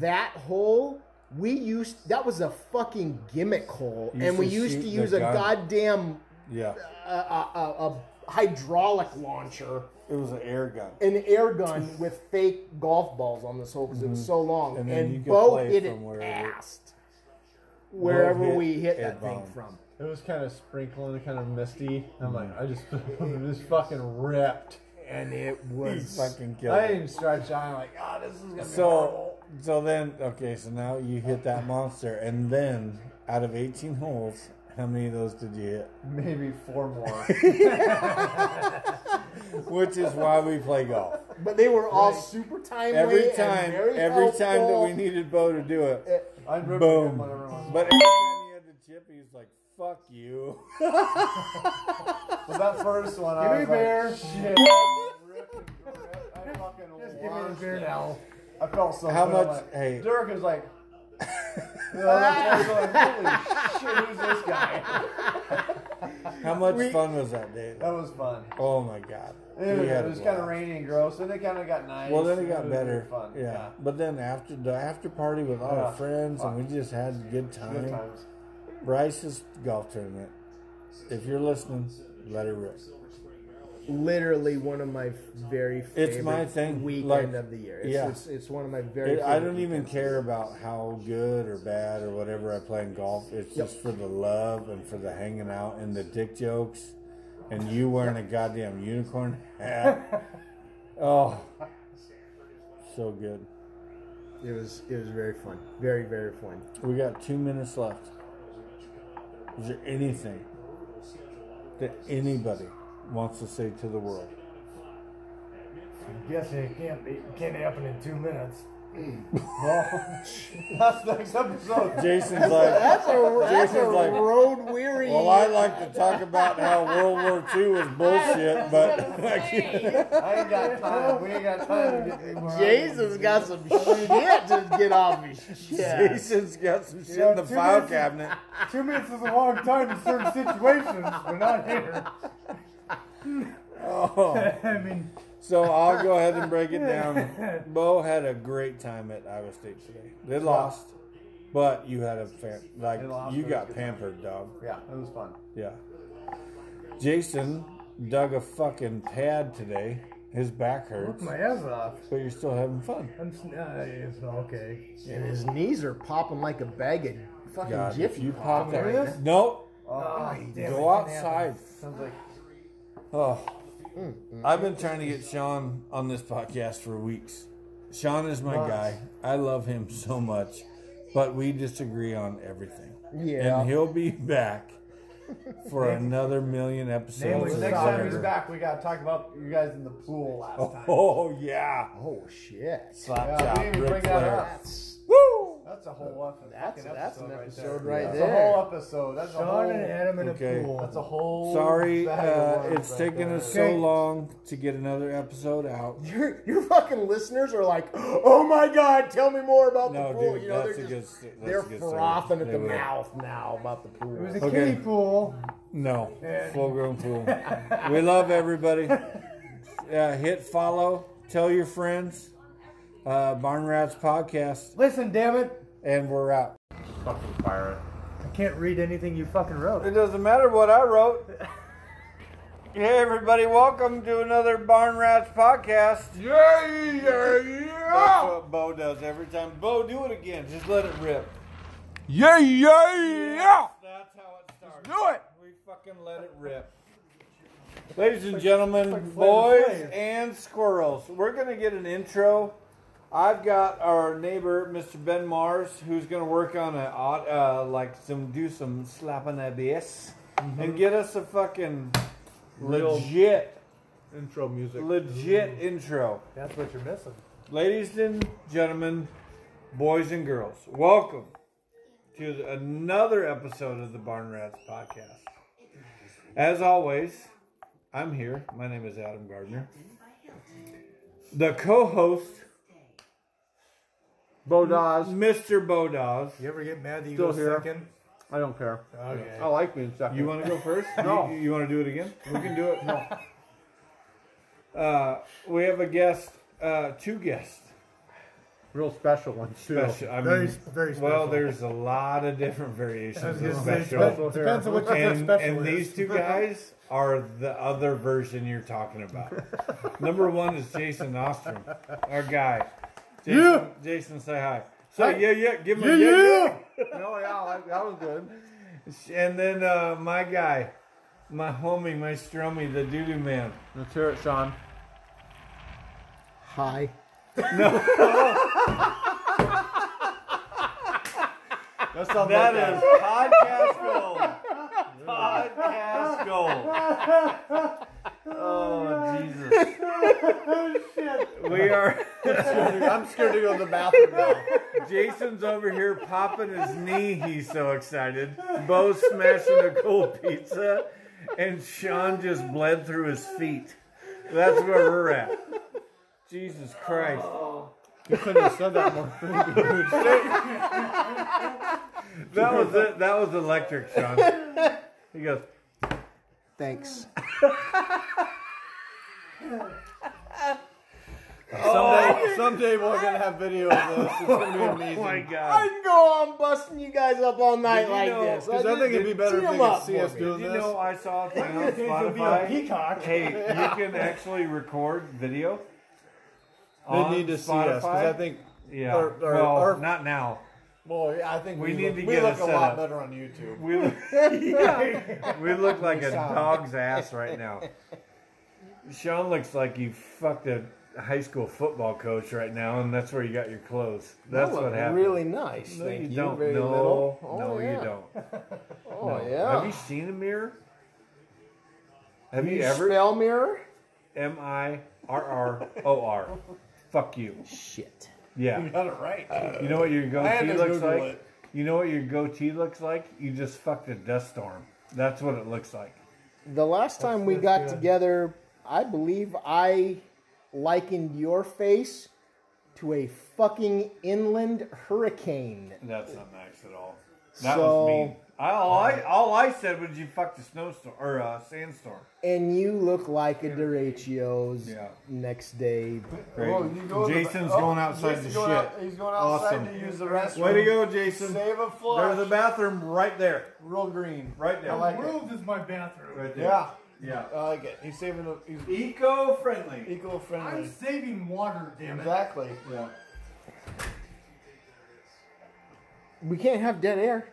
Speaker 4: that hole we used that was a fucking gimmick hole,
Speaker 2: You
Speaker 4: and we
Speaker 2: used to
Speaker 4: used to
Speaker 2: shoot the
Speaker 4: use a
Speaker 2: gun.
Speaker 4: goddamn
Speaker 2: Yeah,
Speaker 4: uh, uh, a hydraulic launcher,
Speaker 2: it was an air gun.
Speaker 4: an air gun with fake golf balls on this hole because it was so long,
Speaker 2: Mm-hmm. And
Speaker 4: and,
Speaker 2: then you could
Speaker 4: Bo
Speaker 2: play
Speaker 4: hit
Speaker 2: from
Speaker 4: it
Speaker 2: wherever-
Speaker 4: past wherever
Speaker 2: hit
Speaker 4: we hit
Speaker 2: it
Speaker 4: that thing
Speaker 2: bombed.
Speaker 4: from.
Speaker 5: It was kind of sprinkling, kind of misty. I'm like,
Speaker 2: Mm.
Speaker 5: I just, just fucking ripped.
Speaker 4: And it
Speaker 2: He
Speaker 4: was
Speaker 2: fucking killed
Speaker 5: I
Speaker 2: it.
Speaker 5: didn't even start shining. Like, ah, this is gonna be
Speaker 2: So,
Speaker 5: horrible.
Speaker 2: so then, okay, so now you hit that monster, and then out of 18 holes, how many of those did you hit?
Speaker 5: Maybe four more.
Speaker 2: Which is why we play golf.
Speaker 4: but they were all super timely.
Speaker 2: Every
Speaker 4: and
Speaker 2: time,
Speaker 4: very Eh.
Speaker 2: every time that
Speaker 4: helpful.
Speaker 2: we needed Bo to do it,
Speaker 5: I ripped
Speaker 2: boom.
Speaker 5: him whenever I was-
Speaker 2: But every time he had to chip, he was like, fuck you.
Speaker 5: So that first one, I
Speaker 3: Give
Speaker 5: was
Speaker 3: me a bear.
Speaker 5: like, shit. I ripped and ripped. I fucking
Speaker 3: Just give me the
Speaker 5: launched
Speaker 3: beer
Speaker 5: it.
Speaker 3: now.
Speaker 5: I felt so
Speaker 2: How
Speaker 5: bad.
Speaker 2: much-
Speaker 5: Like,
Speaker 2: hey.
Speaker 5: Derek was like, you know, I was like, holy shit, who's this guy?
Speaker 2: How much fun was that day?
Speaker 5: That was fun.
Speaker 2: Oh my god.
Speaker 5: It,
Speaker 2: We had
Speaker 5: was-
Speaker 2: a
Speaker 5: it was kind of
Speaker 2: blast.
Speaker 5: rainy and gross, and it kind of got nice.
Speaker 2: Well, then it
Speaker 5: and
Speaker 2: got
Speaker 5: was really
Speaker 2: better.
Speaker 5: Fun.
Speaker 2: Yeah. But then after the after party with all our
Speaker 5: Yeah.
Speaker 2: friends, and we just had a good
Speaker 5: Yeah.
Speaker 2: time.
Speaker 5: Good times.
Speaker 2: Bryce's golf tournament. If you're listening, let it rip.
Speaker 4: literally one of my very favorite
Speaker 2: It's my thing,
Speaker 4: weekend
Speaker 2: like,
Speaker 4: of the year. It's,
Speaker 2: yeah.
Speaker 4: it's, it's one of my very.
Speaker 2: It, I
Speaker 4: favorite
Speaker 2: don't even care about how good or bad or whatever I play in golf. It's
Speaker 4: Yep.
Speaker 2: just for the love and for the hanging out and the dick jokes and you wearing a goddamn unicorn hat. oh, so good.
Speaker 4: weekends. It was it was very fun, very very fun.
Speaker 2: We got two minutes left. Is there anything that anybody wants to say to the world?
Speaker 3: Guessing it can't be can't happen in two minutes.
Speaker 5: That's next episode.
Speaker 2: Jason's like,
Speaker 4: That's a, that's a
Speaker 2: Jason's like,
Speaker 4: road weary.
Speaker 2: well, I like to talk about how World War II was bullshit, but I can't.
Speaker 5: I ain't got time. We ain't got time to get anywhere.
Speaker 4: Jason's got some shit to get off his chest.
Speaker 2: Jason's got some shit
Speaker 3: Yeah,
Speaker 2: in the
Speaker 3: two
Speaker 2: file
Speaker 3: minutes.
Speaker 2: cabinet.
Speaker 3: Two minutes is a long time in certain situations, but not here.
Speaker 2: Oh.
Speaker 3: I mean,
Speaker 2: So I'll go ahead and break it down. Bo had a great time at Iowa State today. They lost, but you had a fan, like
Speaker 5: They lost,
Speaker 2: you
Speaker 5: but it was
Speaker 2: got
Speaker 5: good time.
Speaker 2: pampered, dog.
Speaker 5: Yeah, it was fun.
Speaker 2: Yeah. Jason dug a fucking pad today. His back hurts,
Speaker 3: my ass off.
Speaker 2: but you're still having fun.
Speaker 3: I'm s- uh, it's okay.
Speaker 4: And his knees are popping like a bag of fucking
Speaker 2: God, if
Speaker 4: jiffy
Speaker 2: you pop
Speaker 4: Pop.
Speaker 2: that, nope.
Speaker 3: Ah,
Speaker 5: Oh,
Speaker 2: Go outside.
Speaker 5: sounds like
Speaker 2: Oh, I've been trying to get Sean on this podcast for weeks. Sean is my guy. I love him so much, but we disagree on everything.
Speaker 4: Yeah.
Speaker 2: and he'll be back for another million episodes.
Speaker 3: Namely,
Speaker 2: or
Speaker 5: next time he's
Speaker 2: whatever.
Speaker 5: back, we gotta talk about you guys in the pool last time.
Speaker 2: Oh yeah,
Speaker 4: Oh shit!
Speaker 2: slap
Speaker 5: Yeah, we
Speaker 2: chop,
Speaker 5: didn't even
Speaker 2: Ric
Speaker 5: bring that
Speaker 2: Flair.
Speaker 5: up.
Speaker 4: That's
Speaker 5: That's
Speaker 1: That's a whole effing
Speaker 4: That's
Speaker 1: fucking
Speaker 4: that's an
Speaker 1: right
Speaker 4: episode
Speaker 1: there.
Speaker 4: right
Speaker 1: That's
Speaker 4: there.
Speaker 1: a whole episode. That's a
Speaker 3: Sean
Speaker 1: whole.
Speaker 3: and Adam in
Speaker 2: Okay.
Speaker 3: a pool.
Speaker 1: That's a whole.
Speaker 2: Sorry,
Speaker 1: bag of
Speaker 2: uh,
Speaker 1: worms
Speaker 2: it's
Speaker 1: right
Speaker 2: taken
Speaker 1: there.
Speaker 2: us so long to get another episode out.
Speaker 4: Your, your fucking listeners are like, oh my god, tell me more about
Speaker 2: No,
Speaker 4: the pool.
Speaker 2: dude,
Speaker 4: you know,
Speaker 2: that's
Speaker 4: they're
Speaker 2: a
Speaker 4: just
Speaker 2: good- that's
Speaker 4: they're
Speaker 2: a good story.
Speaker 4: frothing at
Speaker 2: They
Speaker 4: the
Speaker 2: will.
Speaker 4: mouth now about the pool.
Speaker 3: It was a
Speaker 2: Okay.
Speaker 3: kiddie pool.
Speaker 2: No, full grown fool. we love everybody. Uh, hit follow, tell your friends. Uh, Barn Rats Podcast,
Speaker 3: Listen, damn it.
Speaker 2: and we're out.
Speaker 1: Fucking pirate.
Speaker 3: I can't read anything you fucking wrote.
Speaker 2: It doesn't matter what I wrote. Hey everybody, welcome to another Barn Rats podcast. Yeah, yeah, yeah. That's what Bo does every time. Bo, do it again. Just let it rip.
Speaker 5: Yeah, yeah, yeah.
Speaker 2: That's how it starts.
Speaker 5: Do it.
Speaker 2: We fucking let it rip. Ladies and gentlemen,
Speaker 3: Flavor
Speaker 2: boys
Speaker 3: Flav.
Speaker 2: and squirrels, we're gonna get an intro. I've got our neighbor, Mr. Ben Mars, who's gonna work on a odd, uh, like some do some slapping that bass
Speaker 5: Mm-hmm.
Speaker 2: and get us a fucking
Speaker 1: Real-
Speaker 2: legit,
Speaker 1: Intro music.
Speaker 2: legit intro.
Speaker 3: That's what you're missing.
Speaker 2: Ladies and gentlemen, boys and girls, welcome to another episode of the Barn Rats Podcast. As always, I'm here. My name is Adam Gardner. The co host,
Speaker 1: Bo Dawes.
Speaker 2: Mr. Bodaz.
Speaker 3: You ever get mad that you
Speaker 1: Still
Speaker 3: go
Speaker 1: here.
Speaker 3: second?
Speaker 1: I don't care.
Speaker 3: Okay.
Speaker 1: I like being second.
Speaker 2: You want to go first?
Speaker 1: No.
Speaker 2: You, want to do it again? We can do it. No. Uh, we have a guest, uh, two guests.
Speaker 1: real special ones too.
Speaker 2: Special. I
Speaker 3: Very,
Speaker 2: mean,
Speaker 3: very special.
Speaker 2: Well, there's a lot of different variations.
Speaker 3: I
Speaker 2: of
Speaker 3: was gonna say,
Speaker 2: special.
Speaker 3: depends, depends on what you think
Speaker 2: and,
Speaker 3: special
Speaker 2: and
Speaker 3: is.
Speaker 2: these two guys are the other version you're talking about. Number one is Jason Ostrom, our guy. Jason,
Speaker 3: Yeah.
Speaker 2: Jason, say hi. So yeah, yeah, give him a yeah,
Speaker 3: yeah.
Speaker 1: No, yeah, like, that was good.
Speaker 2: yeah. And then uh, my guy, my homie, my strummy, the doo doo man.
Speaker 1: Let's hear it, Sean.
Speaker 4: Hi.
Speaker 1: That sounds
Speaker 2: That
Speaker 1: like
Speaker 2: is podcast gold. Podcast gold. Oh Jesus. We are.
Speaker 1: I'm scared to go to the bathroom now.
Speaker 2: Jason's over here popping his knee. He's so excited. Bo's smashing a cold pizza, and Sean just bled through his feet. That's where we're at. Jesus Christ.
Speaker 1: You couldn't have said that more freely.
Speaker 2: That was it. That was electric, Sean. He goes,
Speaker 4: Thanks.
Speaker 1: Someday, someday we're gonna have video of this. It's gonna be
Speaker 2: Oh
Speaker 1: amazing.
Speaker 2: my God.
Speaker 4: I can go on busting you guys up all night
Speaker 2: you
Speaker 4: like
Speaker 2: know-
Speaker 4: this.
Speaker 1: Because I think it'd be better if
Speaker 4: Team
Speaker 1: they
Speaker 4: up
Speaker 1: could see
Speaker 4: for
Speaker 1: us
Speaker 4: me.
Speaker 1: doing
Speaker 2: Did you
Speaker 1: this.
Speaker 2: know I saw a thing on
Speaker 3: You'll be a
Speaker 2: Spotify?
Speaker 3: peacock.
Speaker 2: Hey, you can actually record video.
Speaker 1: they need to see us because I
Speaker 2: Spotify?
Speaker 1: think.
Speaker 2: Yeah.
Speaker 1: Or- or-
Speaker 2: well,
Speaker 1: or-
Speaker 2: not now.
Speaker 1: Well, yeah, I think
Speaker 2: We
Speaker 1: we,
Speaker 2: need
Speaker 1: look,
Speaker 2: to
Speaker 1: we
Speaker 2: get
Speaker 1: look
Speaker 2: it
Speaker 1: a
Speaker 2: set
Speaker 1: lot
Speaker 2: up.
Speaker 1: better on YouTube.
Speaker 2: We look, we look like a dog's ass right now. Sean looks like you fucked a high school football coach right now, and that's where you got your clothes. That's
Speaker 4: You look
Speaker 2: what happened.
Speaker 4: Really nice.
Speaker 2: no,
Speaker 4: Thank
Speaker 2: you
Speaker 4: you.
Speaker 2: don't.
Speaker 4: Very
Speaker 2: no,
Speaker 4: little. Oh,
Speaker 2: no,
Speaker 4: yeah.
Speaker 2: you don't.
Speaker 4: Oh
Speaker 2: No.
Speaker 4: yeah.
Speaker 2: Have you seen a mirror? Have you,
Speaker 4: You
Speaker 2: ever?
Speaker 4: spell mirror?
Speaker 2: M I R R O R. Fuck you.
Speaker 4: Shit.
Speaker 2: Yeah.
Speaker 1: You got it right.
Speaker 2: You know what your
Speaker 1: had
Speaker 2: goatee
Speaker 1: to
Speaker 2: looks
Speaker 1: Google
Speaker 2: like?
Speaker 1: it.
Speaker 2: You know what your goatee looks like? You just fucked a dust storm. That's what it looks like.
Speaker 4: The last time we
Speaker 3: that's
Speaker 4: got
Speaker 3: good.
Speaker 4: together, I believe I likened your face to a fucking inland hurricane.
Speaker 2: That's not nice at all. That
Speaker 4: So-
Speaker 2: was mean. I, all, I, all I said was you fucked a snowstorm or a sandstorm.
Speaker 4: And you look like a Duracio's
Speaker 2: Yeah.
Speaker 4: next day.
Speaker 2: Great. Jason's going outside to shit.
Speaker 1: he's oh, going outside
Speaker 2: Awesome.
Speaker 1: to use the restroom.
Speaker 2: Way to go, Jason.
Speaker 1: Save a
Speaker 2: There's
Speaker 1: flush.
Speaker 2: a bathroom right there.
Speaker 1: Real green.
Speaker 2: Right there.
Speaker 1: I like it.
Speaker 3: World is my bathroom.
Speaker 2: Right there.
Speaker 1: Yeah,
Speaker 2: Yeah.
Speaker 1: I like it. He's saving. The, he's
Speaker 2: Eco friendly.
Speaker 1: eco-friendly.
Speaker 3: I'm saving water, damn it.
Speaker 1: Exactly.
Speaker 2: Yeah.
Speaker 4: We can't have dead air.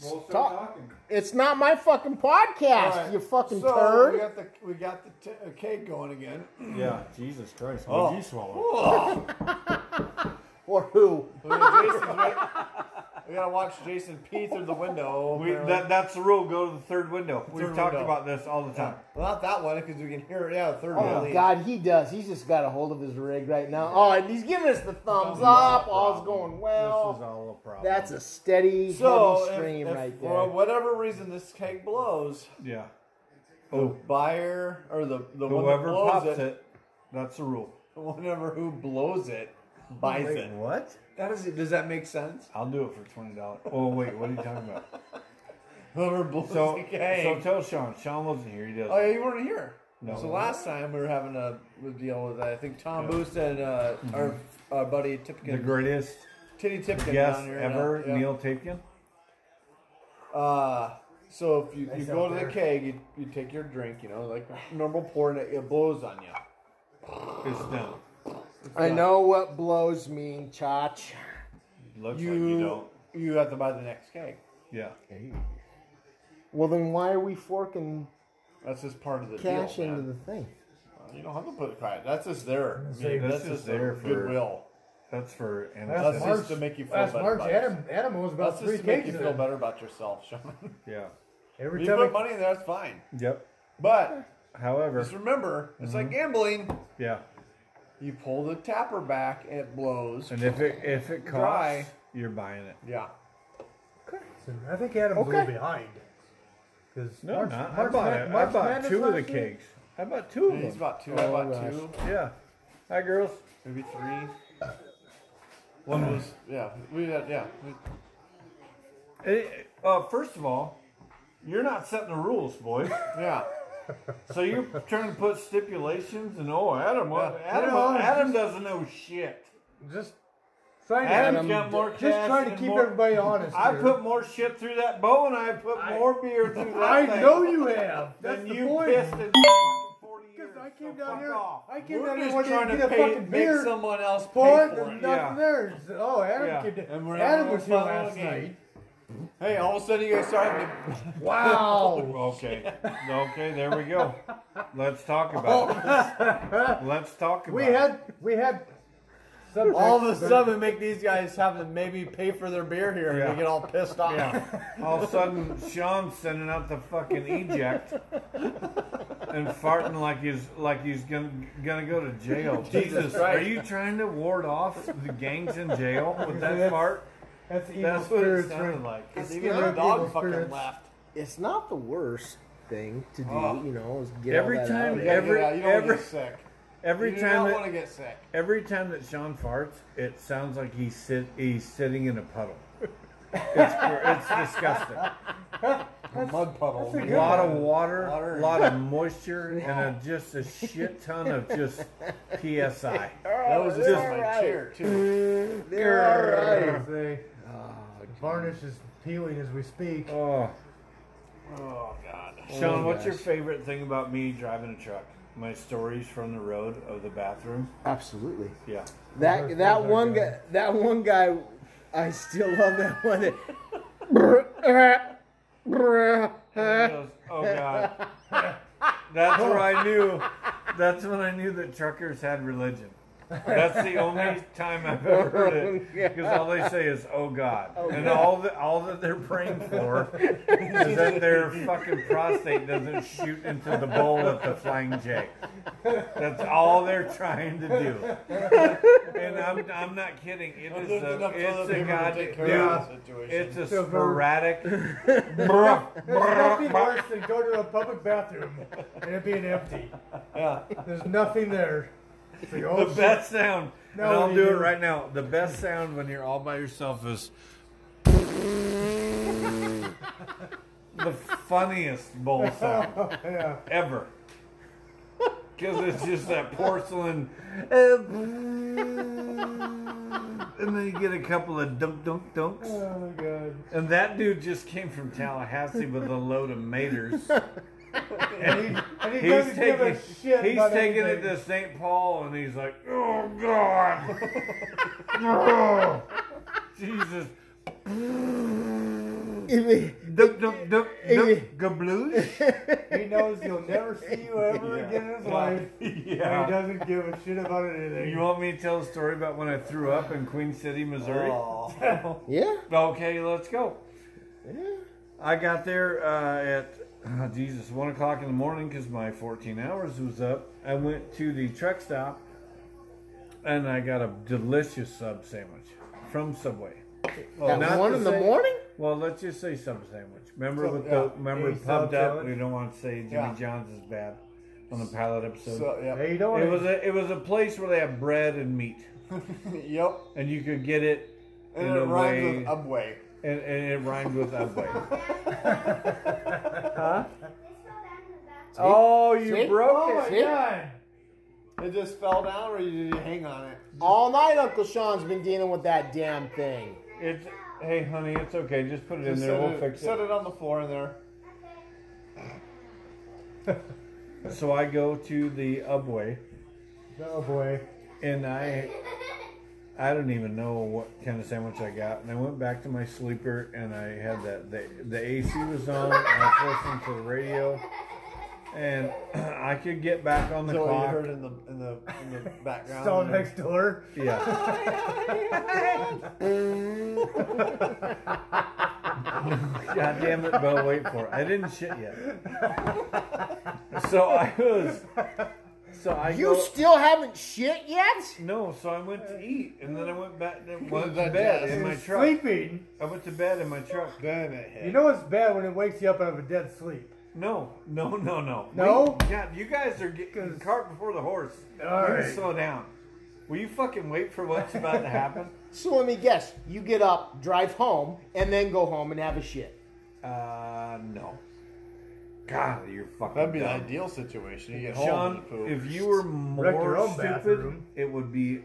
Speaker 2: We'll start
Speaker 4: Talk.
Speaker 2: talking.
Speaker 4: It's not my fucking podcast,
Speaker 1: Alright,
Speaker 4: you fucking
Speaker 1: so We
Speaker 4: turd.
Speaker 1: got the we got the t- uh, cake going again.
Speaker 2: Yeah. Jesus Christ.
Speaker 1: Oh.
Speaker 2: What'd you swallow?
Speaker 4: Oh. Or who?
Speaker 1: Jason's right, We gotta watch Jason pee through the window.
Speaker 2: We,
Speaker 1: apparently.
Speaker 2: that, that's the rule. Go to the third window. We've
Speaker 1: Third
Speaker 2: talked
Speaker 1: window.
Speaker 2: about this all the time.
Speaker 1: well, not that one because we can hear it. Yeah, the third
Speaker 4: Oh
Speaker 1: one.
Speaker 4: God, he does. He's just got a hold of his rig right now. Oh, and he's giving us the thumbs up. All's going
Speaker 2: this is
Speaker 4: well.
Speaker 2: all a problem.
Speaker 4: That's a steady
Speaker 1: So,
Speaker 4: heavy
Speaker 1: if,
Speaker 4: stream
Speaker 1: if
Speaker 4: right there.
Speaker 1: for whatever reason this keg blows,
Speaker 2: yeah.
Speaker 1: the
Speaker 2: Oh.
Speaker 1: buyer or the, the one that
Speaker 2: Whoever
Speaker 1: blows
Speaker 2: pops it,
Speaker 1: it,
Speaker 2: that's the rule.
Speaker 1: whenever who blows it buys it.
Speaker 2: what?
Speaker 1: That is, does that make sense?
Speaker 2: I'll do it for twenty dollars. Oh wait, what are you talking about?
Speaker 1: Whoever blows
Speaker 2: So,
Speaker 1: the
Speaker 2: so
Speaker 1: keg.
Speaker 2: tell Sean. Sean wasn't here. He does.
Speaker 1: oh yeah, you weren't here.
Speaker 2: No.
Speaker 1: So last time we were having a deal with I think Tom Boost and uh, our our buddy
Speaker 2: the
Speaker 1: Tipkin,
Speaker 2: greatest
Speaker 1: Titty Tipkin
Speaker 2: guest
Speaker 1: down here and, uh,
Speaker 2: ever,
Speaker 1: yeah.
Speaker 2: Neil Tapkin.
Speaker 1: Uh, so if you, you
Speaker 3: Nice
Speaker 1: go
Speaker 3: out
Speaker 1: to the
Speaker 3: there.
Speaker 1: keg, you, you take your drink, you know, like normal pour, and it, it blows on you.
Speaker 2: It's done.
Speaker 4: I know what blows mean, Chach.
Speaker 2: Looks
Speaker 1: You
Speaker 2: like you don't.
Speaker 1: you have to buy the next keg.
Speaker 2: Yeah.
Speaker 4: Well, then why are we forking
Speaker 1: That's just part of the
Speaker 4: cash
Speaker 1: deal.
Speaker 4: into
Speaker 1: man.
Speaker 4: the thing?
Speaker 1: You don't have to put it back. That's just there. I
Speaker 2: Say,
Speaker 1: mean,
Speaker 2: that's
Speaker 1: that's
Speaker 2: just
Speaker 1: just
Speaker 2: there
Speaker 1: there
Speaker 2: for-
Speaker 1: goodwill.
Speaker 2: That's for
Speaker 1: That's
Speaker 2: anesthesia.
Speaker 1: Mark. just to make you feel
Speaker 3: last
Speaker 1: better
Speaker 3: March,
Speaker 1: about
Speaker 3: Adam, Adam owes about
Speaker 1: That's
Speaker 3: three
Speaker 1: just to make
Speaker 3: cases.
Speaker 1: you feel better about yourself, Sean.
Speaker 2: Yeah.
Speaker 3: Every
Speaker 1: you
Speaker 3: time
Speaker 1: put
Speaker 3: I,
Speaker 1: money in there, that's fine.
Speaker 2: Yep.
Speaker 1: But
Speaker 2: However,
Speaker 1: just remember, it's
Speaker 2: Mm-hmm.
Speaker 1: like gambling.
Speaker 2: yeah.
Speaker 1: You pull the tapper back, and it blows.
Speaker 2: And if it if it costs,
Speaker 1: Dry.
Speaker 2: you're buying it.
Speaker 1: Yeah.
Speaker 3: I think Adam's a
Speaker 4: Okay.
Speaker 3: little behind. Because
Speaker 2: No,
Speaker 3: March,
Speaker 2: not.
Speaker 3: March,
Speaker 2: I bought
Speaker 3: Ma-
Speaker 2: it.
Speaker 3: March
Speaker 2: I bought
Speaker 3: Madness
Speaker 2: two of the
Speaker 3: last year?
Speaker 2: cakes. I bought two of
Speaker 1: He's
Speaker 2: them.
Speaker 1: about two. I bought
Speaker 4: Oh, gosh.
Speaker 1: two,
Speaker 2: Yeah. Hi, girls.
Speaker 1: maybe three. One was yeah. We had yeah. we-
Speaker 2: Hey, uh, first of all, you're not setting the rules, boy.
Speaker 1: Yeah.
Speaker 2: so you're trying to put stipulations and oh, Adam, what
Speaker 1: Yeah.
Speaker 2: Adam,
Speaker 1: Yeah.
Speaker 2: Adam doesn't know shit.
Speaker 3: Just trying to,
Speaker 2: Adam's
Speaker 4: Adam-
Speaker 2: got more.
Speaker 3: just
Speaker 2: class
Speaker 3: trying to
Speaker 2: and
Speaker 3: keep
Speaker 2: more-
Speaker 3: everybody honest.
Speaker 2: I
Speaker 3: here.
Speaker 2: put more shit through that bow, and I put more beer through that.
Speaker 3: I
Speaker 2: thing
Speaker 3: know you have. That's
Speaker 2: than
Speaker 3: the
Speaker 2: you
Speaker 3: point.
Speaker 2: pissed in fucking forty years.
Speaker 3: Because I
Speaker 2: so
Speaker 3: came down
Speaker 2: fuck
Speaker 3: here.
Speaker 2: off.
Speaker 3: I came
Speaker 1: We're
Speaker 3: down here
Speaker 1: just
Speaker 3: one day
Speaker 1: trying
Speaker 3: to
Speaker 1: to
Speaker 3: get a
Speaker 1: pay,
Speaker 3: fucking
Speaker 1: make
Speaker 3: beer. Oh,
Speaker 1: someone else pay
Speaker 3: for it.
Speaker 1: for
Speaker 3: There's
Speaker 1: it.
Speaker 3: nothing
Speaker 2: yeah.
Speaker 3: there. It's- Oh, Adam
Speaker 2: Yeah.
Speaker 3: could.
Speaker 1: And we're having
Speaker 3: Adam
Speaker 1: a
Speaker 3: was here
Speaker 1: fun
Speaker 3: last
Speaker 1: little game.
Speaker 3: night.
Speaker 1: Hey, all of a sudden you guys started. To,
Speaker 3: Wow.
Speaker 2: Okay. okay, there we go. Let's talk about it. Let's talk about
Speaker 3: Oh. we
Speaker 2: it.
Speaker 3: had we had. subjects,
Speaker 1: all of a
Speaker 3: but-
Speaker 1: sudden, make these guys have to maybe pay for their beer here, and
Speaker 2: Yeah.
Speaker 1: they get all pissed off.
Speaker 2: Yeah. All of a sudden, Sean's sending out the fucking eject and farting like he's like he's gonna gonna go to jail. Jesus, are
Speaker 1: Christ.
Speaker 2: you trying to ward off the gangs in jail with that fart?
Speaker 3: That's evil
Speaker 2: That's what it
Speaker 3: spirits.
Speaker 2: sounded
Speaker 3: right?
Speaker 2: like.
Speaker 1: Because
Speaker 4: It's
Speaker 1: even
Speaker 4: not
Speaker 1: the dog
Speaker 3: evil
Speaker 1: fucking
Speaker 3: spirits.
Speaker 1: laughed.
Speaker 4: It's not the worst thing to do, you know, is get
Speaker 2: Every
Speaker 4: all that
Speaker 2: time
Speaker 4: out of
Speaker 1: Yeah,
Speaker 4: it.
Speaker 2: Every-
Speaker 1: yeah, you don't
Speaker 2: every-
Speaker 1: want to get sick.
Speaker 2: Every
Speaker 1: you do
Speaker 2: time
Speaker 1: not
Speaker 2: that
Speaker 1: want to get sick.
Speaker 2: Every time that Sean farts, it sounds like he's sit he's sitting in a puddle. It's, gr- it's disgusting.
Speaker 1: A mud puddle.
Speaker 3: that's a
Speaker 2: A
Speaker 3: good
Speaker 2: lot of water,
Speaker 1: Water.
Speaker 2: a lot of moisture, and a, just a shit ton of just psi.
Speaker 1: That was just
Speaker 4: They're
Speaker 1: my
Speaker 4: right.
Speaker 1: chair too.
Speaker 4: They're all right.
Speaker 3: As they- varnish is peeling as we speak.
Speaker 2: Oh,
Speaker 1: Oh God.
Speaker 2: Sean, what's your favorite thing about me driving a truck? My stories from the road of the bathroom.
Speaker 4: Absolutely.
Speaker 2: Yeah,
Speaker 4: That that one guy, that one guy, I still love that one. that-
Speaker 2: And he goes, oh God, that's where I knew. That's when I knew that truckers had religion. That's the only time I've ever heard it because all they say is "Oh God," and all that all that they're praying for is that their fucking prostate doesn't shoot into the bowl of the flying J. That's all they're trying to do, and I'm I'm not kidding. It is
Speaker 1: There's
Speaker 2: a
Speaker 1: enough
Speaker 2: it's
Speaker 1: other
Speaker 2: a
Speaker 1: people
Speaker 2: god
Speaker 1: to take
Speaker 2: dude,
Speaker 1: care of the situation.
Speaker 2: it's a
Speaker 3: So for-
Speaker 2: sporadic.
Speaker 3: There's nothing worse than going to a public bathroom and it being empty.
Speaker 1: yeah.
Speaker 3: There's nothing there. It's like, oh,
Speaker 2: the
Speaker 3: shit.
Speaker 2: best sound,
Speaker 3: No,
Speaker 2: and I'll
Speaker 3: you
Speaker 2: do it
Speaker 3: do.
Speaker 2: right now. The best sound when you're all by yourself is the funniest bowl sound
Speaker 3: Yeah.
Speaker 2: ever. Because it's just that porcelain, and then you get a couple of dunk dunk dunks,
Speaker 3: Oh my god.
Speaker 2: and that dude just came from Tallahassee with a load of maters.
Speaker 3: And he, and he
Speaker 2: He's
Speaker 3: doesn't give
Speaker 2: taking,
Speaker 3: a shit
Speaker 2: he's
Speaker 3: about
Speaker 2: taking it
Speaker 3: anything.
Speaker 2: to St. Paul, and he's like, "Oh God, Oh, Jesus." Dup, dup, dup, dup, gabloosh.
Speaker 3: He knows he'll never see you ever
Speaker 2: Yeah.
Speaker 3: again in his life. And he
Speaker 2: Yeah.
Speaker 3: doesn't give a shit about anything.
Speaker 2: You want me to tell a story about when I threw up in Queen City, Missouri?
Speaker 1: Oh.
Speaker 4: yeah.
Speaker 2: Okay, let's go. I got there uh, at oh, Jesus one o'clock in the morning because my 14 hours was up. I went to the truck stop and I got a delicious sub sandwich from Subway.
Speaker 4: At
Speaker 2: Oh, not
Speaker 4: one
Speaker 2: the
Speaker 4: in the
Speaker 2: same-
Speaker 4: morning?
Speaker 2: Well, let's just say sub sandwich. Remember
Speaker 1: Sub-
Speaker 2: with
Speaker 1: yeah.
Speaker 2: the remember
Speaker 3: A
Speaker 2: pumped
Speaker 3: sub
Speaker 2: up.
Speaker 3: sandwich.
Speaker 2: We don't want to say Jimmy
Speaker 1: Yeah.
Speaker 2: John's is bad on the pilot episode.
Speaker 1: So,
Speaker 3: Hey,
Speaker 1: yep.
Speaker 3: you know what?
Speaker 2: it was a it was a place where they have bread and meat,
Speaker 1: yep.
Speaker 2: and you could get it
Speaker 1: And
Speaker 2: in
Speaker 1: it
Speaker 2: a
Speaker 1: rhymes
Speaker 2: way,
Speaker 1: with Ubway.
Speaker 2: and, and it rhymed with Ubway.
Speaker 1: Oh, you
Speaker 4: See?
Speaker 1: broke
Speaker 3: oh my
Speaker 4: See?
Speaker 3: god!
Speaker 1: it. It just fell down, or you, you hang on it.
Speaker 4: All night Uncle Sean's been dealing with that damn thing.
Speaker 2: It's hey honey, it's okay. Just put it
Speaker 1: Just
Speaker 2: in there.
Speaker 1: set
Speaker 2: We'll
Speaker 1: it,
Speaker 2: fix
Speaker 1: set
Speaker 2: it.
Speaker 1: it on the floor in there.
Speaker 2: So I go to the Ubway,
Speaker 3: Oh boy.
Speaker 2: and I I don't even know what kind of sandwich I got. And I went back to my sleeper, and I had that the the AC was on. And I was listening to the radio, and I could get back on the
Speaker 1: So you
Speaker 2: clock.
Speaker 1: heard in the in the in the background.
Speaker 3: Stall next door.
Speaker 2: Yeah. God damn it, Bo, wait for it. I didn't shit yet. So I was so I
Speaker 4: You
Speaker 2: go,
Speaker 4: still haven't shit yet?
Speaker 2: No, so I went to eat and then I went back and went to
Speaker 1: That-
Speaker 2: bed
Speaker 1: yes.
Speaker 2: in my
Speaker 3: He's
Speaker 2: truck.
Speaker 3: Sleeping.
Speaker 2: I went to bed in my truck.
Speaker 1: Then it hit.
Speaker 3: You know it's bad when it wakes you up out of a dead sleep.
Speaker 2: No, no, no, no.
Speaker 3: No?
Speaker 2: Wait, God, you guys are getting the
Speaker 3: 'Cause-
Speaker 2: cart before the horse.
Speaker 3: All
Speaker 2: you
Speaker 3: right.
Speaker 2: slow down. Will you fucking wait for what's about to happen?
Speaker 4: So let me guess. You get up, drive home, and then go home and have a shit.
Speaker 2: Uh, no. God, you're fucking.
Speaker 1: That'd be the
Speaker 2: dumb.
Speaker 1: ideal situation. You get home.
Speaker 2: Sean,
Speaker 1: and you poop.
Speaker 2: if you were
Speaker 3: Wreck
Speaker 2: more
Speaker 3: your own
Speaker 2: stupid,
Speaker 3: bathroom.
Speaker 2: it would be,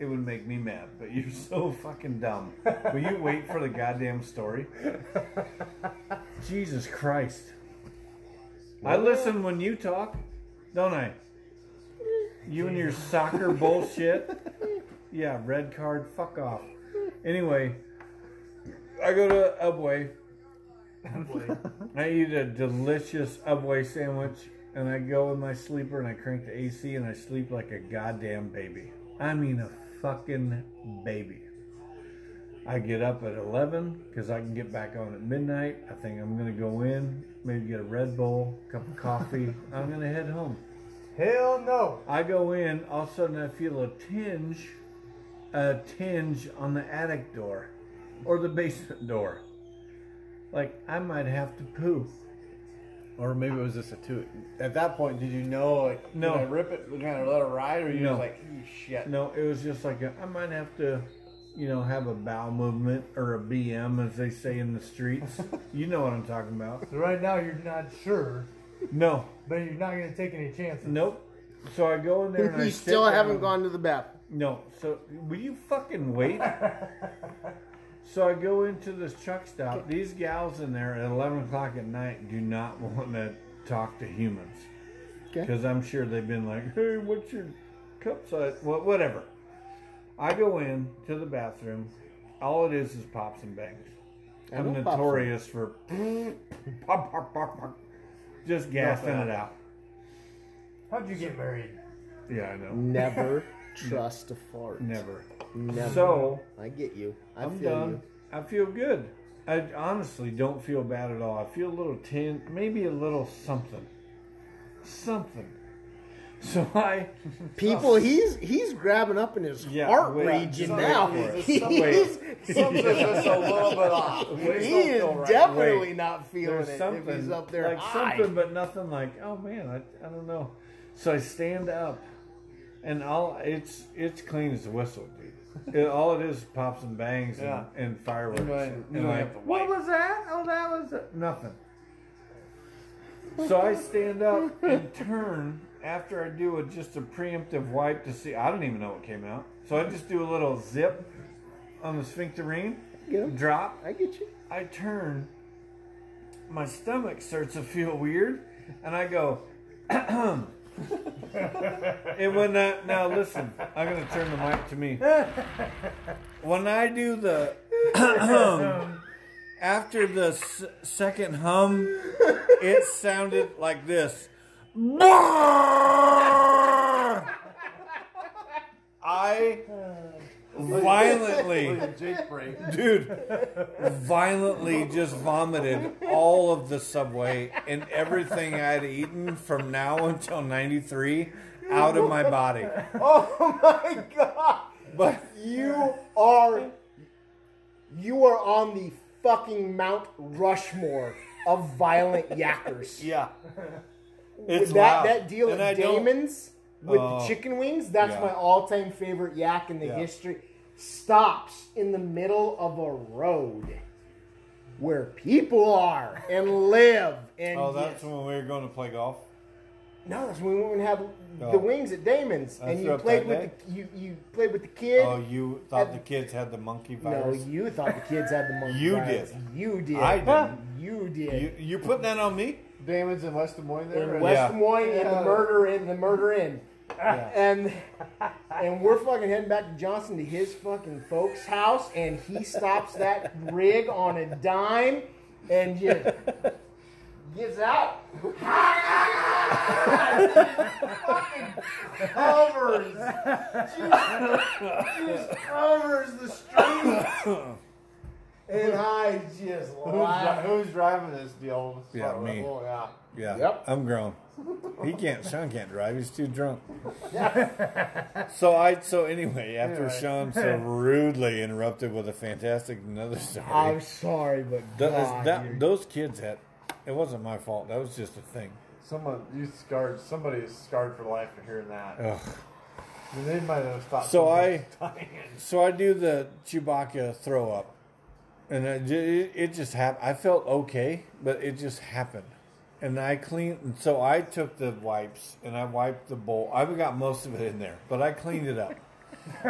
Speaker 2: it would make me mad. But you're so fucking dumb. Will you wait for the goddamn story? Jesus Christ! I listen when you talk, don't I? You and your soccer bullshit. Yeah, red card. Fuck off. Anyway, I go to Ubway. I eat a delicious Subway sandwich, and I go in my sleeper and I crank the AC and I sleep like a goddamn baby. I mean a fucking baby. I get up at 11 because I can get back on at midnight. I think I'm gonna go in, maybe get a Red Bull, cup of coffee. I'm gonna head home.
Speaker 3: Hell no.
Speaker 2: I go in, all of a sudden I feel a tinge, a tinge on the attic door or the basement door. Like I might have to poo.
Speaker 1: or maybe it was just a toot. At that point, did you know? Like,
Speaker 2: No.
Speaker 1: Did I rip it? Kind of let it ride, or you
Speaker 2: No.
Speaker 1: just like, "Ooh, shit.
Speaker 2: No, it was just like a, I might have to, you know, have a bowel movement or a BM, as they say in the streets. you know what I'm talking about?
Speaker 3: So right now you're not sure,
Speaker 2: No,
Speaker 3: but you're not gonna take any chances.
Speaker 2: nope. So I go in there and I
Speaker 4: You
Speaker 2: sit
Speaker 4: still haven't
Speaker 2: down.
Speaker 4: gone to the bathroom.
Speaker 2: No, so will you fucking wait? so I go into this truck stop. These gals in there at 11 o'clock at night do not want to talk to humans.
Speaker 4: Okay.
Speaker 2: Because I'm sure they've been like, hey, what's your cup size? Well, whatever. I go in to the bathroom. All it is is pops and bangs.
Speaker 4: I
Speaker 2: I'm
Speaker 4: know pops and-
Speaker 2: notorious for pop, pop, pop, pop. just gassing it out.
Speaker 3: How'd you get married?
Speaker 2: Yeah, I
Speaker 4: Mm.
Speaker 2: know.
Speaker 4: Never trust a fart.
Speaker 2: Never.
Speaker 4: Never.
Speaker 2: So.
Speaker 4: I get you. I
Speaker 2: I'm
Speaker 4: feel
Speaker 2: done.
Speaker 4: you.
Speaker 2: I feel good. I honestly don't feel bad at all. I feel a little tin, maybe a little something, something. So I,
Speaker 4: People, he's he's grabbing up in his
Speaker 2: Oh. Yeah,
Speaker 4: heart
Speaker 2: wait,
Speaker 4: region
Speaker 1: something
Speaker 4: now.
Speaker 1: is-
Speaker 4: He's,
Speaker 1: something- Something's just a little bit off.
Speaker 4: he
Speaker 1: Things don't
Speaker 4: is
Speaker 1: feel right.
Speaker 4: definitely
Speaker 2: Wait.
Speaker 4: not feeling
Speaker 2: there's
Speaker 4: it.
Speaker 2: something
Speaker 4: if he's up there
Speaker 2: like
Speaker 4: high.
Speaker 2: something, but nothing like. Oh man, I, I don't know. So I stand up, and all it's it's clean as a whistle, dude. It, all it is is pops and bangs and,
Speaker 1: Yeah.
Speaker 2: and fireworks.
Speaker 1: You don't- you
Speaker 2: and
Speaker 1: don't
Speaker 2: like,
Speaker 1: have to
Speaker 2: what
Speaker 1: wipe."
Speaker 2: was that? Oh, that was a-" nothing. So I stand up and turn after I do a, just a preemptive wipe to see. I don't even know what came out. So I just do a little zip on the sphincterine,
Speaker 4: Yeah.
Speaker 2: drop,
Speaker 4: I get you.
Speaker 2: I turn, my stomach starts to feel weird, and I go, and when I, now listen, I'm gonna turn the mic to me. When I do the after the s- second hum, it sounded like this. I violently
Speaker 1: Jake break.
Speaker 2: dude violently just vomited all of the subway and everything i had eaten from now until 93 out of my body
Speaker 4: Oh my god!
Speaker 2: but
Speaker 4: You are you are on the fucking Mount Rushmore of violent yackers.
Speaker 2: yeah
Speaker 4: With
Speaker 2: it's
Speaker 4: that
Speaker 2: loud.
Speaker 4: that deal
Speaker 2: And I
Speaker 4: at
Speaker 2: don't-
Speaker 4: Damon's with the
Speaker 2: Oh.
Speaker 4: chicken wings, that's
Speaker 2: Yeah.
Speaker 4: my all time favorite yak in the
Speaker 2: Yeah.
Speaker 4: history. Stops in the middle of a road where people are and live and
Speaker 2: oh that's
Speaker 4: get-
Speaker 2: when we were going to play golf
Speaker 4: No, that's when we went and had the
Speaker 2: Oh.
Speaker 4: wings at Damon's,
Speaker 2: That's
Speaker 4: and you
Speaker 2: up
Speaker 4: played
Speaker 2: that
Speaker 4: with the you you played with the kid.
Speaker 2: oh you thought the kids had the monkey
Speaker 4: no,
Speaker 2: virus
Speaker 4: you thought the kids had the monkey.
Speaker 2: You
Speaker 4: virus.
Speaker 2: did.
Speaker 4: You did.
Speaker 2: I didn't.
Speaker 4: You did.
Speaker 2: you, you put that on me
Speaker 1: Damon's in West Des Moines there.
Speaker 4: in
Speaker 1: right?
Speaker 4: West
Speaker 2: Yeah.
Speaker 4: Des Moines and the
Speaker 1: Yeah.
Speaker 4: murder in the murder in.
Speaker 2: Yeah.
Speaker 4: And and we're fucking heading back to Johnson to his fucking folks' house, and he stops that rig on a dime and just gets out. fucking covers, just, just covers the street, and I just
Speaker 1: Who's,
Speaker 4: laugh.
Speaker 1: dri- who's driving this deal?
Speaker 2: Yeah,
Speaker 1: Oh,
Speaker 2: me.
Speaker 1: oh, yeah.
Speaker 2: yeah
Speaker 4: Yep.
Speaker 2: i'm grown he can't sean can't drive he's too drunk so i so anyway after
Speaker 1: Anyway.
Speaker 2: sean so rudely interrupted with a fantastic another story
Speaker 4: I'm sorry, but
Speaker 2: That, is-
Speaker 4: God,
Speaker 2: that-
Speaker 4: you're-
Speaker 2: those kids had. It wasn't my fault. That was just a thing.
Speaker 1: Someone you scarred. Somebody is scarred for life for hearing that.
Speaker 2: Ugh.
Speaker 1: I mean, they might have stopped.
Speaker 2: So
Speaker 1: someone from dying.
Speaker 2: So I do the Chewbacca throw up, and it, it, it just happened. I felt okay, but it just happened. And I cleaned. And so I took the wipes and I wiped the bowl. I got most of it in there, but I cleaned it up.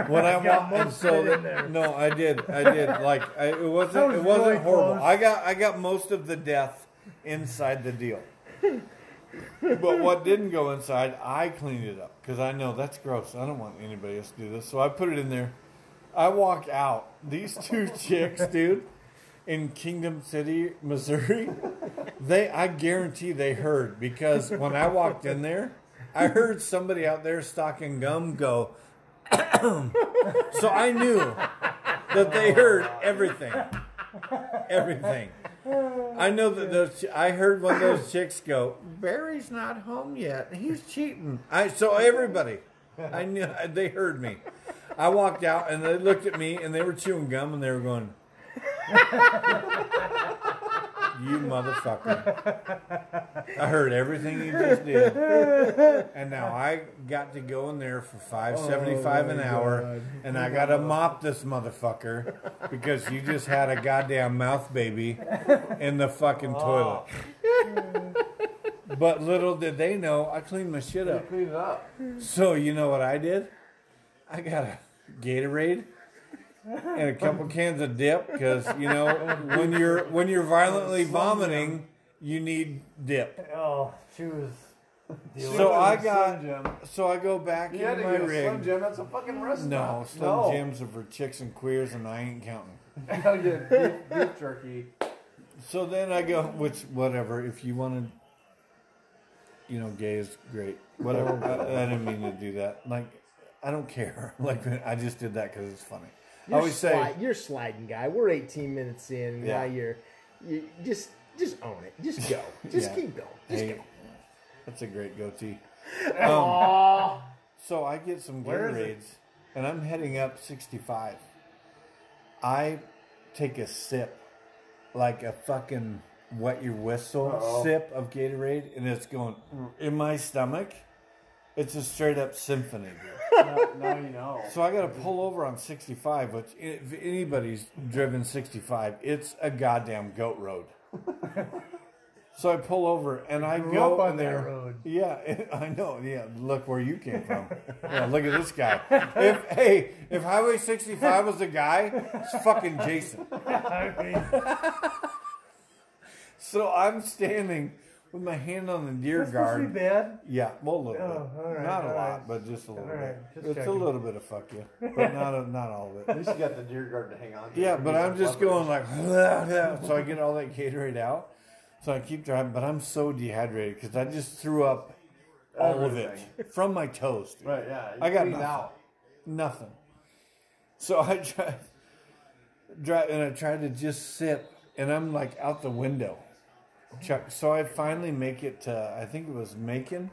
Speaker 2: When I,
Speaker 3: got
Speaker 2: wa- and
Speaker 3: most
Speaker 2: so
Speaker 3: of it in
Speaker 2: the-
Speaker 3: there.
Speaker 2: No, I did. I did. Like I, it wasn't.
Speaker 3: was
Speaker 2: it wasn't
Speaker 3: really
Speaker 2: horrible.
Speaker 3: close.
Speaker 2: I got. I got most of the death inside the deal. but what didn't go inside, I cleaned it up because I know that's gross. I don't want anybody else to do this, so I put it in there. I walk out. These two chicks, dude, in Kingdom City, Missouri, they I guarantee they heard because when I walked in there, I heard somebody out there stocking gum go. so I knew that they heard everything, everything. I know that those. chi- I heard one of those chicks go, "Barry's not home yet. He's cheating." I so everybody, I knew they heard me. I walked out and they looked at me and they were chewing gum and they were going, "You motherfucker!" I heard everything you just did, and now I got to go in there for five
Speaker 1: Oh
Speaker 2: seventy five an hour, and I got to mop this motherfucker because you just had a goddamn mouth baby in the fucking toilet.
Speaker 1: Oh.
Speaker 2: But little did they know, I cleaned my shit up.
Speaker 1: Clean it up.
Speaker 2: So you know what I did? I got a Gatorade and a couple cans of dip because you know when you're when you're violently vomiting, you need dip.
Speaker 3: Oh, she was.
Speaker 2: So
Speaker 1: Slim
Speaker 2: I got
Speaker 1: Jim.
Speaker 2: so I go back
Speaker 1: You had
Speaker 2: into
Speaker 1: to
Speaker 2: my
Speaker 1: get a Slim
Speaker 2: rig.
Speaker 1: Jim. That's a fucking restaurant.
Speaker 2: No, Slim
Speaker 1: no.
Speaker 2: Jims are for chicks and queers, and I ain't counting.
Speaker 1: You gotta get Oh, beef, beef jerky.
Speaker 2: So then I go, which whatever. If you want to, you know, gay is great. Whatever. I, I didn't mean to do that. Like, I don't care. Like, I just did that because it's funny. I
Speaker 4: You're
Speaker 2: always say,
Speaker 4: sli- you're sliding guy. We're 18 minutes in. Now
Speaker 2: Yeah.
Speaker 4: you're you just just own it. Just go. Just
Speaker 2: Yeah.
Speaker 4: keep going. Just
Speaker 2: hey,
Speaker 4: go.
Speaker 2: that's a great goatee. Um,
Speaker 4: Aw.
Speaker 2: So I get some
Speaker 1: Where is it?
Speaker 2: Gatorades, and I'm heading up 65. I take a sip, like a fucking wet your whistle
Speaker 1: Uh-oh.
Speaker 2: sip of Gatorade, and it's going in my stomach. It's a straight up symphony.
Speaker 1: Now, now you know.
Speaker 2: So I got to pull over on 65, which if anybody's driven 65, it's a goddamn goat road. so I pull over and I
Speaker 3: grew
Speaker 2: go
Speaker 3: up on
Speaker 2: in
Speaker 3: that
Speaker 2: there.
Speaker 3: road.
Speaker 2: Yeah, I know. Yeah, look where you came from. yeah, look at this guy. If hey, if Highway 65 was a guy, it's fucking Jason.
Speaker 3: I mean,
Speaker 2: So I'm standing with my hand on the deer
Speaker 3: That's supposed to be
Speaker 2: guard.
Speaker 3: bad.
Speaker 2: Yeah, well, a little
Speaker 3: Oh,
Speaker 2: bit.
Speaker 3: all right,
Speaker 2: not a
Speaker 3: all
Speaker 2: lot,
Speaker 3: right.
Speaker 2: but just a little
Speaker 3: All right,
Speaker 2: bit.
Speaker 3: just
Speaker 2: It's
Speaker 3: checking.
Speaker 2: a little bit of fuck you, but not a, not all of
Speaker 1: At
Speaker 2: it.
Speaker 1: least you got the deer guard to hang on to.
Speaker 2: Yeah, but
Speaker 1: Maybe
Speaker 2: I'm
Speaker 1: some
Speaker 2: just
Speaker 1: leverage.
Speaker 2: going like, so I get all that Gatorade out. So I keep driving, but I'm so dehydrated because I just threw up all of it from my toast.
Speaker 1: Right, yeah.
Speaker 2: I got
Speaker 1: Clean
Speaker 2: nothing.
Speaker 1: out.
Speaker 2: Nothing. So I tried, drive, and I tried to just sip, and I'm like out the window. Chuck. So I finally make it to. I think it was Macon.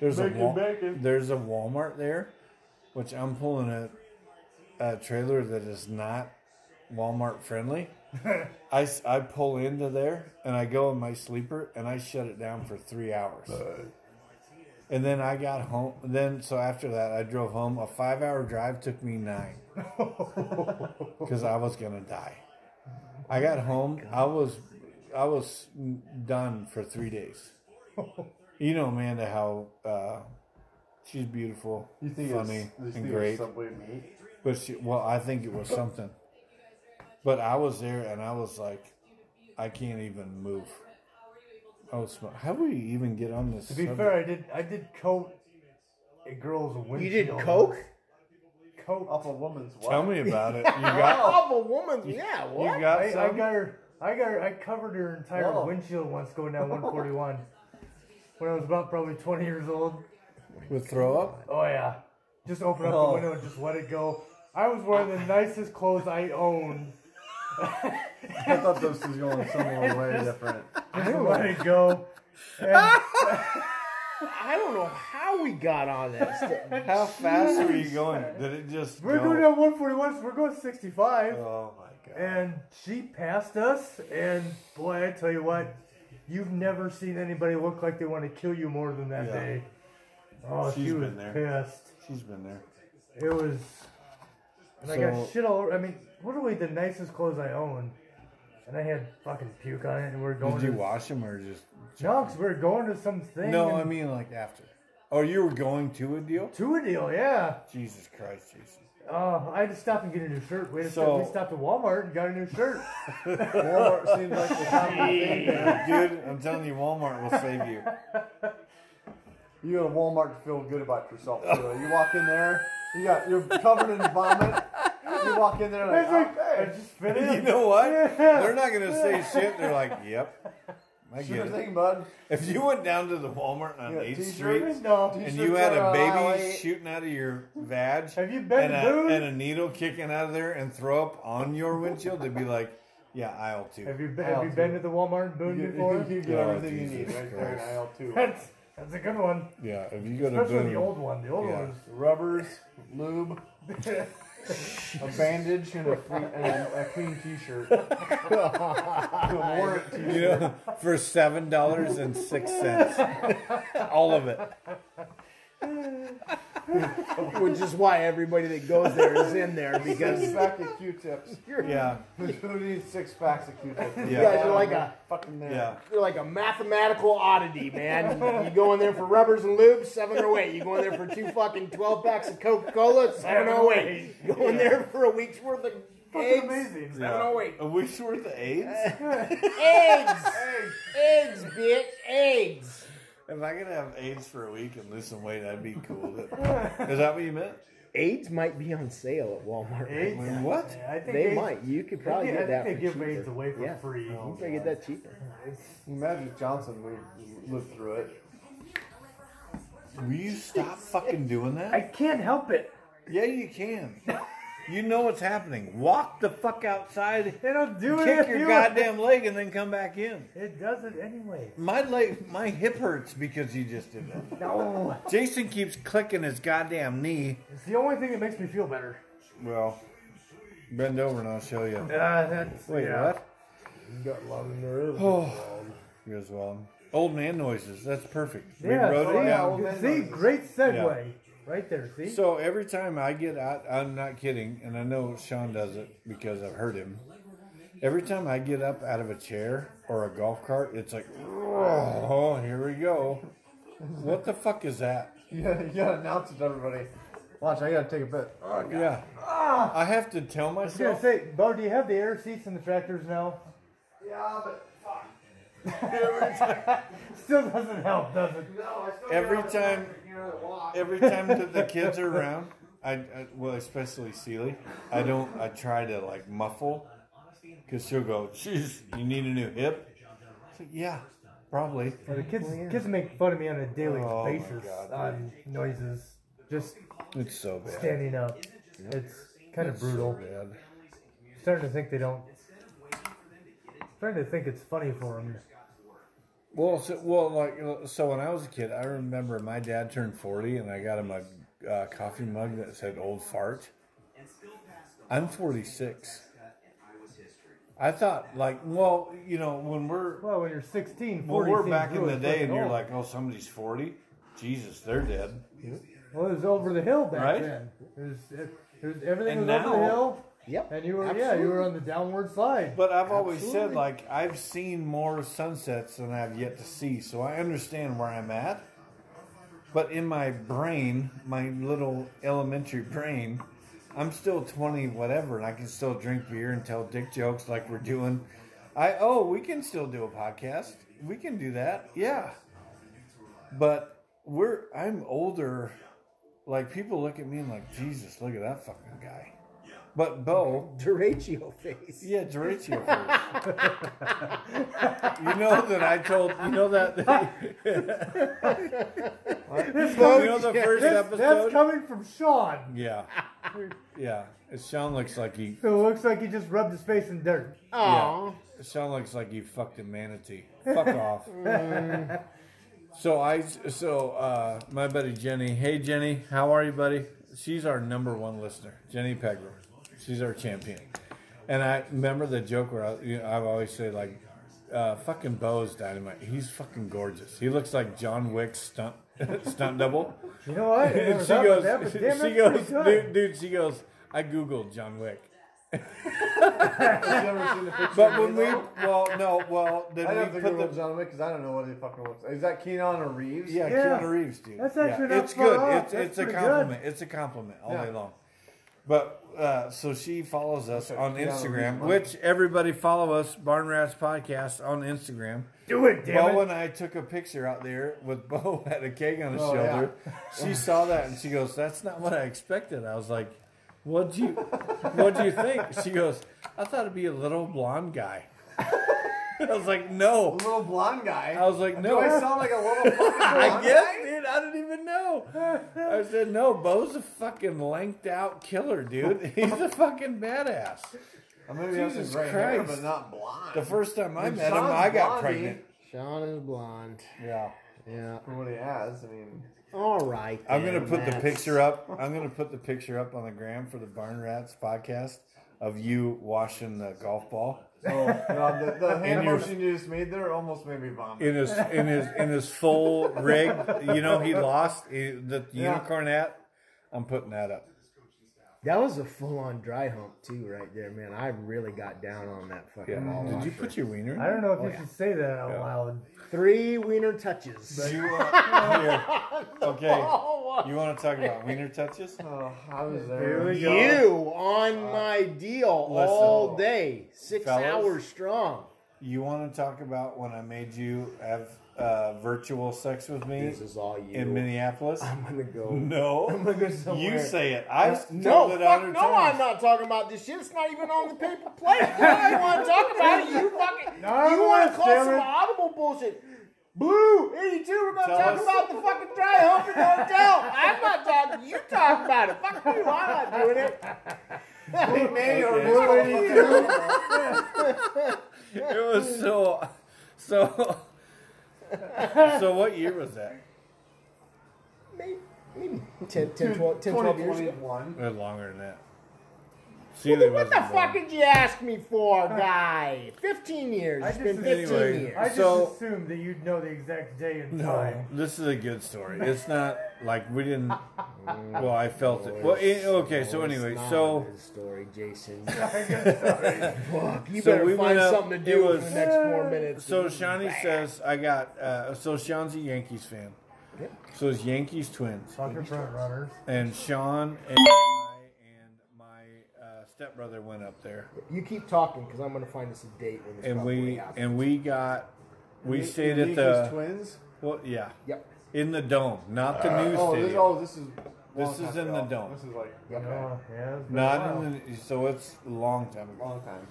Speaker 2: There's
Speaker 1: Macon,
Speaker 2: a Wal-
Speaker 1: Macon.
Speaker 2: there's a Walmart there, which I'm pulling a, a trailer that is not Walmart friendly. I, s- I pull into there and I go in my sleeper and I shut it down for three hours. And then I got home. Then so after that, I drove home. A five-hour drive took me nine because I was gonna die. I got
Speaker 1: Oh
Speaker 2: home. I was I was done for three days. You know Amanda how uh, she's beautiful,
Speaker 1: You think
Speaker 2: funny,
Speaker 1: it's, you think
Speaker 2: and
Speaker 1: it's
Speaker 2: great.
Speaker 1: Subway meat?
Speaker 2: But she, well, I think it was something. But I was there and I was like, I can't even move. I was sm- how do we even get on this?
Speaker 3: To be
Speaker 2: subject?
Speaker 3: fair, I did I did coat a girl's windshield.
Speaker 4: You did coke
Speaker 3: Coat.
Speaker 1: Off a woman's what?
Speaker 2: tell me about it. You got
Speaker 4: off a woman's. Yeah,
Speaker 2: you
Speaker 4: what?
Speaker 2: got
Speaker 3: I, I
Speaker 2: some?
Speaker 3: got her. I got her. I covered her entire
Speaker 1: Whoa.
Speaker 3: windshield once going down 141 when I was about probably 20 years old.
Speaker 2: with throw up.
Speaker 3: Oh yeah, just open up the window and just let it go. I was wearing the nicest clothes I owned.
Speaker 1: I thought this was going somewhere way different.
Speaker 3: Just let it go.
Speaker 4: I don't know how we got on this.
Speaker 2: How fast were you going? Did it just?
Speaker 3: We're
Speaker 2: go?
Speaker 3: going down 141. So we're going 65.
Speaker 2: Oh my god!
Speaker 3: and she passed us and boy i tell you what you've never seen anybody look like they want to kill you more than that
Speaker 2: Yeah.
Speaker 3: day oh
Speaker 2: She's
Speaker 3: she was
Speaker 2: been there.
Speaker 3: pissed
Speaker 2: She's been there.
Speaker 3: it was and i got
Speaker 2: So-
Speaker 3: shit all over i mean literally the nicest clothes i own and i had fucking puke on it and we are going
Speaker 2: Did you
Speaker 3: to
Speaker 2: wash him or just?
Speaker 3: chunks we are going to something
Speaker 2: No,
Speaker 3: and-
Speaker 2: I mean like after. Oh, you were going to a deal?
Speaker 3: to a deal yeah
Speaker 2: Jesus Christ, Jason!
Speaker 3: uh, i had to stop and get a new shirt we, had to
Speaker 2: So-
Speaker 3: stop- we stopped at walmart and got a new shirt
Speaker 1: Walmart seems like the top.
Speaker 2: Dude, I'm telling you, Walmart will save you.
Speaker 1: You go to Walmart to feel good about yourself. Too. You walk in there, you got you're covered in vomit. You walk in there like,
Speaker 3: It's like,
Speaker 1: okay.
Speaker 3: I just fit in.
Speaker 2: You know what? They're not gonna say shit. They're like, "Yep, I
Speaker 1: Sure
Speaker 2: get it."
Speaker 1: thing, bud.
Speaker 2: If you went down to the Walmart on
Speaker 1: Yeah,
Speaker 2: Eighth
Speaker 1: t-shirt.
Speaker 2: Street
Speaker 3: No.
Speaker 2: and
Speaker 1: T-shirts
Speaker 2: you had
Speaker 1: are
Speaker 2: a
Speaker 1: on aisle
Speaker 2: baby
Speaker 1: eight.
Speaker 2: shooting out of your vag,
Speaker 3: Have you been
Speaker 2: and a,
Speaker 3: booed?
Speaker 2: and a needle kicking out of there and throw up on your windshield, they'd be like, "Yeah, aisle two.
Speaker 3: Have you been, have you been to the Walmart and Boone
Speaker 1: Oh, You,
Speaker 3: before?
Speaker 1: you get
Speaker 2: Oh,
Speaker 1: everything you need
Speaker 2: Jesus
Speaker 1: right there in aisle two.
Speaker 3: That's that's a good one,
Speaker 2: yeah, if you go to
Speaker 3: especially the
Speaker 2: Boone,
Speaker 3: old one. The old
Speaker 2: Yeah.
Speaker 3: one was
Speaker 1: Rubbers, lube, a bandage, and a, free, and a, a clean T-shirt. a warrant T-shirt.
Speaker 2: you know, for seven dollars and six cents, all of it.
Speaker 4: Which is why everybody that goes there is in there because
Speaker 1: Six pack of Q-tips.
Speaker 4: you're,
Speaker 2: Yeah,
Speaker 1: Who needs six packs of Q-tips?
Speaker 2: Yeah.
Speaker 4: you guys are like a
Speaker 1: fucking there.
Speaker 2: yeah.
Speaker 4: you're like a mathematical oddity, man. You go in there for rubbers and lubes, seven or eight. You go in there for two fucking twelve packs of Coca Cola, seven or eight. You go in there for a week's worth of
Speaker 3: fucking
Speaker 4: eggs,
Speaker 3: amazing.
Speaker 4: seven or eight.
Speaker 2: A week's worth of AIDS.
Speaker 4: Eggs, eggs, bitch, eggs.
Speaker 2: If I could have AIDS for a week and lose some weight, that'd be cool. Is that what you meant?
Speaker 4: AIDS might be on sale at Walmart.
Speaker 3: AIDS?
Speaker 2: Like, what?
Speaker 3: Yeah, I think
Speaker 4: They
Speaker 3: AIDS-
Speaker 4: might. You could
Speaker 3: I
Speaker 4: probably
Speaker 3: think,
Speaker 4: get
Speaker 3: I
Speaker 4: that
Speaker 3: think
Speaker 4: for
Speaker 3: they give
Speaker 4: cheaper.
Speaker 3: AIDS away for
Speaker 4: yeah. Oh,
Speaker 3: free.
Speaker 4: You can probably get that cheaper.
Speaker 1: Magic Johnson, we lived through it.
Speaker 2: Will you stop fucking doing
Speaker 3: I
Speaker 2: that?
Speaker 3: can't help it.
Speaker 2: Yeah, you can. You know what's happening. Walk the fuck outside,
Speaker 3: They don't do it.
Speaker 2: kick
Speaker 3: if
Speaker 2: your
Speaker 3: you-
Speaker 2: goddamn leg, and then come back in.
Speaker 3: It does it anyway.
Speaker 2: My leg, my hip hurts because you just did that.
Speaker 3: No,
Speaker 2: Jason keeps clicking his goddamn knee.
Speaker 3: it's the only thing that makes me feel better.
Speaker 2: Well, bend over and I'll show you.
Speaker 3: Uh, that's
Speaker 2: Wait,
Speaker 3: yeah.
Speaker 2: what?
Speaker 1: You got a lot of nerve.
Speaker 4: Oh.
Speaker 2: Goes well. Old man noises. That's perfect. We
Speaker 3: Yeah,
Speaker 2: wrote
Speaker 3: see,
Speaker 2: it down.
Speaker 1: old man
Speaker 3: see,
Speaker 1: knows.
Speaker 3: great segue right there. See,
Speaker 2: So every time I get out, I'm not kidding, and I know Sean does it because I've heard him. Every time I get up out of a chair or a golf cart, it's like, oh, here we go. What the fuck is that?
Speaker 1: You gotta, you gotta announce it to everybody. Watch, I gotta take a bit.
Speaker 2: Yeah. I have to tell
Speaker 3: I was gonna
Speaker 2: myself.
Speaker 3: say, Bo, do you have the air seats in the tractors now?
Speaker 1: Yeah, but fuck.
Speaker 3: Still doesn't help, does it?
Speaker 2: Every time, every time that the kids are around, I, I well, especially Seely, I don't. I try to like muffle, because she'll go, "Jeez, you need a new hip." It's like, yeah, probably.
Speaker 3: The kids, kids make fun of me on a daily
Speaker 2: Oh my
Speaker 3: basis
Speaker 2: God.
Speaker 3: on noises, just
Speaker 2: It's so bad.
Speaker 3: standing up. It's kind of
Speaker 2: It's so
Speaker 3: brutal.
Speaker 2: bad.
Speaker 3: starting to think they don't. Starting to think it's funny for them.
Speaker 2: Well, so, well, like uh, so when I was a kid, I remember my dad turned forty, and I got him a uh, coffee mug that said "Old Fart." I'm forty six. I thought, like, well, you know, when we're
Speaker 3: Well, when you're 16, 40,
Speaker 2: well, we're
Speaker 3: seems
Speaker 2: back in
Speaker 3: really
Speaker 2: the day, and
Speaker 3: fucking
Speaker 2: you're
Speaker 3: old.
Speaker 2: like, oh, somebody's forty. Jesus, they're dead.
Speaker 3: well, it was over the hill back
Speaker 2: Right?
Speaker 3: then. It was, it, it was, everything
Speaker 2: And
Speaker 3: was over the
Speaker 2: now-
Speaker 3: hill,
Speaker 4: Yep.
Speaker 3: and you were yeah, you were on the downward slide.
Speaker 2: But I've always said, like, I've seen more sunsets than I've yet to see, so I understand where I'm at. But in my brain, my little elementary brain, I'm still 20 whatever, and I can still drink beer and tell dick jokes like we're doing. I oh, we can still do a podcast. We can do that. Yeah. But we're I'm older. Like people look at me and like, Jesus, look at that fucking guy. But Bo,
Speaker 4: Derecho face.
Speaker 2: yeah, Dorito. you know that I told. You know that. you know the first
Speaker 3: That's, that's
Speaker 2: episode.
Speaker 3: coming from Sean.
Speaker 2: yeah, yeah. It Sean looks like he.
Speaker 3: So it looks like he just rubbed his face in dirt.
Speaker 2: Yeah. Sean looks like he fucked a manatee. Fuck off. so I. So uh, my buddy Jenny. Hey Jenny, how are you, buddy? She's our number one listener, Jenny Pegram. She's our champion. And I remember the joke where I, you know, I've always said like, uh, "Fucking Bo's dynamite. He's fucking gorgeous. He looks like John Wick's stunt stunt double."
Speaker 3: You know what? I
Speaker 2: And
Speaker 3: never
Speaker 2: she
Speaker 3: thought about
Speaker 2: goes,
Speaker 3: that, but damn,
Speaker 2: she
Speaker 3: that's
Speaker 2: goes,
Speaker 3: pretty
Speaker 2: dude,
Speaker 3: good.
Speaker 2: dude, she goes, I googled John Wick. But when we, well, no, well,
Speaker 1: I
Speaker 2: then
Speaker 1: don't
Speaker 2: we
Speaker 1: think
Speaker 2: put
Speaker 1: it was
Speaker 2: the,
Speaker 1: John Wick because I don't know what he fucking looks like. Is that Keenan or Reeves?
Speaker 2: yeah,
Speaker 3: Yeah.
Speaker 2: Keanu Reeves, dude.
Speaker 3: That's
Speaker 2: Yeah,
Speaker 3: actually not
Speaker 2: It's
Speaker 3: far
Speaker 2: good.
Speaker 3: off.
Speaker 2: It's
Speaker 3: That's
Speaker 2: it's a
Speaker 3: pretty good.
Speaker 2: compliment. It's a compliment all
Speaker 1: Yeah.
Speaker 2: day long. But uh, so she follows us on
Speaker 1: Keanu
Speaker 2: Instagram,
Speaker 1: Reeves money.
Speaker 2: which everybody follow us, Barn Rats Podcast on Instagram.
Speaker 3: Do it, damn
Speaker 2: Bo
Speaker 3: it.
Speaker 2: and I took a picture out there with Bo had a cake on his
Speaker 1: Oh, yeah.
Speaker 2: shoulder. She saw that and she goes, "That's not what I expected." I was like, "What do you, what do you think?" She goes, "I thought it'd be a little blonde guy." I was like, "No."
Speaker 1: A little blonde guy.
Speaker 2: I was like,
Speaker 1: Do
Speaker 2: Oh, "No."
Speaker 1: I sound like a little fucking
Speaker 2: I
Speaker 1: blonde
Speaker 2: guess, dude. I didn't even know. I said, "No, Bo's a fucking lanked out killer, dude. He's a fucking badass."
Speaker 1: guy? Maybe I have some
Speaker 2: Jesus
Speaker 1: gray hair,
Speaker 2: Christ.
Speaker 1: but not blonde.
Speaker 2: The first time I
Speaker 1: And
Speaker 2: met him,
Speaker 1: Sean's
Speaker 2: I got
Speaker 1: blondie
Speaker 2: pregnant.
Speaker 4: Sean is blonde.
Speaker 2: Yeah.
Speaker 4: Yeah.
Speaker 1: For what he has, I mean.
Speaker 4: All right.
Speaker 2: I'm
Speaker 4: then,
Speaker 2: gonna put the
Speaker 4: that's-
Speaker 2: picture up. I'm gonna put the picture up on the gram for the Barn Rats podcast of you washing the golf ball
Speaker 1: Oh, God, the, the hand
Speaker 2: In your-
Speaker 1: motion you just made there almost made me vomit.
Speaker 2: in his in his in his full rig. You know he lost eh, the
Speaker 1: Yeah.
Speaker 2: unicorn hat. I'm putting that up.
Speaker 4: That was a full-on dry hump too, right there, man. I really got down on that fucking
Speaker 2: Yeah.
Speaker 4: ball.
Speaker 2: Did you
Speaker 4: washer.
Speaker 2: put your wiener? In
Speaker 3: I don't know if you should say that out
Speaker 2: Oh, Yeah.
Speaker 3: loud.
Speaker 4: three wiener touches?
Speaker 2: You, uh, here.
Speaker 4: Oh,
Speaker 2: Okay. You want to talk about wiener touches?
Speaker 1: Oh, I was
Speaker 3: Here
Speaker 1: there.
Speaker 3: we go.
Speaker 4: You on my deal
Speaker 2: Uh, listen.
Speaker 4: all day, six
Speaker 2: Fellas.
Speaker 4: hours strong.
Speaker 2: You want to talk about when I made you have uh, virtual sex with me
Speaker 4: This is all you.
Speaker 2: in Minneapolis?
Speaker 4: I'm gonna go.
Speaker 2: No. You say it. I
Speaker 4: No,
Speaker 2: told Mm-hmm. it a
Speaker 4: fuck
Speaker 2: hundred
Speaker 4: no, I'm
Speaker 2: times.
Speaker 4: not talking about this shit. It's not even on the paper plate. I don't want to talk about it. You fucking, you want to call
Speaker 3: damn
Speaker 4: some
Speaker 3: it.
Speaker 4: audible bullshit. Blue, 82, we're going to
Speaker 2: Tell
Speaker 4: talk
Speaker 2: us.
Speaker 4: about the fucking dry hump in the hotel. I'm not talking, you talk about it. Fuck you, I'm not doing it.
Speaker 1: Hey, man, you're
Speaker 2: Okay.
Speaker 1: really fucking-
Speaker 2: it was so so so what year was that
Speaker 4: Maybe, maybe 10, 10, 12, 10, 12 years ago.
Speaker 1: 2021.
Speaker 2: or longer than that
Speaker 4: Well, what the fuck did you ask me for, guy? 15 years.
Speaker 3: I
Speaker 4: It's been
Speaker 3: just-
Speaker 4: 15
Speaker 2: anyway,
Speaker 4: years.
Speaker 3: I just
Speaker 2: So-
Speaker 3: assumed that you'd know the exact day and
Speaker 2: no
Speaker 3: time.
Speaker 2: this is a good story it's not like we didn't well i felt it well it, okay so
Speaker 4: Oh, It's
Speaker 2: anyway
Speaker 4: not
Speaker 2: so
Speaker 4: a good story, Jason. you
Speaker 2: So
Speaker 4: better
Speaker 2: we
Speaker 4: find
Speaker 2: went up-
Speaker 4: something to
Speaker 2: it
Speaker 4: do
Speaker 2: was-
Speaker 4: for the next four minutes.
Speaker 2: So Shawnee says I got uh, so Sean's a Yankees fan.
Speaker 4: Yep.
Speaker 2: So it's Yankees twins.
Speaker 3: Fucking front runners.
Speaker 2: And Sean and I and my uh, stepbrother went up there.
Speaker 4: you keep talking because I'm going to find us a date when this
Speaker 2: and
Speaker 4: probably
Speaker 2: we
Speaker 4: happens.
Speaker 2: and we got We
Speaker 5: Ni-
Speaker 2: stayed at
Speaker 5: Nika's
Speaker 2: the-
Speaker 5: twins.
Speaker 2: Well, yeah.
Speaker 4: Yep.
Speaker 2: In the dome, not the new
Speaker 1: Oh, this,
Speaker 2: stadium.
Speaker 1: oh, this is.
Speaker 2: This
Speaker 1: long
Speaker 2: is
Speaker 1: time
Speaker 2: in the
Speaker 1: ago.
Speaker 2: dome.
Speaker 1: This is like
Speaker 3: Oh, yeah, it's been a
Speaker 2: not
Speaker 3: while.
Speaker 2: in the, so it's a long time ago.
Speaker 1: long time.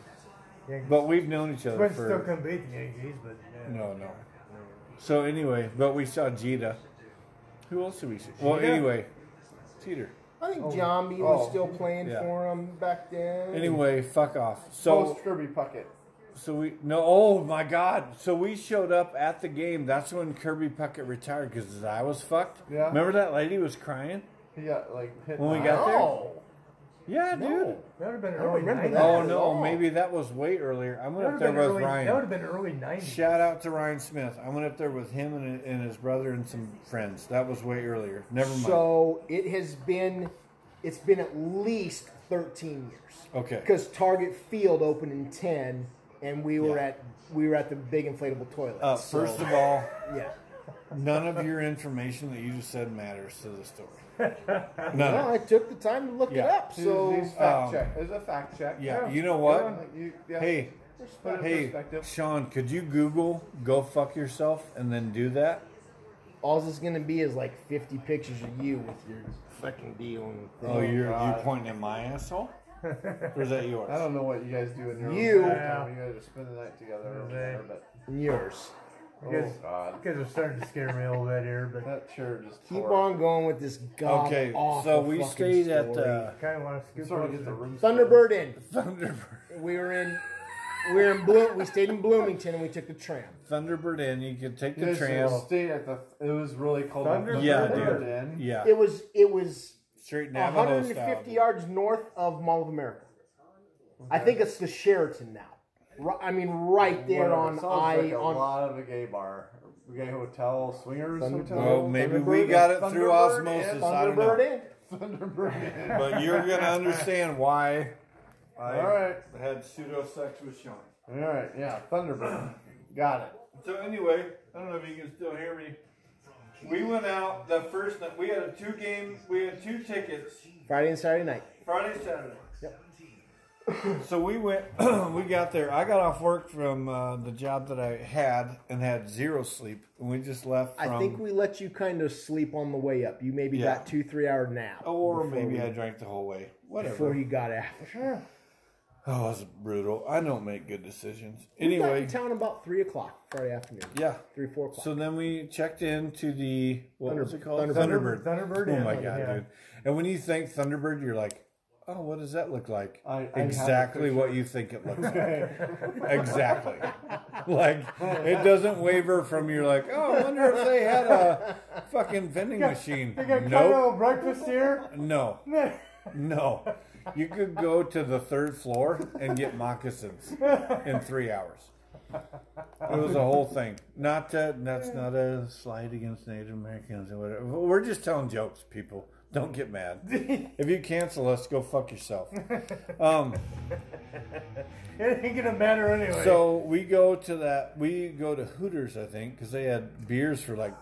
Speaker 3: Yeah,
Speaker 2: But we've known each other
Speaker 3: Twins still
Speaker 2: for
Speaker 3: couldn't beat the Yankees, but yeah.
Speaker 2: no, no. So anyway, but we saw Jeter. Who else did we see? Well, anyway, Jeter.
Speaker 4: I think John B
Speaker 1: Oh.
Speaker 4: was still playing
Speaker 2: Yeah.
Speaker 4: for him back then.
Speaker 2: Anyway, fuck off. So
Speaker 1: Post Kirby Puckett.
Speaker 2: So we no. Oh my God! So we showed up at the game. That's when Kirby Puckett retired because his eye was fucked.
Speaker 1: Yeah.
Speaker 2: Remember that lady was crying
Speaker 1: He got like hit.
Speaker 2: when we
Speaker 1: in the Oh.
Speaker 2: got
Speaker 1: eye.
Speaker 4: No.
Speaker 2: there. Yeah, dude.
Speaker 3: That would have been
Speaker 4: don't
Speaker 3: early
Speaker 4: remember
Speaker 3: 90s.
Speaker 4: that.
Speaker 2: Oh
Speaker 4: at
Speaker 2: no,
Speaker 4: all.
Speaker 2: maybe that was way earlier. I went
Speaker 3: That
Speaker 2: up
Speaker 3: would
Speaker 2: there
Speaker 3: have been
Speaker 2: with
Speaker 3: early. That would
Speaker 2: Ryan.
Speaker 3: have been early '90s.
Speaker 2: Shout out to Ryan Smith. I went up there with him and, and his brother and some friends. That was way earlier. Never mind.
Speaker 4: So it has been, it's been at least 13 years.
Speaker 2: Okay.
Speaker 4: Because Target Field opened in 10, and we were
Speaker 2: Yeah.
Speaker 4: at we were at the big inflatable toilet.
Speaker 2: uh, first of all,
Speaker 4: yeah.
Speaker 2: none of your information that you just said matters to the story. None.
Speaker 4: Well, I took the time to look it
Speaker 2: Yeah.
Speaker 4: up.
Speaker 1: He's-
Speaker 4: So
Speaker 1: he's fact
Speaker 2: um,
Speaker 1: check. It's a fact check.
Speaker 2: Yeah, you know what?
Speaker 1: Yeah, you- yeah.
Speaker 2: Hey,
Speaker 1: Just put it in
Speaker 2: hey,
Speaker 1: perspective.
Speaker 2: Sean, could you Google "go fuck yourself" and then do that?
Speaker 4: all this is gonna be is like 50 pictures of you with your fucking deal. And
Speaker 2: Oh, you're you
Speaker 1: God.
Speaker 2: pointing at my asshole, or is that yours?
Speaker 1: I don't know what you guys do in your
Speaker 4: You-
Speaker 1: own time. You guys are spending the night together. Or whatever, but,
Speaker 4: yours.
Speaker 1: oh
Speaker 3: Because-
Speaker 1: God,
Speaker 3: You guys are starting to scare me a little bit here, but
Speaker 1: that sure just
Speaker 4: Keep
Speaker 1: tore.
Speaker 4: on going with this god
Speaker 2: okay,
Speaker 4: awful
Speaker 2: so we
Speaker 4: fucking
Speaker 2: stayed at uh,
Speaker 4: story.
Speaker 2: the
Speaker 3: I kind of want to scoop
Speaker 1: Sort of
Speaker 3: up
Speaker 1: get the
Speaker 3: the-
Speaker 1: room.
Speaker 4: Thunderbird Inn.
Speaker 2: Thunderbird
Speaker 4: We were in, we were in Bloom. We stayed in Bloomington and we took the tram.
Speaker 2: Thunderbird Inn. You could take
Speaker 1: You
Speaker 2: the
Speaker 1: guys
Speaker 2: tram.
Speaker 1: stayed at the. It was really cold.
Speaker 3: Thunderbird
Speaker 2: Yeah,
Speaker 1: Thunderbird
Speaker 2: dude.
Speaker 1: Inn.
Speaker 2: Yeah,
Speaker 4: It was it was
Speaker 2: straight Navajo style.
Speaker 4: 150 yards north of Mall of America. I think it's the Sheraton now. Ri- I mean, right there
Speaker 1: Whatever.
Speaker 4: on
Speaker 1: Sounds
Speaker 4: I
Speaker 1: like a
Speaker 4: on.
Speaker 1: lot of a gay bar, a gay hotel, swingers hotel.
Speaker 2: Well, maybe we got it through
Speaker 1: Thunderbird
Speaker 2: osmosis.
Speaker 1: and
Speaker 2: I don't know.
Speaker 4: Thunderbird Inn.
Speaker 1: Thunderbird. Inn.
Speaker 2: But you're gonna understand why I
Speaker 1: All right,
Speaker 2: had pseudosex with Sean.
Speaker 1: all right, yeah, Thunderbird. got it.
Speaker 2: So anyway, I don't know if you can still hear me. We went out the first night. We had a two game. We had two tickets.
Speaker 4: Friday and Saturday night.
Speaker 2: Friday, Saturday. Yep. so we went. we got there. I got off work from uh, the job that I had and had zero sleep, and we just left. From,
Speaker 4: I think we let you kind of sleep on the way up. You maybe
Speaker 2: Yeah.
Speaker 4: got two three hour nap.
Speaker 2: Or
Speaker 4: before
Speaker 2: maybe
Speaker 4: we-
Speaker 2: I drank the whole way.
Speaker 4: before
Speaker 2: Whatever.
Speaker 4: you got after.
Speaker 2: Oh, it's brutal. I don't make good decisions.
Speaker 4: We got in
Speaker 2: Anyway,
Speaker 4: town about three o'clock Friday afternoon.
Speaker 2: yeah.
Speaker 4: three four o'clock.
Speaker 2: So then we checked into the what was it called? Thunderbird.
Speaker 4: Thunderbird.
Speaker 3: Thunderbird,
Speaker 2: Oh my
Speaker 3: yeah.
Speaker 2: god,
Speaker 3: Yeah.
Speaker 2: dude! And when you think Thunderbird, you're like, oh, what does that look like?
Speaker 1: I- I have a
Speaker 2: exactly what you think it looks like. exactly. Like it doesn't waver from you're like, oh, I wonder if they had a fucking vending machine.
Speaker 3: They got
Speaker 2: Nope.
Speaker 3: Cotto breakfast here.
Speaker 2: No. No. You could go to the third floor and get moccasins in three hours. It was a whole thing. Not to, that's not a slight against Native Americans or whatever. We're just telling jokes, people. Don't get mad. If you cancel us, go fuck yourself. Um,
Speaker 3: It ain't gonna matter anyway.
Speaker 2: so we go to that. We go to Hooters, I think, because they had beers for like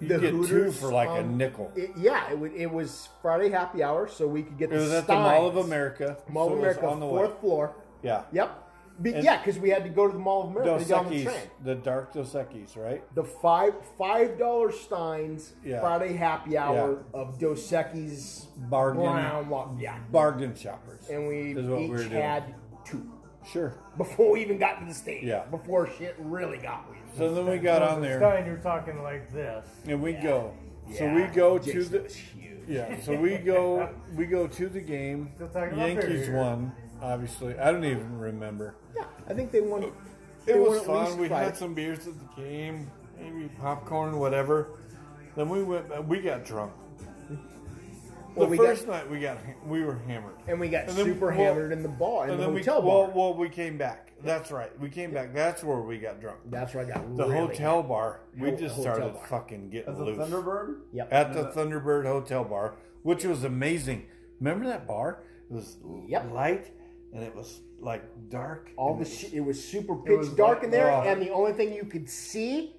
Speaker 2: you
Speaker 4: The
Speaker 2: get two
Speaker 4: Hooters
Speaker 2: for like a
Speaker 4: on-
Speaker 2: nickel. It,
Speaker 4: It- yeah, it, would, it was Friday happy hour, so we could get the
Speaker 2: was at the Mall of
Speaker 4: Steins.
Speaker 2: America.
Speaker 4: Mall
Speaker 2: so
Speaker 4: of
Speaker 2: it was
Speaker 4: America,
Speaker 2: on the way.
Speaker 4: fourth floor.
Speaker 2: Yeah.
Speaker 4: Yep. Be,
Speaker 2: And-
Speaker 4: yeah, because we had to go to the Mall of America
Speaker 2: Dos
Speaker 4: to get on the
Speaker 2: Equis,
Speaker 4: train.
Speaker 2: the dark Dos Equis, right?
Speaker 4: The five five dollar Steins
Speaker 2: Yeah.
Speaker 4: Friday happy hour of Dos Equis
Speaker 2: Bargain.
Speaker 4: brown lo- yeah,
Speaker 2: Bargain shoppers.
Speaker 4: and we
Speaker 2: Is what we
Speaker 4: each
Speaker 2: were doing.
Speaker 4: had two
Speaker 2: Sure.
Speaker 4: before we even got to the stage.
Speaker 2: Yeah.
Speaker 4: before shit really got weird.
Speaker 2: So then we got on there
Speaker 3: Stein, you're talking like this.
Speaker 2: and we go. So
Speaker 4: Yeah,
Speaker 2: we go to
Speaker 4: Jason
Speaker 2: the
Speaker 4: was huge.
Speaker 2: yeah. So we go we go to the game.
Speaker 3: Still talking about
Speaker 2: Yankees
Speaker 3: beer.
Speaker 2: won. Obviously, I don't even remember.
Speaker 4: Yeah, I think they won.
Speaker 2: It
Speaker 4: they won
Speaker 2: was
Speaker 4: at
Speaker 2: fun.
Speaker 4: least
Speaker 2: We
Speaker 4: five.
Speaker 2: had some beers at the game, maybe popcorn, whatever. Then we went. We got drunk.
Speaker 4: Well,
Speaker 2: the
Speaker 4: we
Speaker 2: first
Speaker 4: got,
Speaker 2: night we got ha- we were hammered.
Speaker 4: and we got
Speaker 2: and then-
Speaker 4: super
Speaker 2: well,
Speaker 4: hammered in the bar in
Speaker 2: and
Speaker 4: the
Speaker 2: then we
Speaker 4: hotel bar.
Speaker 2: well, well we came back. That's right. We came back. That's where we got drunk.
Speaker 4: That's where I got
Speaker 2: The
Speaker 4: really
Speaker 2: hotel bar. We
Speaker 4: Ho-
Speaker 2: just
Speaker 4: hotel
Speaker 2: started
Speaker 4: bar.
Speaker 2: fucking getting
Speaker 1: As a
Speaker 2: loose
Speaker 1: Thunderbird.
Speaker 4: Yep.
Speaker 2: at the Thunderbird Hotel bar, which was amazing. Remember that bar? It was
Speaker 4: Yep.
Speaker 2: light and it was like dark.
Speaker 4: All
Speaker 2: and
Speaker 4: the
Speaker 2: it
Speaker 4: shit. It was super
Speaker 1: was
Speaker 4: pitch dark
Speaker 1: like-
Speaker 4: in there,
Speaker 2: oh.
Speaker 4: and the only thing you could see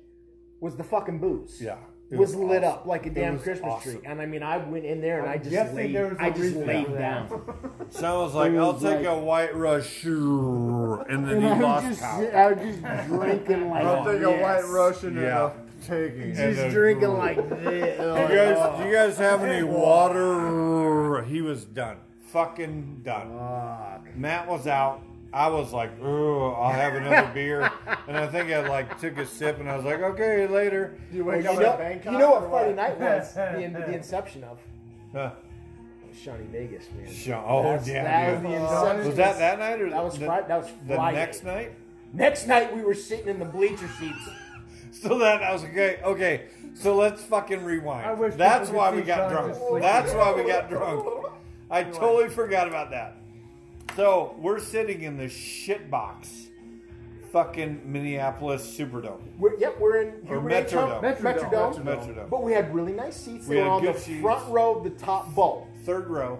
Speaker 4: was the fucking booze.
Speaker 2: Yeah.
Speaker 4: was,
Speaker 2: was
Speaker 4: lit
Speaker 2: awesome.
Speaker 4: up like a damn Christmas tree. And I mean, I went in there and I just
Speaker 3: guessing
Speaker 4: laid,
Speaker 3: there was a
Speaker 4: I just
Speaker 3: reason
Speaker 4: laid
Speaker 3: for that.
Speaker 4: down.
Speaker 2: Sounds like I'll
Speaker 4: was
Speaker 2: take
Speaker 4: like-
Speaker 2: a white Russian, and then
Speaker 4: And
Speaker 2: he
Speaker 4: I
Speaker 2: lost
Speaker 4: was just,
Speaker 2: power.
Speaker 4: I was just drinking like
Speaker 5: I'll take a white
Speaker 4: this.
Speaker 5: Russian
Speaker 2: Oh, Yeah.
Speaker 5: and a taking.
Speaker 2: And
Speaker 4: Just
Speaker 2: a-
Speaker 4: drinking like this.
Speaker 2: Do you guys, do you guys have any water? He was done. Fucking done. Matt was out. I was like, ooh, I'll have another beer. And I think I like took a sip and I was like, okay, later.
Speaker 1: You wake
Speaker 4: You
Speaker 1: up in
Speaker 4: know,
Speaker 1: Bangkok.
Speaker 4: you know
Speaker 1: or
Speaker 4: what Friday night was? The, in, the inception of
Speaker 2: Huh.
Speaker 4: Shawnee Vegas, man.
Speaker 2: Sh- Uh, Oh,
Speaker 4: That's-
Speaker 2: yeah.
Speaker 4: that
Speaker 2: dude.
Speaker 4: was the inception.
Speaker 2: Was that that night or
Speaker 4: That was
Speaker 2: the,
Speaker 4: Friday. That was
Speaker 2: the
Speaker 4: Friday.
Speaker 2: next night?
Speaker 4: Next night we were sitting in the bleacher seats.
Speaker 2: So that I was like, okay, okay. So let's fucking rewind.
Speaker 3: I wish
Speaker 2: That's
Speaker 3: people
Speaker 2: why
Speaker 3: could
Speaker 2: we
Speaker 3: see
Speaker 2: got
Speaker 3: John
Speaker 2: drunk.
Speaker 3: just sleeping.
Speaker 2: That's why we got drunk. I totally forgot about that. So we're sitting in this shit box, fucking Minneapolis Superdome
Speaker 4: We're, yep, we're in
Speaker 2: or
Speaker 4: we were in
Speaker 2: Metrodome.
Speaker 4: Metrodome.
Speaker 3: Metrodome.
Speaker 4: Metrodome.
Speaker 2: Metrodome.
Speaker 4: But we had really nice seats.
Speaker 2: We
Speaker 4: They were
Speaker 2: had
Speaker 4: on the
Speaker 2: good seats.
Speaker 4: front row of the top bowl
Speaker 2: Third row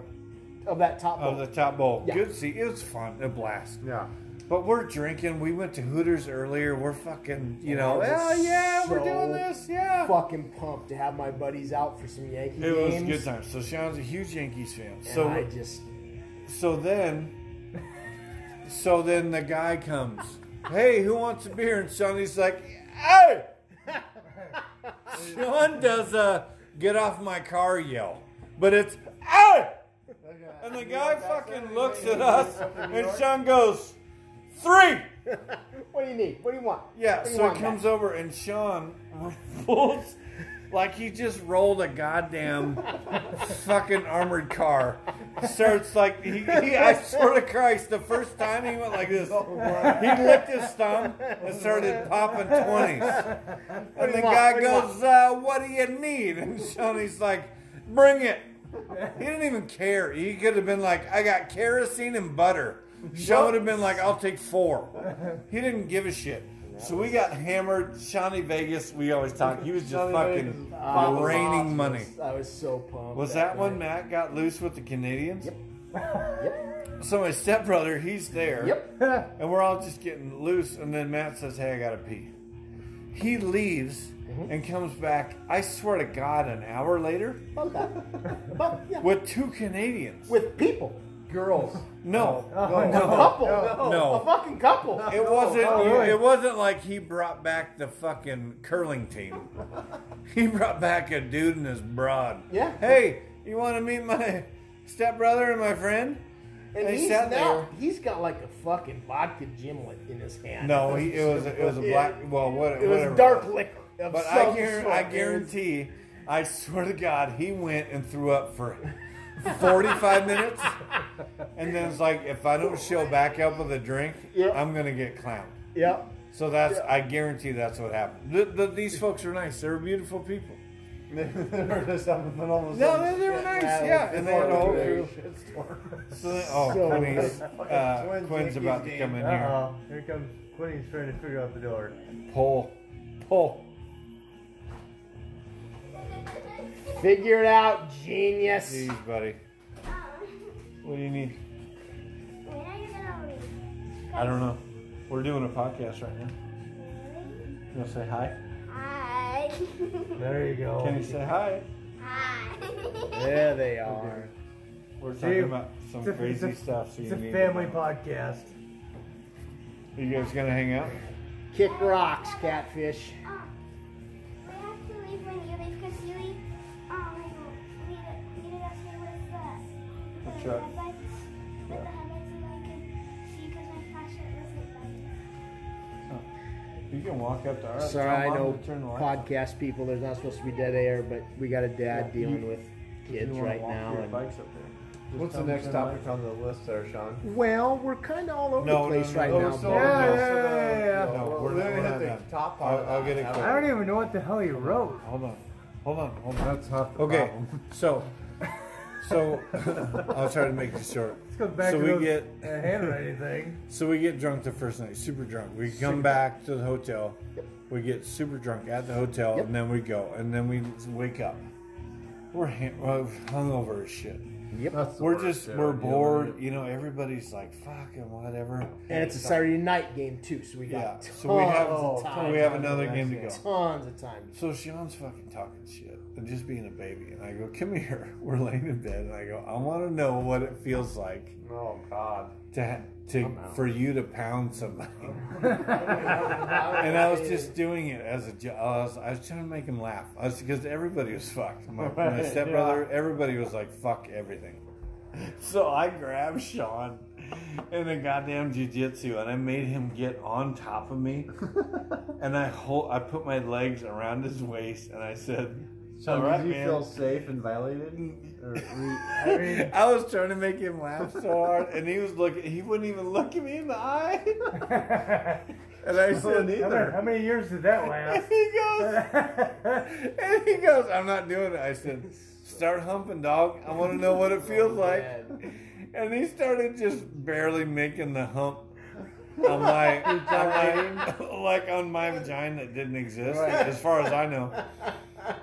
Speaker 4: of that top bowl.
Speaker 2: of the top bowl.
Speaker 4: Yeah.
Speaker 2: Good seat. It was fun. A blast.
Speaker 5: Yeah.
Speaker 2: But we're drinking. We went to Hooters earlier. We're fucking, you know,
Speaker 4: I
Speaker 2: oh
Speaker 4: was
Speaker 2: yeah, we're
Speaker 4: so
Speaker 2: doing this. Yeah.
Speaker 4: fucking pumped to have my buddies out for some Yankee
Speaker 2: It was
Speaker 4: games.
Speaker 2: a good time. So Sean's a huge Yankees fan.
Speaker 4: And
Speaker 2: So
Speaker 4: I just
Speaker 2: So then, so then the guy comes. Hey, who wants a beer? And Sonny's like, Hey! Sean does a get off my car yell, but it's Hey! And the guy fucking looks at us, and Sean goes, Three!
Speaker 4: what do you need? What do you want?
Speaker 2: Yeah,
Speaker 4: What do you
Speaker 2: so
Speaker 4: want,
Speaker 2: he comes
Speaker 4: Matt?
Speaker 2: over and Sean rolls like he just rolled a goddamn fucking armored car. Starts like he, he I swear to Christ, the first time he went like this, he licked his thumb and started popping twenties. And the
Speaker 4: you want?
Speaker 2: guy
Speaker 4: What do you
Speaker 2: goes, uh, "What do you need?" And Sean's like, "Bring it." He didn't even care. He could have been like, "I got kerosene and butter." Sean would have been like, "I'll take four. He didn't give a shit. So we got hammered. Shawnee Vegas, we always talk. He was just fucking
Speaker 4: I was
Speaker 2: raining
Speaker 4: awesome.
Speaker 2: money.
Speaker 4: I was so pumped.
Speaker 2: Was that
Speaker 4: night.
Speaker 2: when Matt got loose with the Canadians? Yep.
Speaker 4: Yep.
Speaker 2: So my stepbrother, he's there.
Speaker 4: Yep.
Speaker 2: And we're all just getting loose, and then Matt says, Hey, I gotta pee. He leaves
Speaker 4: Mm-hmm.
Speaker 2: and comes back, I swear to God, an hour later
Speaker 4: About that. About, yeah.
Speaker 2: with two Canadians.
Speaker 4: With people. Girls.
Speaker 2: No.
Speaker 4: A couple.
Speaker 2: No.
Speaker 4: A fucking couple.
Speaker 2: It wasn't.
Speaker 3: Oh, really?
Speaker 2: It wasn't like he brought back the fucking curling team. he brought back a dude and his broad.
Speaker 4: Yeah.
Speaker 2: Hey, you want to meet my stepbrother and my friend?
Speaker 4: and
Speaker 2: they
Speaker 4: he's
Speaker 2: sat
Speaker 4: now, he's got like a fucking vodka gimlet in his hand.
Speaker 2: No, he, it was. It was a black. Well, what,
Speaker 4: It
Speaker 2: whatever.
Speaker 4: was dark liquor. of
Speaker 2: But
Speaker 4: some
Speaker 2: I, guar-
Speaker 4: sort.
Speaker 2: I
Speaker 4: It was-
Speaker 2: guarantee, I swear to God, he went and threw up for 45 minutes. And then it's like, if I don't show back up with a drink,
Speaker 4: Yeah.
Speaker 2: I'm going to get clowned.
Speaker 4: Yep.
Speaker 2: So that's, I guarantee that's what happened. The, the, these folks were nice. They were beautiful people.
Speaker 1: They're just up and all of a
Speaker 2: No,
Speaker 1: sudden.
Speaker 2: they, they were nice.
Speaker 4: Yeah,
Speaker 2: Yeah.
Speaker 4: it
Speaker 2: And
Speaker 4: was
Speaker 2: they had a whole
Speaker 4: horrible.
Speaker 2: crew. So then, oh,
Speaker 4: So
Speaker 2: Quinny's,
Speaker 1: Fucking
Speaker 2: uh,
Speaker 1: Twins
Speaker 2: Quinn's
Speaker 1: Yankees
Speaker 2: about to
Speaker 1: game.
Speaker 2: come in here.
Speaker 3: Uh-oh. Here comes Quinny's trying to figure out the door.
Speaker 2: Pull. Uh-huh. Pull.
Speaker 4: Figure it out, genius.
Speaker 2: Jeez, buddy. What do you need? I don't know. We're doing a podcast right now. You want to say hi?
Speaker 6: Hi.
Speaker 3: There you go.
Speaker 2: Can you say hi?
Speaker 6: Hi.
Speaker 4: There they are.
Speaker 2: We're talking
Speaker 3: See,
Speaker 2: about some
Speaker 3: it's a-
Speaker 2: crazy
Speaker 3: it's a-
Speaker 2: stuff. So
Speaker 3: It's
Speaker 2: you
Speaker 3: a
Speaker 2: need
Speaker 3: family
Speaker 2: to know.
Speaker 3: podcast.
Speaker 2: Are you guys gonna hang out?
Speaker 4: Kick rocks, catfish.
Speaker 6: Oh, we have to leave when you leave because you leave. Um, leave it, leave it up here with the,
Speaker 2: That's
Speaker 6: the
Speaker 2: right.
Speaker 6: headlights. With the headlights and I can see because my flashlight wasn't running.
Speaker 2: You can walk up to our.
Speaker 4: Sorry, I
Speaker 2: tell Mom
Speaker 4: know
Speaker 2: to turn the light on.
Speaker 4: podcast people. There's not supposed to be dead air, but we got a dad
Speaker 2: Yeah, you-
Speaker 4: dealing with
Speaker 2: If you
Speaker 4: kids
Speaker 2: wanna
Speaker 4: right
Speaker 2: walk
Speaker 4: now.
Speaker 2: your
Speaker 4: and-
Speaker 2: bike's up there. Just
Speaker 1: What's the
Speaker 2: tell them
Speaker 1: next
Speaker 2: to turn the light
Speaker 1: topic on the list there, Sean? Oh,
Speaker 4: well, we're kind of all over
Speaker 2: No,
Speaker 4: the place
Speaker 2: no, no,
Speaker 4: right
Speaker 2: no,
Speaker 4: now.
Speaker 1: we're still-
Speaker 4: but-
Speaker 3: Yeah,
Speaker 1: we're
Speaker 3: yeah,
Speaker 1: still-
Speaker 3: yeah, yeah.
Speaker 2: No, we're
Speaker 1: we
Speaker 2: not-
Speaker 1: haven't
Speaker 2: we're
Speaker 1: hit
Speaker 2: not
Speaker 1: the
Speaker 2: done.
Speaker 1: top part.
Speaker 2: I'll- I'll get it
Speaker 3: I don't even know what the hell he wrote.
Speaker 2: on. Hold on, hold on, hold on.
Speaker 5: That's half the
Speaker 2: Okay,
Speaker 5: problem.
Speaker 2: so, so I'll try to make this short.
Speaker 3: Let's go back
Speaker 2: so
Speaker 3: to
Speaker 2: we
Speaker 3: those,
Speaker 2: get
Speaker 3: uh, handwriting thing.
Speaker 2: So we get drunk the first night, super drunk. We come back to the hotel. We get super drunk at the hotel, and then we go, and then we wake up. We're, ha- we're hungover as shit.
Speaker 4: Yep.
Speaker 7: That's the
Speaker 2: We're
Speaker 7: worst,
Speaker 2: just
Speaker 7: yeah,
Speaker 2: we're
Speaker 7: you know,
Speaker 2: bored. You know, everybody's like, "Fuck and whatever."
Speaker 4: And it's a Saturday night game too, so we got
Speaker 2: Yeah.
Speaker 4: tons
Speaker 2: So we have
Speaker 4: of time.
Speaker 2: we have another game to go.
Speaker 4: tons of time.
Speaker 2: So Sean's fucking talking shit and just being a baby, and I go, "Come here." We're laying in bed, and I go, "I want to know what it feels like
Speaker 1: Oh God.
Speaker 2: to ha- to for you to pound somebody." and I was just doing it as a jo- I was, I was trying to make him laugh. I was because everybody was fucked. My, my stepbrother, everybody was like, "Fuck everything." So I grabbed Sean in a goddamn jujitsu and I made him get on top of me. and I hold, I put my legs around his waist and I said,
Speaker 7: Sean,
Speaker 2: All right,
Speaker 7: did you
Speaker 2: man.
Speaker 7: feel safe and violated? Or we-
Speaker 2: I, was trying to make him laugh so hard and he was looking, he wouldn't even look at me in the eye. and I said,
Speaker 3: How many- How
Speaker 2: neither.
Speaker 3: many years did that
Speaker 2: And
Speaker 3: last?
Speaker 2: he goes, and he goes, I'm not doing it. I said, start humping, dog. I want to know what it feels like. And he started just barely making the hump on my, on my like on my vagina that didn't exist, as far as I know.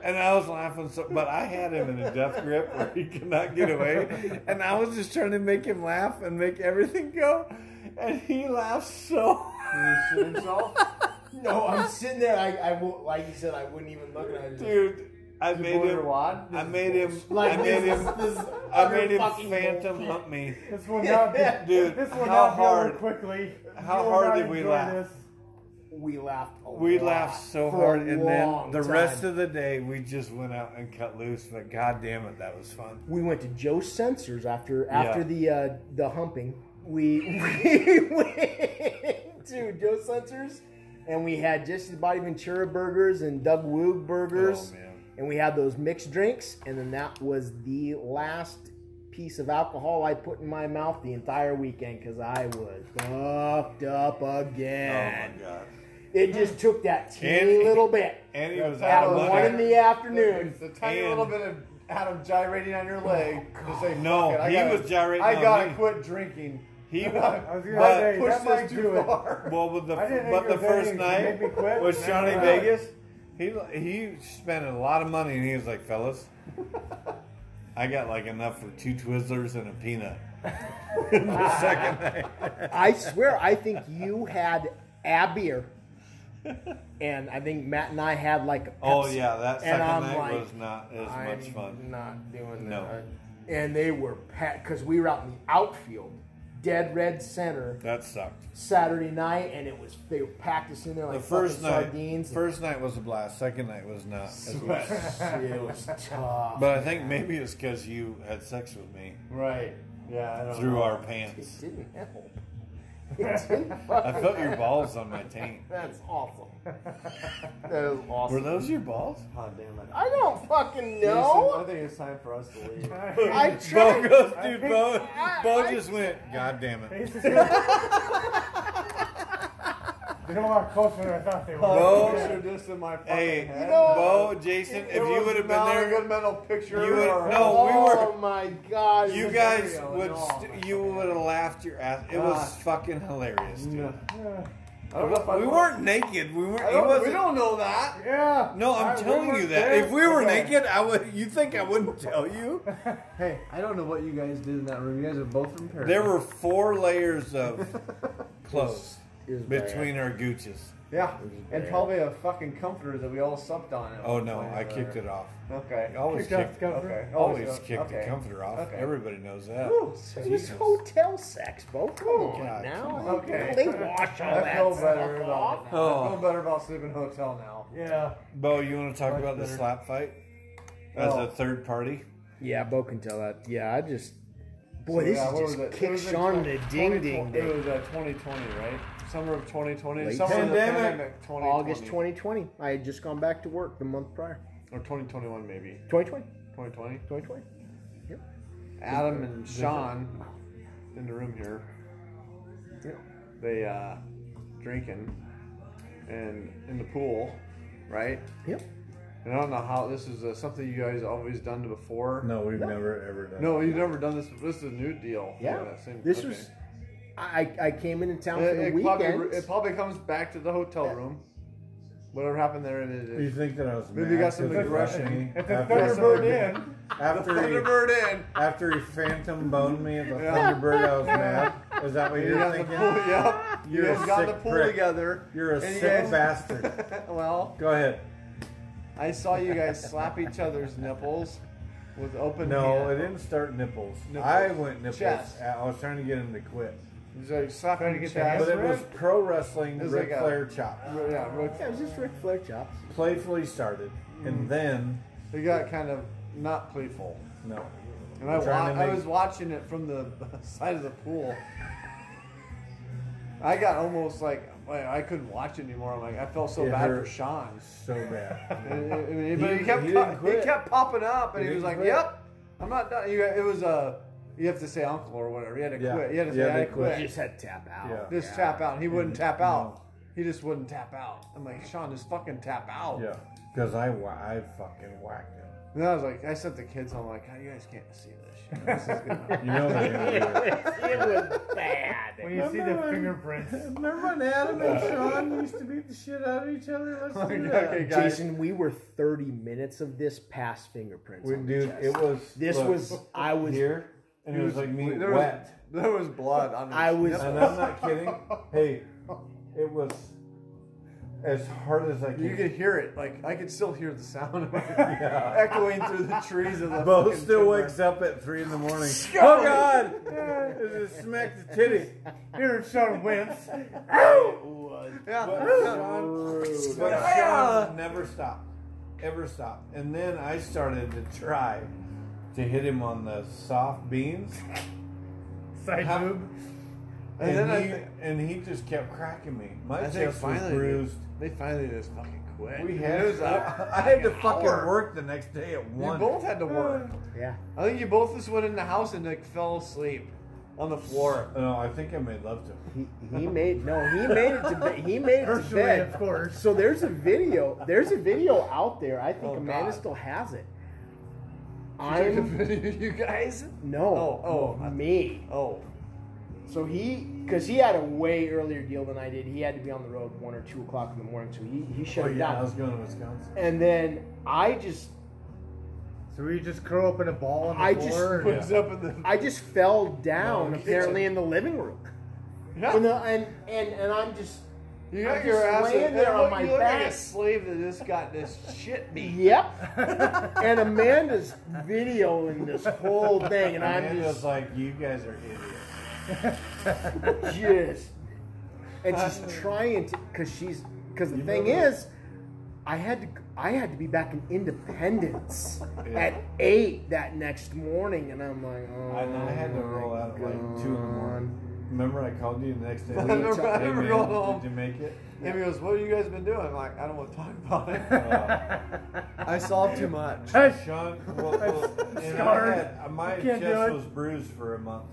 Speaker 2: And I was laughing, so, but I had him in a death grip where he could not get away. And I was just trying to make him laugh and make everything go. And he laughed so hard.
Speaker 4: No, I'm sitting there. I, I won't, like you said, I wouldn't even look at it.
Speaker 2: Dude, I made him. I made him. I made him. I made him phantom hump me.
Speaker 3: This will not be.
Speaker 2: Dude,
Speaker 3: This will
Speaker 2: how
Speaker 3: not be over
Speaker 2: hard?
Speaker 3: quickly.
Speaker 2: how
Speaker 3: You will
Speaker 2: hard
Speaker 3: not
Speaker 2: did we
Speaker 3: enjoy
Speaker 2: laugh?
Speaker 3: this.
Speaker 4: We laughed. A
Speaker 2: We
Speaker 4: lot
Speaker 2: laughed so
Speaker 4: for a
Speaker 2: hard, and then
Speaker 4: long
Speaker 2: the
Speaker 4: time.
Speaker 2: rest of the day we just went out and cut loose. But god damn it, that was fun.
Speaker 4: we went to Joe Sensors after after the uh, the humping. We we went to Joe Sensors and we had just the Body Ventura burgers and Doug Woog burgers.
Speaker 2: Oh, man.
Speaker 4: And we had those mixed drinks, and then that was the last piece of alcohol I put in my mouth the entire weekend because I was fucked up
Speaker 3: Oh
Speaker 4: again.
Speaker 2: Oh, god!
Speaker 4: it just took that teeny
Speaker 2: And-
Speaker 4: little bit
Speaker 2: And he was
Speaker 4: at
Speaker 2: out of
Speaker 4: one in
Speaker 2: money.
Speaker 4: the afternoon.
Speaker 1: It's a tiny
Speaker 2: And-
Speaker 1: little bit of Adam gyrating on
Speaker 7: Oh,
Speaker 1: your leg to say,
Speaker 2: No,
Speaker 1: "Fuck it, I
Speaker 2: he
Speaker 1: gotta-
Speaker 2: was gyrating
Speaker 1: I
Speaker 2: on
Speaker 1: gotta
Speaker 2: me."
Speaker 1: quit drinking.
Speaker 2: He
Speaker 1: I
Speaker 3: was gonna
Speaker 2: but-
Speaker 3: say,
Speaker 1: Push
Speaker 3: that might
Speaker 1: this too
Speaker 3: do it.
Speaker 1: far.
Speaker 2: Well, with the
Speaker 3: I didn't
Speaker 2: but
Speaker 3: think
Speaker 2: the
Speaker 3: it was
Speaker 2: first
Speaker 3: anything to
Speaker 2: night
Speaker 3: make me quit.
Speaker 2: was
Speaker 3: That's
Speaker 2: Johnny
Speaker 3: right.
Speaker 2: Vegas. He he spent a lot of money, and he was like, "Fellas, I got like enough for two Twizzlers and a peanut." the second night,
Speaker 4: I swear, I think you had a beer, and I think Matt and I had like a Pepsi.
Speaker 2: oh yeah, that second
Speaker 4: And I'm
Speaker 2: night
Speaker 4: like,
Speaker 2: was not as
Speaker 4: I'm
Speaker 2: much fun.
Speaker 4: Not doing
Speaker 2: No.
Speaker 4: that. And they were packed because we were out in the outfield, dead red center
Speaker 2: That sucked.
Speaker 4: Saturday night, and it was they were packed us in there like
Speaker 2: The first
Speaker 4: fucking
Speaker 2: night,
Speaker 4: sardines.
Speaker 2: first night was a blast. Second night was not. As much.
Speaker 4: it was tough.
Speaker 2: But I think maybe it's because you had sex with me
Speaker 1: Right. Yeah. I don't
Speaker 2: through
Speaker 1: know.
Speaker 2: our
Speaker 4: it
Speaker 2: pants.
Speaker 4: didn't help. It didn't fucking
Speaker 2: I felt your balls on my taint.
Speaker 4: That's awesome. That is awesome.
Speaker 2: Were those your balls?
Speaker 7: Oh,
Speaker 1: God damn it.
Speaker 4: I don't fucking
Speaker 1: I
Speaker 4: know.
Speaker 1: think it's time for us to leave.
Speaker 4: I
Speaker 2: Bo
Speaker 4: tried.
Speaker 2: goes, dude. Bo,
Speaker 4: I-
Speaker 2: Bo
Speaker 4: I-
Speaker 2: just went. God damn it.
Speaker 3: They don't walk closer than I thought they would.
Speaker 2: Bo-
Speaker 1: Picture this in my fucking
Speaker 2: Hey,
Speaker 1: head.
Speaker 2: Bo, Jason, if
Speaker 1: uh, It
Speaker 2: you
Speaker 1: was
Speaker 2: would have been
Speaker 1: not a good
Speaker 2: there,
Speaker 1: mental picture.
Speaker 2: you would-
Speaker 1: or-
Speaker 2: no, we
Speaker 4: oh
Speaker 2: were-
Speaker 4: my god! it
Speaker 2: you
Speaker 4: was
Speaker 2: guys
Speaker 1: video,
Speaker 2: would.
Speaker 1: no.
Speaker 2: St- you would have laughed your ass. It was fucking hilarious, dude.
Speaker 1: No. I don't know if I
Speaker 2: We
Speaker 1: would-
Speaker 2: weren't naked. We weren't.
Speaker 1: I
Speaker 2: He
Speaker 1: don't-
Speaker 2: wasn't.
Speaker 1: we don't know that.
Speaker 3: Yeah.
Speaker 2: No, I'm
Speaker 3: I- we
Speaker 2: telling
Speaker 3: were
Speaker 2: you that.
Speaker 3: there.
Speaker 2: If we were
Speaker 3: Okay.
Speaker 2: naked, I would. You think I wouldn't tell you?
Speaker 7: hey, I don't know what you guys did in that room. You guys are both from Paris.
Speaker 2: There were four layers of clothes
Speaker 4: It was bad.
Speaker 2: between our gooches.
Speaker 1: Yeah, and
Speaker 4: bad.
Speaker 1: probably a fucking comforter that we all supped on. at
Speaker 2: Oh
Speaker 1: one
Speaker 2: no,
Speaker 1: point
Speaker 2: I
Speaker 1: or-
Speaker 2: kicked it off.
Speaker 1: Okay.
Speaker 2: I always
Speaker 3: Kicked off
Speaker 2: kicked.
Speaker 3: the cover.
Speaker 1: Okay.
Speaker 2: Always
Speaker 1: Okay.
Speaker 2: kicked
Speaker 1: Okay.
Speaker 2: the comforter off.
Speaker 1: Okay.
Speaker 2: Everybody knows that.
Speaker 4: It was hotel sex, bro. Come
Speaker 1: Oh
Speaker 4: on
Speaker 2: God,
Speaker 4: now.
Speaker 2: come
Speaker 1: Okay.
Speaker 4: They wash all
Speaker 1: I
Speaker 4: that
Speaker 1: feel
Speaker 4: stuff
Speaker 1: better
Speaker 4: off.
Speaker 1: about. I feel
Speaker 2: Oh,
Speaker 1: better about sleeping in a hotel now.
Speaker 3: Yeah.
Speaker 2: Bo, you want to talk
Speaker 3: Much
Speaker 2: about the
Speaker 3: better.
Speaker 2: slap fight as
Speaker 1: Oh.
Speaker 2: a third party?
Speaker 4: Yeah, Bo can tell that. Yeah, I just. Boy,
Speaker 1: So,
Speaker 4: this
Speaker 1: yeah,
Speaker 4: is
Speaker 1: what was
Speaker 4: just
Speaker 1: it? It
Speaker 4: kick
Speaker 1: was in
Speaker 4: Sean in the
Speaker 1: 2020
Speaker 4: ding ding
Speaker 1: It
Speaker 4: day.
Speaker 1: was uh, 2020, right? Summer of 2020.
Speaker 4: Late
Speaker 1: Summer Of the
Speaker 2: pandemic.
Speaker 1: pandemic 2020.
Speaker 4: August 2020. I had just gone back to work the month prior.
Speaker 1: Or 2021, maybe.
Speaker 4: 2020.
Speaker 1: 2020.
Speaker 4: 2020.
Speaker 1: Adam and Sean in the room here. They uh drinking and in the pool, right?
Speaker 4: Yep.
Speaker 1: And I don't know how this is uh, something you guys always done before.
Speaker 2: No, we've never ever done.
Speaker 1: No, you've never done this. This is a new deal.
Speaker 4: Yeah.
Speaker 1: that same-
Speaker 4: This
Speaker 1: okay.
Speaker 4: was. I, I came into town for
Speaker 1: It,
Speaker 4: the
Speaker 1: it
Speaker 4: weekend.
Speaker 1: probably, it probably comes back to the hotel room. Whatever happened there, it
Speaker 2: You
Speaker 1: is.
Speaker 2: think that I was
Speaker 1: Maybe
Speaker 2: mad
Speaker 1: you got some
Speaker 2: 'cause of
Speaker 1: aggression.
Speaker 2: Jimmy
Speaker 3: If the
Speaker 2: after he-
Speaker 3: Thunderbird in,
Speaker 2: after he,
Speaker 1: Thunderbird in.
Speaker 2: after he phantom boned me at the Thunderbird, I was mad. Is that what
Speaker 1: You
Speaker 2: you're
Speaker 1: got the
Speaker 2: thinking?
Speaker 1: pool. Yep. You
Speaker 2: You're a
Speaker 1: guys got the
Speaker 2: sick
Speaker 1: pool
Speaker 2: prick.
Speaker 1: together.
Speaker 2: You're a
Speaker 1: And you
Speaker 2: sick
Speaker 1: guys-
Speaker 2: bastard.
Speaker 1: well,
Speaker 2: Go ahead.
Speaker 1: I saw you guys slap each other's nipples with open.
Speaker 2: No, it
Speaker 1: hand.
Speaker 2: didn't start nipples.
Speaker 1: Nipples.
Speaker 2: I went nipples.
Speaker 1: Chest.
Speaker 2: I was trying to get him to quit.
Speaker 1: It was like slapping
Speaker 3: Trying to
Speaker 1: the
Speaker 3: get the
Speaker 1: chest.
Speaker 2: But it was pro wrestling
Speaker 1: It was
Speaker 2: Ric
Speaker 1: like a-
Speaker 2: Flair chop.
Speaker 1: Yeah, real-
Speaker 4: Yeah, it was just Ric Flair chops.
Speaker 2: Playfully started. And then,
Speaker 1: it got kind of not playful.
Speaker 2: no.
Speaker 1: And I, wa-
Speaker 2: Trying to
Speaker 1: I
Speaker 2: make-
Speaker 1: was watching it from the side of the pool. I got almost like like, I couldn't watch anymore. I'm like I felt so
Speaker 2: It
Speaker 1: bad
Speaker 2: hurt.
Speaker 1: for Sean.
Speaker 2: So bad.
Speaker 1: And- and- and- but he
Speaker 2: He-
Speaker 1: kept
Speaker 2: he
Speaker 1: he,
Speaker 2: didn't quit.
Speaker 1: he kept popping up, and
Speaker 2: He
Speaker 1: he, was
Speaker 2: didn't
Speaker 1: like,
Speaker 2: quit.
Speaker 1: "Yep, I'm not done." You, it was a you have to say uncle or whatever. You had to
Speaker 2: Yeah.
Speaker 1: quit. You had to say
Speaker 2: Yeah,
Speaker 1: I
Speaker 2: they
Speaker 1: had to quit.
Speaker 4: He just had to tap out.
Speaker 2: Yeah.
Speaker 1: Just tap out. He wouldn't tap out. He just wouldn't tap out. I'm like Sean, just fucking tap out.
Speaker 2: yeah. Because I, wa- I fucking whacked him.
Speaker 1: And I was like, I sent the kids. home like, you guys can't see this. Shit. This is gonna-
Speaker 2: You know that. anyway.
Speaker 4: It was bad.
Speaker 3: when you see the
Speaker 2: Remember when-
Speaker 3: fingerprints,
Speaker 2: Remember when Adam and Sean used to beat the shit out of each other? Let's do that.
Speaker 1: okay, guys.
Speaker 4: Jason, we were 30 minutes of this past fingerprints.
Speaker 2: We,
Speaker 4: on the
Speaker 2: dude,
Speaker 4: chest.
Speaker 2: it was.
Speaker 4: This
Speaker 2: look,
Speaker 4: was I was
Speaker 2: here, and it was like me
Speaker 1: There was,
Speaker 2: wet.
Speaker 1: there was blood on his
Speaker 4: I was-
Speaker 1: nipple.
Speaker 2: And I'm not kidding. Hey, it was as hard as I
Speaker 1: You
Speaker 2: could.
Speaker 1: could hear it. Like I could still hear the sound of it
Speaker 2: Yeah.
Speaker 1: echoing through the trees of the.
Speaker 2: Bo
Speaker 1: fucking
Speaker 2: still
Speaker 1: timber.
Speaker 2: wakes up at three in the morning. Oh God! It just smacked the titty.
Speaker 3: here Sean Wentz.
Speaker 1: Yeah.
Speaker 2: But
Speaker 1: yeah.
Speaker 2: Sean, but Sean never stopped, ever stopped. And then I started to try to hit him on the soft beans.
Speaker 3: Side
Speaker 2: How-
Speaker 3: boob.
Speaker 1: And
Speaker 2: And,
Speaker 1: then I
Speaker 2: he,
Speaker 1: think-
Speaker 2: and he just kept cracking me. My
Speaker 1: I think
Speaker 2: chest was
Speaker 1: finally
Speaker 2: bruised.
Speaker 1: they finally just fucking quit.
Speaker 2: We
Speaker 1: I mean,
Speaker 2: had,
Speaker 1: it was
Speaker 2: I,
Speaker 1: up.
Speaker 2: had to
Speaker 1: an
Speaker 2: fucking
Speaker 1: hour.
Speaker 2: work the next day at
Speaker 1: You
Speaker 2: one.
Speaker 1: both had to work.
Speaker 4: yeah.
Speaker 1: I think you both just went in the house and like fell asleep on the floor.
Speaker 2: Uh, No, I think I made love to him.
Speaker 4: He, he made no. He made it to bed. He made it to
Speaker 3: Virtually, of
Speaker 4: bed.
Speaker 3: course.
Speaker 4: So there's a video. There's a video out there. I think
Speaker 1: Oh,
Speaker 4: Amanda
Speaker 1: God.
Speaker 4: still has it.
Speaker 1: I took a
Speaker 4: I'm
Speaker 1: video, of you guys.
Speaker 4: no.
Speaker 1: Oh, oh.
Speaker 4: me.
Speaker 1: Oh,
Speaker 4: So he, because he had a way earlier deal than I did. He had to be on the road one or two o'clock in the morning. So he he shut
Speaker 2: Oh
Speaker 4: it
Speaker 2: yeah, I
Speaker 4: down.
Speaker 2: was going to Wisconsin.
Speaker 4: And then I just
Speaker 3: So we just curl up in a ball on the
Speaker 4: I just
Speaker 3: floor.
Speaker 1: puts it up in the.
Speaker 4: I just fell down
Speaker 1: No,
Speaker 4: apparently
Speaker 1: kitchen.
Speaker 4: in the living room.
Speaker 1: Yeah.
Speaker 4: And, the, and and and I'm just
Speaker 1: You
Speaker 4: I'm
Speaker 1: got your
Speaker 4: just
Speaker 1: ass
Speaker 4: laying
Speaker 1: and-
Speaker 4: there
Speaker 1: and
Speaker 4: on
Speaker 1: look-
Speaker 4: my
Speaker 1: you look Like a
Speaker 4: back.
Speaker 1: slave that just got this shit beat.
Speaker 4: yep. and Amanda's videoing this whole thing, and
Speaker 2: And
Speaker 4: I'm
Speaker 2: it was
Speaker 4: just
Speaker 2: like, you guys are idiots.
Speaker 4: just and she's trying to because she's because the thing is, I had to I had to be back in Independence at eight that next morning, and I'm like, oh,
Speaker 2: And I had to
Speaker 4: my
Speaker 2: roll out at like two in the morning. Remember, I called you the next day.
Speaker 1: I remember- I
Speaker 2: Hey,
Speaker 1: remember
Speaker 2: man,
Speaker 1: going home.
Speaker 2: Did you make it?
Speaker 1: Amy goes, "What have you guys been doing?" I'm like, "I don't want to talk about it. Uh, I saw too much."
Speaker 2: Sean, well, well, and I
Speaker 3: scarred.
Speaker 2: had, my
Speaker 3: can't do
Speaker 2: chest
Speaker 3: it.
Speaker 2: was bruised for a month.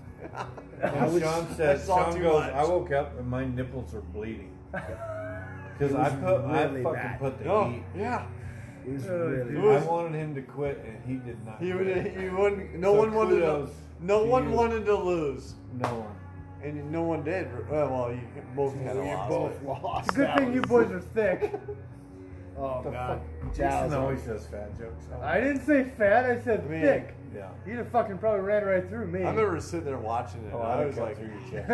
Speaker 2: And Sean says,
Speaker 1: I saw
Speaker 2: Sean
Speaker 1: too
Speaker 2: goes,
Speaker 1: much.
Speaker 2: I woke up and my nipples are bleeding. Because I put, I
Speaker 4: really
Speaker 2: fucking
Speaker 4: bad.
Speaker 2: put the
Speaker 1: No,
Speaker 2: heat.
Speaker 1: yeah.
Speaker 4: It was
Speaker 3: Oh,
Speaker 4: really
Speaker 1: It
Speaker 2: I
Speaker 1: was,
Speaker 2: wanted him to quit and he did not.
Speaker 1: he
Speaker 2: quit.
Speaker 1: would, he wouldn't. No
Speaker 2: So
Speaker 1: one wanted. To,
Speaker 2: kudos
Speaker 1: no
Speaker 2: to
Speaker 1: one
Speaker 2: you.
Speaker 1: wanted to lose,
Speaker 2: No one.
Speaker 1: and no one did. Well, well you both kind of
Speaker 4: we
Speaker 1: lost.
Speaker 4: both
Speaker 1: but-
Speaker 4: lost.
Speaker 3: Good
Speaker 4: That
Speaker 3: thing you
Speaker 4: was-
Speaker 3: boys are thick.
Speaker 4: Oh god, That
Speaker 2: Jason
Speaker 4: was
Speaker 2: always says fat jokes. Oh,
Speaker 3: I didn't say fat. I said
Speaker 1: Man.
Speaker 3: thick.
Speaker 2: yeah.
Speaker 3: You'd have fucking probably ran right through me.
Speaker 1: I remember sitting there watching it.
Speaker 2: Oh,
Speaker 1: and
Speaker 2: I
Speaker 1: I
Speaker 2: would
Speaker 1: was
Speaker 2: cut
Speaker 1: like,
Speaker 2: through
Speaker 1: "God
Speaker 2: your chest.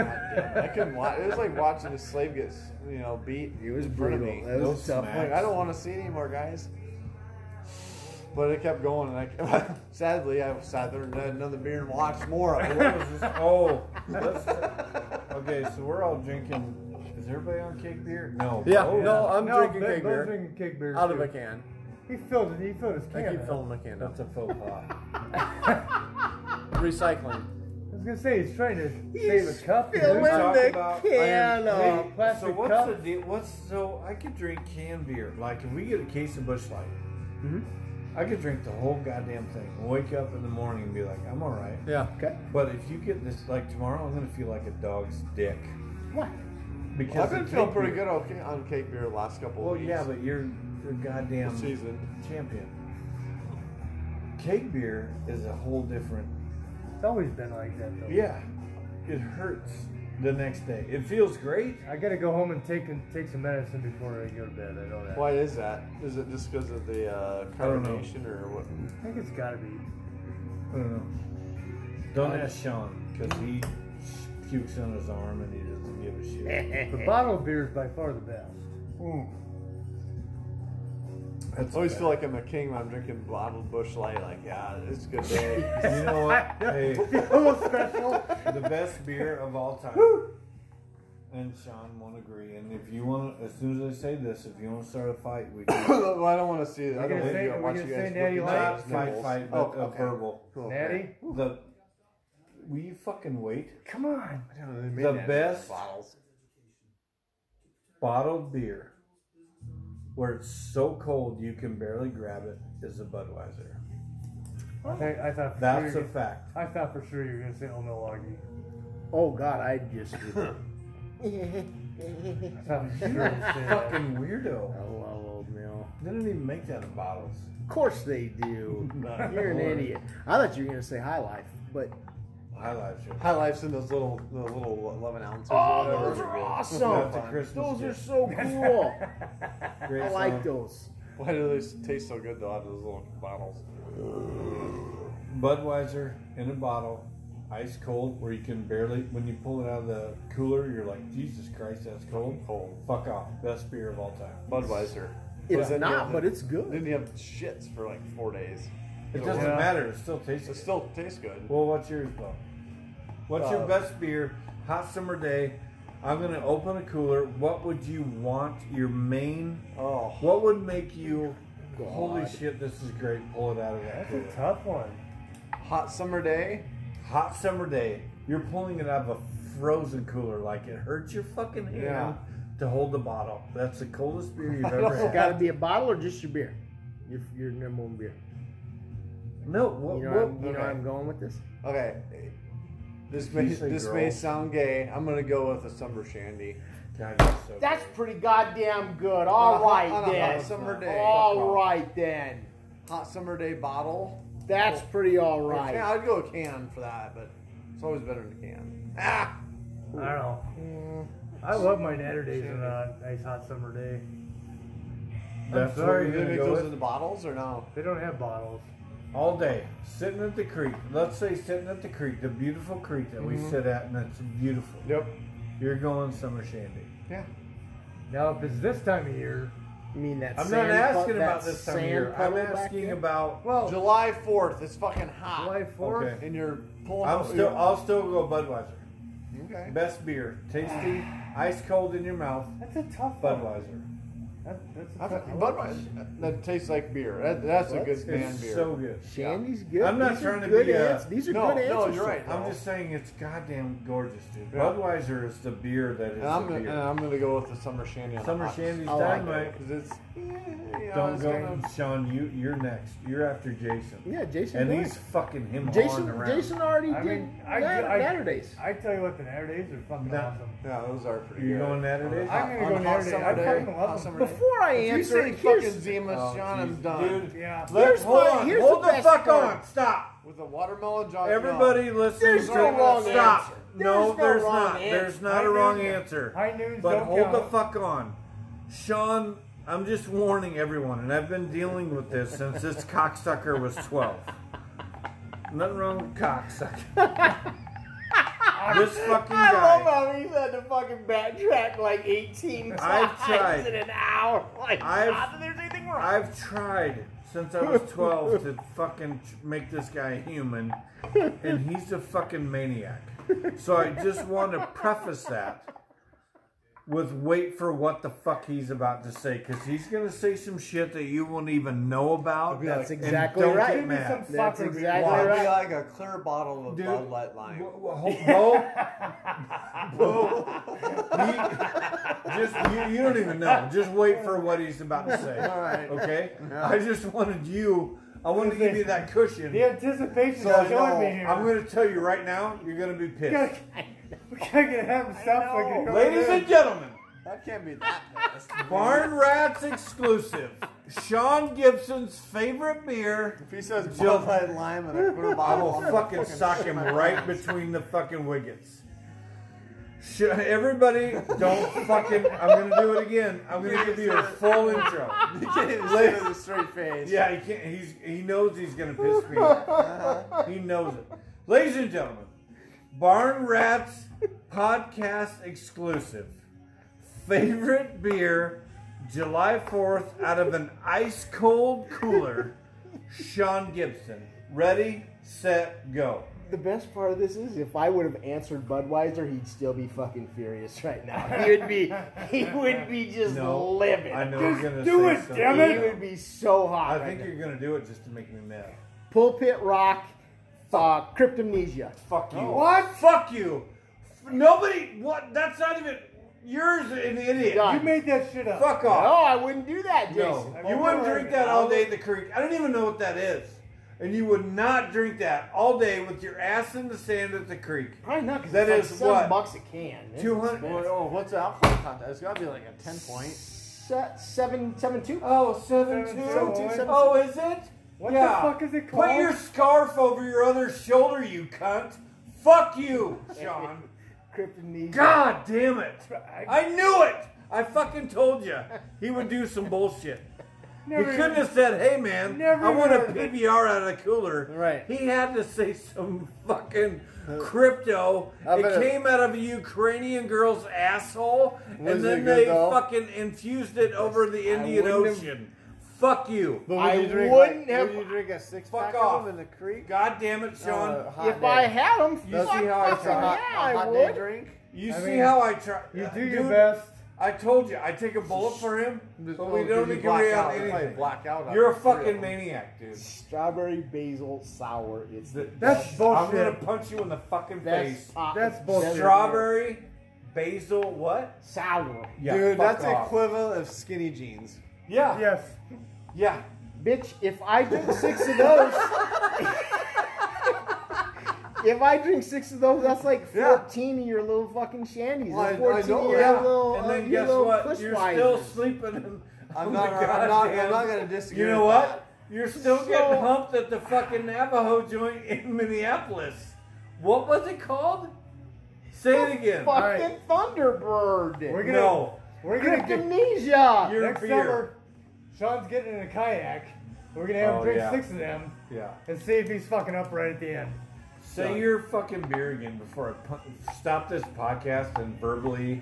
Speaker 1: damn, I couldn't watch. It was like watching a slave get, you know, beat.
Speaker 4: It was
Speaker 1: in front of
Speaker 4: brutal.
Speaker 1: me.
Speaker 4: That was
Speaker 2: Those
Speaker 4: a tough.
Speaker 2: smacks.
Speaker 1: Like, I don't want to see it anymore, guys. But it kept going, and I kept, sadly, I sat there and had another beer and watched more of it.
Speaker 2: What was this? Oh, let's, okay. So we're all drinking. Is everybody on cake beer? No.
Speaker 8: Yeah,
Speaker 2: Oh,
Speaker 8: no, I'm
Speaker 3: no,
Speaker 8: drinking
Speaker 3: Bo-
Speaker 8: cake
Speaker 3: Bo's
Speaker 8: beer
Speaker 3: drinking cake beer.
Speaker 8: out of
Speaker 3: too.
Speaker 8: a can.
Speaker 3: He filled it. He filled his
Speaker 8: I
Speaker 3: can.
Speaker 8: keep filling my can up.
Speaker 2: That's a faux pas.
Speaker 8: Recycling.
Speaker 3: I was gonna say he's trying to save a cup. dude.
Speaker 4: filling
Speaker 2: Talk
Speaker 4: the
Speaker 2: about- uh,
Speaker 4: can
Speaker 3: Hey,
Speaker 4: up.
Speaker 2: So
Speaker 3: plastic
Speaker 2: what's
Speaker 3: cup.
Speaker 2: the deal? What's so I could drink canned beer. Like if we get a case of Bush Light,
Speaker 1: Mm-hmm.
Speaker 2: I could drink the whole goddamn thing. Wake up in the morning and be like, I'm all right.
Speaker 8: Yeah.
Speaker 4: Okay.
Speaker 2: But if you get this, like tomorrow, I'm gonna feel like a dog's dick
Speaker 4: What?
Speaker 2: because
Speaker 1: I've been
Speaker 2: of
Speaker 1: feeling
Speaker 2: cake
Speaker 1: pretty
Speaker 2: beer.
Speaker 1: good okay, on cake beer the last couple
Speaker 2: Well,
Speaker 1: of weeks.
Speaker 2: yeah, but you're you're goddamn
Speaker 1: This season.
Speaker 2: champion. Cake beer is a whole different.
Speaker 3: It's always been like that though.
Speaker 2: Yeah, it hurts. the next day. It feels great.
Speaker 3: I gotta go home and take and take some medicine before I go to bed. I know that.
Speaker 1: Why is that? Is it just because of the uh,
Speaker 2: don't know.
Speaker 1: carbonation or what?
Speaker 3: I think it's gotta be.
Speaker 2: I don't know. Don't ask Sean because he pukes on his arm and he doesn't give a shit.
Speaker 3: The bottle of beer is by far the best.
Speaker 1: I always feel like I'm a king when I'm drinking bottled bush light. Like, yeah, it's a good day.
Speaker 2: you know what? Hey,
Speaker 3: Feel special.
Speaker 2: the best beer of all time. And Sean won't agree. And if you want, to, as soon as I say this, if you want to start a fight, we can
Speaker 1: well, I don't want to see it. I don't
Speaker 3: We're gonna
Speaker 1: want
Speaker 3: say-
Speaker 1: to
Speaker 3: we're
Speaker 1: watch you
Speaker 3: gonna
Speaker 1: guys.
Speaker 3: say Natty
Speaker 1: looking
Speaker 3: Light?
Speaker 2: not
Speaker 1: at
Speaker 2: fight,
Speaker 1: nipples.
Speaker 2: fight,
Speaker 1: Oh,
Speaker 2: but a
Speaker 1: okay.
Speaker 2: verbal.
Speaker 1: Cool.
Speaker 3: Natty,
Speaker 2: The will you fucking wait?
Speaker 3: come on.
Speaker 1: I don't know, they made
Speaker 2: The
Speaker 1: that in
Speaker 2: best-
Speaker 1: bottles.
Speaker 2: Bottled beer, where it's so cold you can barely grab it, is a Budweiser.
Speaker 3: I, think- I thought for
Speaker 2: That's
Speaker 3: sure
Speaker 2: a
Speaker 3: you-
Speaker 2: fact.
Speaker 3: I thought for sure you were gonna say old Milwaukee.
Speaker 4: Oh God, I just
Speaker 3: I thought for sure you were gonna say that.
Speaker 2: Fucking weirdo.
Speaker 4: hello Oh, old mill.
Speaker 2: They don't even make that in bottles.
Speaker 4: Of course they do. You're an idiot. I thought you were gonna say high life, but
Speaker 2: High life shit.
Speaker 1: High Life's in those little, the little eleven ounces.
Speaker 4: oh,
Speaker 1: or
Speaker 4: those
Speaker 1: whatever.
Speaker 4: are awesome.
Speaker 2: That's a Christmas
Speaker 4: Those are
Speaker 2: gift.
Speaker 4: so cool.
Speaker 2: Great
Speaker 4: I like
Speaker 2: song.
Speaker 4: those.
Speaker 1: Why do they s- taste so good though? Out of those little bottles.
Speaker 2: Budweiser in a bottle, ice cold, where you can barely, when you pull it out of the cooler, you're like, Jesus Christ, that's cold.
Speaker 1: Cold.
Speaker 2: Fuck off. Best beer of all time.
Speaker 1: Budweiser.
Speaker 4: It's
Speaker 1: then you
Speaker 4: not,
Speaker 1: have the-
Speaker 4: but it's good.
Speaker 1: Then you have shits for like four days.
Speaker 2: It doesn't
Speaker 3: Yeah.
Speaker 2: matter. It still tastes.
Speaker 1: It
Speaker 2: good.
Speaker 1: still tastes good.
Speaker 2: Well, what's yours, though? What's your
Speaker 1: Uh,
Speaker 2: best beer? Hot summer day. I'm gonna open a cooler. What would you want? Your main.
Speaker 1: Oh,
Speaker 2: What would make you? Holy shit! This is great. Pull it out of that
Speaker 3: That's a
Speaker 2: cooler.
Speaker 3: tough one.
Speaker 1: hot summer day.
Speaker 2: Hot summer day. You're pulling it out of a frozen cooler. Like it hurts your fucking hand
Speaker 1: Yeah.
Speaker 2: to hold the bottle. That's the coldest beer you've ever
Speaker 4: It's
Speaker 2: had.
Speaker 4: got to be a bottle or just your beer. Your, your number one beer.
Speaker 2: No. What?
Speaker 4: You know,
Speaker 2: what
Speaker 4: I'm, you know
Speaker 1: okay.
Speaker 4: where I'm going with this.
Speaker 1: Okay. This
Speaker 2: Did
Speaker 1: may
Speaker 2: you say
Speaker 1: this may
Speaker 2: girl?
Speaker 1: sound gay. I'm gonna go with a summer shandy.
Speaker 2: God, that's so
Speaker 4: That's
Speaker 2: good.
Speaker 4: pretty goddamn good.
Speaker 1: On
Speaker 4: All
Speaker 1: a hot-
Speaker 4: right
Speaker 1: on a hot
Speaker 4: then.
Speaker 1: summer day.
Speaker 4: All right then.
Speaker 1: Hot summer day bottle.
Speaker 4: That's pretty all
Speaker 1: Or can-
Speaker 4: right.
Speaker 1: I'd go a can for that, but it's always better than a can. Ah,
Speaker 3: I don't know. I love my natter days on a nice hot summer day.
Speaker 2: That's what we're
Speaker 3: sorry,
Speaker 1: do they
Speaker 2: gonna
Speaker 1: make
Speaker 2: go
Speaker 1: those
Speaker 2: with.
Speaker 1: in the bottles or no?
Speaker 3: They don't have bottles.
Speaker 2: all day sitting at the creek let's say sitting at the creek the beautiful creek that we sit at and it's beautiful
Speaker 1: Yep.
Speaker 2: you're going summer shandy
Speaker 1: Yeah.
Speaker 3: Now, if it's this time of year,
Speaker 4: I mean that.
Speaker 2: i'm
Speaker 4: sand
Speaker 2: not asking
Speaker 4: pu-
Speaker 2: about
Speaker 4: that
Speaker 2: this time of
Speaker 4: sand
Speaker 2: year i'm
Speaker 4: puddle back
Speaker 2: asking
Speaker 4: there.
Speaker 2: about
Speaker 1: Well, July 4th. It's fucking hot.
Speaker 3: Oh. July 4th,
Speaker 2: Okay.
Speaker 1: And you're pulling.
Speaker 2: i'm still i'll still go budweiser
Speaker 1: okay.
Speaker 2: best beer tasty ice cold in your mouth
Speaker 3: that's a tough one.
Speaker 2: budweiser
Speaker 3: That, that's a
Speaker 1: I-
Speaker 3: tough one.
Speaker 1: Budweiser. That tastes like beer. That, that's a good man
Speaker 2: it's
Speaker 1: beer.
Speaker 2: so good
Speaker 4: Shandy's good.
Speaker 2: I'm not
Speaker 4: These are
Speaker 2: trying to
Speaker 4: good
Speaker 2: be, uh,
Speaker 4: ans- These are
Speaker 1: no,
Speaker 4: good answers.
Speaker 1: no, you're right.
Speaker 2: i'm just saying it's goddamn gorgeous dude
Speaker 1: Yeah.
Speaker 2: budweiser is the beer that is
Speaker 1: And I'm,
Speaker 2: the
Speaker 1: gonna, and
Speaker 2: beer
Speaker 1: I'm gonna go with the summer shandy. On
Speaker 2: summer
Speaker 1: the
Speaker 2: shandy's
Speaker 4: I like it.
Speaker 2: dynamite
Speaker 1: because it's. Yeah, you know,
Speaker 2: Don't
Speaker 1: it's
Speaker 2: go,
Speaker 1: kind of-
Speaker 2: Sean. You you're next. You're after Jason.
Speaker 4: Yeah, Jason
Speaker 2: And
Speaker 4: Blaine.
Speaker 2: he's fucking him on
Speaker 4: Jason,
Speaker 2: around.
Speaker 4: Jason already
Speaker 3: I
Speaker 4: did
Speaker 3: mean, I,
Speaker 4: Nat-
Speaker 3: I,
Speaker 4: Natterdays.
Speaker 3: I tell you what, the natter days are fucking
Speaker 2: Nah.
Speaker 3: awesome.
Speaker 1: Yeah, those are pretty.
Speaker 2: You're
Speaker 1: good.
Speaker 2: going Natterdays?
Speaker 3: I'm gonna
Speaker 1: On
Speaker 3: go
Speaker 1: a
Speaker 3: Natterdays.
Speaker 1: hot summer
Speaker 3: I
Speaker 1: day.
Speaker 3: fucking love
Speaker 1: Hot
Speaker 3: them.
Speaker 1: summer day.
Speaker 4: Before I
Speaker 1: If you
Speaker 4: answer,
Speaker 1: say
Speaker 4: it, here's,
Speaker 1: fucking Zima, Sean, I'm
Speaker 2: jeez.
Speaker 1: done.
Speaker 2: Oh, Dude,
Speaker 3: Yeah.
Speaker 2: let,
Speaker 4: Here's
Speaker 2: hold
Speaker 4: my-
Speaker 2: on.
Speaker 4: here's
Speaker 2: hold
Speaker 4: the
Speaker 2: the,
Speaker 4: best
Speaker 2: fuck
Speaker 4: part.
Speaker 2: on. Stop.
Speaker 1: With a watermelon jar.
Speaker 2: Everybody, listen.
Speaker 4: There's
Speaker 2: to
Speaker 4: no
Speaker 2: me.
Speaker 4: wrong
Speaker 2: Stop.
Speaker 4: answer.
Speaker 2: No,
Speaker 4: There's no
Speaker 2: there's
Speaker 4: wrong
Speaker 2: not.
Speaker 4: answer.
Speaker 2: There's not
Speaker 3: High
Speaker 2: a wrong
Speaker 3: noon-
Speaker 2: answer.
Speaker 3: high noons
Speaker 2: But
Speaker 3: don't
Speaker 2: hold the
Speaker 3: count.
Speaker 2: fuck on, Sean. I'm just warning everyone, and I've been dealing with this since this cocksucker was 12. Nothing wrong with cocksucker. this fucking guy.
Speaker 4: I love how he's had to fucking backtrack like 18 times
Speaker 2: I've tried.
Speaker 4: in an hour. Like,
Speaker 2: I've-
Speaker 4: not that there's anything wrong.
Speaker 2: I've tried since I was 12 to fucking tr- make this guy human, and he's a fucking maniac. So I just want to preface that with wait for what the fuck he's about to say, because he's going to say some shit that you won't even know about.
Speaker 4: That's
Speaker 2: and
Speaker 4: exactly
Speaker 2: don't
Speaker 4: right.
Speaker 2: Get
Speaker 3: Give me
Speaker 2: mad.
Speaker 3: some
Speaker 4: That's
Speaker 3: soccer
Speaker 4: exactly
Speaker 1: Why
Speaker 3: beer.
Speaker 4: right.
Speaker 1: be like a clear bottle of
Speaker 2: Dude,
Speaker 1: Bud Light Lime?
Speaker 2: Wha- wha- hold- Bo, Bo, he- just you, you don't even know. Just wait for what he's about to say. All right. Okay. I just wanted you. I wanted to give you that cushion.
Speaker 3: The anticipation
Speaker 1: So I
Speaker 3: is killing me
Speaker 1: know-
Speaker 3: here.
Speaker 2: I'm going to tell you right now. You're going to be
Speaker 3: we gotta,
Speaker 2: pissed,
Speaker 3: we gotta get him stuff.
Speaker 1: know.
Speaker 3: Like,
Speaker 2: ladies and gentlemen.
Speaker 1: That can't be that fast.
Speaker 2: Barn Rats exclusive. Sean Gibson's favorite beer.
Speaker 1: If he says
Speaker 2: Jill-
Speaker 1: Bud Light Lime and a clear
Speaker 2: I
Speaker 1: bottle,
Speaker 2: will
Speaker 1: I'm gonna
Speaker 2: fucking sock
Speaker 1: shit
Speaker 2: him
Speaker 1: my
Speaker 2: right
Speaker 1: pants.
Speaker 2: between the fucking wiggets. Sh- Everybody, don't fucking. I'm gonna do it again. I'm gonna give you a full intro.
Speaker 9: You can't even say it with a straight face.
Speaker 2: Yeah, he can't. He's he knows he's gonna piss me off. He knows it. Ladies and gentlemen, Barn Rats podcast exclusive. Favorite beer, July Fourth, out of an ice cold cooler. Sean Gibson. Ready, set, go.
Speaker 4: The best part of this is if I would have answered Budweiser, he'd still be fucking furious right now. He would be, he would be just
Speaker 2: No,
Speaker 4: livid.
Speaker 2: I know you're gonna
Speaker 4: do
Speaker 2: say
Speaker 4: it,
Speaker 2: something.
Speaker 4: damn it! He would be so
Speaker 2: I
Speaker 4: hot. right
Speaker 2: think
Speaker 4: now.
Speaker 2: you're gonna do it just to make me mad.
Speaker 4: Pulpit Rock, uh, Cryptomnesia. Oh,
Speaker 2: Fuck you. What? Fuck you. F- Nobody. What? That's not even. You're an idiot.
Speaker 4: Yeah.
Speaker 3: You made that shit up.
Speaker 2: Fuck
Speaker 4: No,
Speaker 2: off.
Speaker 4: I wouldn't do that, Jason.
Speaker 2: No. You wouldn't drink that all day at the creek. I don't even know what that is. And you would not drink that all day with your ass in the sand at the creek.
Speaker 4: Probably not because
Speaker 2: That is
Speaker 4: it's like seven
Speaker 2: what?
Speaker 4: bucks a can. It's
Speaker 2: Two hundred.
Speaker 9: Well, oh, what's the alcohol content? It's gotta be like a ten point.
Speaker 4: se- seven, seven two.
Speaker 2: Oh, seven
Speaker 3: Seven
Speaker 2: two.
Speaker 3: two, seven two.
Speaker 2: Oh, is it?
Speaker 3: What
Speaker 2: Yeah.
Speaker 3: the fuck is it called?
Speaker 2: Put your scarf over your other shoulder, you cunt. Fuck you, Sean.
Speaker 4: Cryptomnesia.
Speaker 2: God damn it!
Speaker 3: I-
Speaker 2: I knew it! I fucking told you he would do some bullshit. He
Speaker 3: Never
Speaker 2: couldn't have said, "Hey man,
Speaker 3: Never
Speaker 2: I want a
Speaker 3: even-
Speaker 2: PBR out of the cooler."
Speaker 4: Right.
Speaker 2: He had to say some fucking crypto.
Speaker 9: I
Speaker 2: It
Speaker 9: bet it-
Speaker 2: came out of a Ukrainian girl's asshole,
Speaker 9: Was
Speaker 2: and then
Speaker 9: it good,
Speaker 2: they
Speaker 9: though?
Speaker 2: fucking infused it over the Indian
Speaker 4: wouldn't have-
Speaker 2: Ocean. Fuck you!
Speaker 9: But
Speaker 4: I
Speaker 9: you drink,
Speaker 4: wouldn't
Speaker 9: like,
Speaker 4: have-
Speaker 9: Would you drink a six
Speaker 2: Fuck
Speaker 9: pack
Speaker 2: off.
Speaker 9: of them in the creek?
Speaker 2: God damn it, Sean!
Speaker 1: Uh,
Speaker 9: On a hot
Speaker 4: If
Speaker 9: day.
Speaker 4: I had them,
Speaker 9: you see
Speaker 4: fuck,
Speaker 9: how it's a
Speaker 4: fucking
Speaker 9: hot,
Speaker 4: yeah,
Speaker 9: a
Speaker 4: I
Speaker 9: hot
Speaker 4: would.
Speaker 9: day drink?
Speaker 2: you
Speaker 3: I
Speaker 2: see
Speaker 3: mean,
Speaker 2: how I try?
Speaker 3: You
Speaker 2: uh,
Speaker 3: do your
Speaker 2: dude,
Speaker 3: best.
Speaker 2: I told you, I take a bullet for him, but we
Speaker 9: Oh,
Speaker 2: don't
Speaker 9: you black
Speaker 2: agree on
Speaker 9: out. You probably
Speaker 2: anything.
Speaker 9: black out on
Speaker 2: You're a
Speaker 9: the three of
Speaker 2: fucking
Speaker 9: them.
Speaker 2: maniac, dude.
Speaker 4: Strawberry basil sour. It's the
Speaker 3: That's
Speaker 2: I'm gonna
Speaker 3: bullshit.
Speaker 2: punch you in the fucking
Speaker 4: best.
Speaker 2: face.
Speaker 4: pop-
Speaker 3: That's bullshit.
Speaker 2: Strawberry, basil, what?
Speaker 4: sour.
Speaker 2: Yeah,
Speaker 9: Dude,
Speaker 2: fuck
Speaker 9: that's
Speaker 2: off.
Speaker 9: equivalent of skinny jeans.
Speaker 2: Yeah, yeah,
Speaker 3: Yes.
Speaker 2: yeah.
Speaker 4: Bitch, if I drink six of those, if I drink six of those, that's like
Speaker 2: Yeah.
Speaker 4: fourteen of your little fucking shandies.
Speaker 9: Well, I- I
Speaker 4: That's fourteen
Speaker 9: know
Speaker 4: of your
Speaker 9: that.
Speaker 4: little,
Speaker 2: and
Speaker 4: uh,
Speaker 2: then
Speaker 4: your
Speaker 2: guess
Speaker 4: little
Speaker 2: what?
Speaker 4: push
Speaker 2: You're still
Speaker 4: wisers.
Speaker 2: sleeping. In, Oh
Speaker 9: I'm
Speaker 2: on
Speaker 9: not,
Speaker 2: the
Speaker 9: I'm not, I'm
Speaker 2: goddamn-
Speaker 9: not gonna disagree.
Speaker 2: You know
Speaker 9: with
Speaker 2: what?
Speaker 9: that.
Speaker 2: You're still getting humped at the fucking Navajo joint in Minneapolis. What was it called? Say it again.
Speaker 4: Fucking Thunderbird.
Speaker 3: We're gonna.
Speaker 2: No,
Speaker 3: We're gonna get
Speaker 4: Cryptomnesia.
Speaker 2: your
Speaker 3: next
Speaker 2: beer.
Speaker 3: summer. Sean's getting in a kayak. We're gonna have him
Speaker 2: Oh,
Speaker 3: drink
Speaker 2: yeah.
Speaker 3: six of them
Speaker 2: Yeah.
Speaker 3: and see if he's fucking up right at the end.
Speaker 2: Say your fucking beer again before I pu- stop this podcast and verbally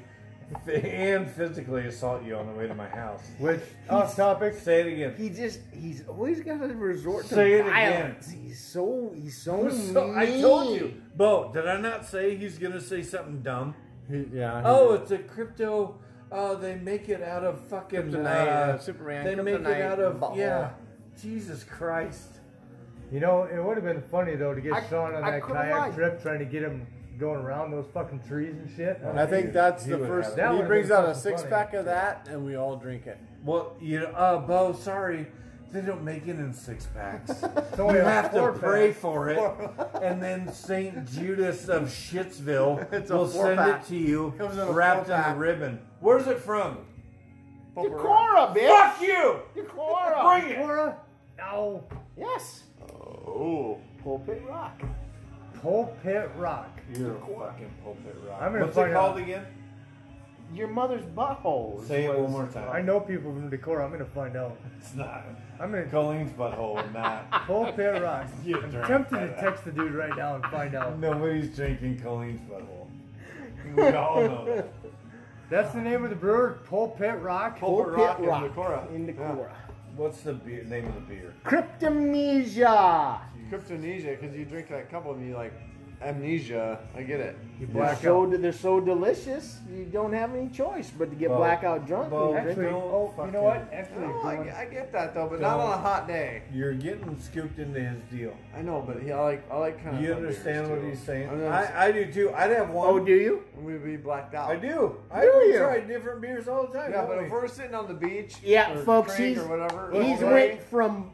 Speaker 2: and physically assault you on the way to my house.
Speaker 3: Which off topic.
Speaker 2: Say it again.
Speaker 4: He just he's always got to resort to
Speaker 2: Say it
Speaker 4: violence. He's so he's so,
Speaker 2: So,
Speaker 4: mean.
Speaker 2: I told you, Bo. Did I not say he's gonna say something dumb?
Speaker 7: Yeah.
Speaker 2: Oh, it's a crypto. Uh, they make it out of fucking uh,
Speaker 9: Kryptonite, uh, Superman
Speaker 2: They make it
Speaker 9: kryptonite
Speaker 2: out of
Speaker 9: ball.
Speaker 2: yeah. Jesus Christ.
Speaker 3: You know, it would have been funny though to get
Speaker 4: I-
Speaker 3: Sean on
Speaker 4: I
Speaker 3: that
Speaker 4: could've
Speaker 3: kayak
Speaker 4: lied.
Speaker 3: trip, trying to get him going around those fucking trees and shit.
Speaker 7: I think that's
Speaker 2: He
Speaker 7: the
Speaker 2: would
Speaker 7: first.
Speaker 2: have it.
Speaker 3: That
Speaker 7: He
Speaker 3: would've
Speaker 7: brings
Speaker 3: been
Speaker 7: out a
Speaker 3: fucking
Speaker 7: six
Speaker 3: funny.
Speaker 7: pack of that, and we all drink it.
Speaker 2: Well, you know, uh, Bo. Sorry, they don't make it in six packs.
Speaker 3: So
Speaker 2: You
Speaker 3: we
Speaker 2: have to
Speaker 3: four-pack.
Speaker 2: pray for it, and then Saint Judas of Shittsville
Speaker 9: It's a
Speaker 2: will send
Speaker 9: four-pack.
Speaker 2: it to you
Speaker 9: Comes in a
Speaker 2: wrapped in a
Speaker 9: four-pack.
Speaker 2: ribbon. Where's it from?
Speaker 4: Decora, bitch.
Speaker 2: Fuck you!
Speaker 4: Decora.
Speaker 2: Bring it!
Speaker 3: Cora? No.
Speaker 4: Yes.
Speaker 9: Oh,
Speaker 4: Pulpit rock.
Speaker 3: Pulpit Rock.
Speaker 2: You're a fucking pulpit rock.
Speaker 3: I'm gonna
Speaker 2: What's it
Speaker 3: find
Speaker 2: called
Speaker 3: out.
Speaker 2: again?
Speaker 4: Your mother's butthole. is
Speaker 2: Say it
Speaker 4: what
Speaker 2: one
Speaker 4: it's-
Speaker 2: more
Speaker 3: I
Speaker 2: time.
Speaker 3: know people from Decorah. I'm gonna find out.
Speaker 2: It's not
Speaker 3: I'm gonna
Speaker 2: Colleen's butthole, not.
Speaker 3: Pulpit Rock.
Speaker 2: You
Speaker 3: I'm
Speaker 2: drank
Speaker 3: tempted to
Speaker 2: that.
Speaker 3: text the dude right now and find out.
Speaker 2: Nobody's drinking Colleen's butthole. We all know that.
Speaker 3: That's the name of the brewer, Pulpit Rock.
Speaker 9: Pulpit Rock in
Speaker 4: rock
Speaker 9: Decorah.
Speaker 4: in Decorah.
Speaker 2: What's the beer, name of the beer?
Speaker 4: Cryptomnesia.
Speaker 9: Kryptonesia, because you drink that couple and you like amnesia. I get it.
Speaker 3: You
Speaker 4: They're
Speaker 3: black
Speaker 4: so, they're so delicious, you don't have any choice but to get
Speaker 2: Well,
Speaker 4: blackout drunk.
Speaker 2: well,
Speaker 4: and drink
Speaker 3: Actually,
Speaker 2: Don't
Speaker 3: oh, you know what? Actually,
Speaker 9: No,
Speaker 3: if you
Speaker 9: I,
Speaker 3: want-
Speaker 9: I get that though, but not on a hot day.
Speaker 2: You're getting scooped into his deal.
Speaker 9: I know, but he, I like I like kind of.
Speaker 2: You understand what he's saying?
Speaker 9: I'm gonna,
Speaker 2: I, I do too. I'd have one.
Speaker 4: Oh, do you?
Speaker 9: we we blacked out.
Speaker 2: I do. I
Speaker 4: Do
Speaker 2: we
Speaker 4: you?
Speaker 2: try different beers all the time.
Speaker 9: Yeah,
Speaker 2: don't
Speaker 9: but
Speaker 2: we?
Speaker 9: if we're sitting on the beach,
Speaker 4: Yeah,
Speaker 9: or
Speaker 4: folks,
Speaker 9: creek
Speaker 4: he's,
Speaker 9: or whatever,
Speaker 4: he's
Speaker 9: or
Speaker 4: went from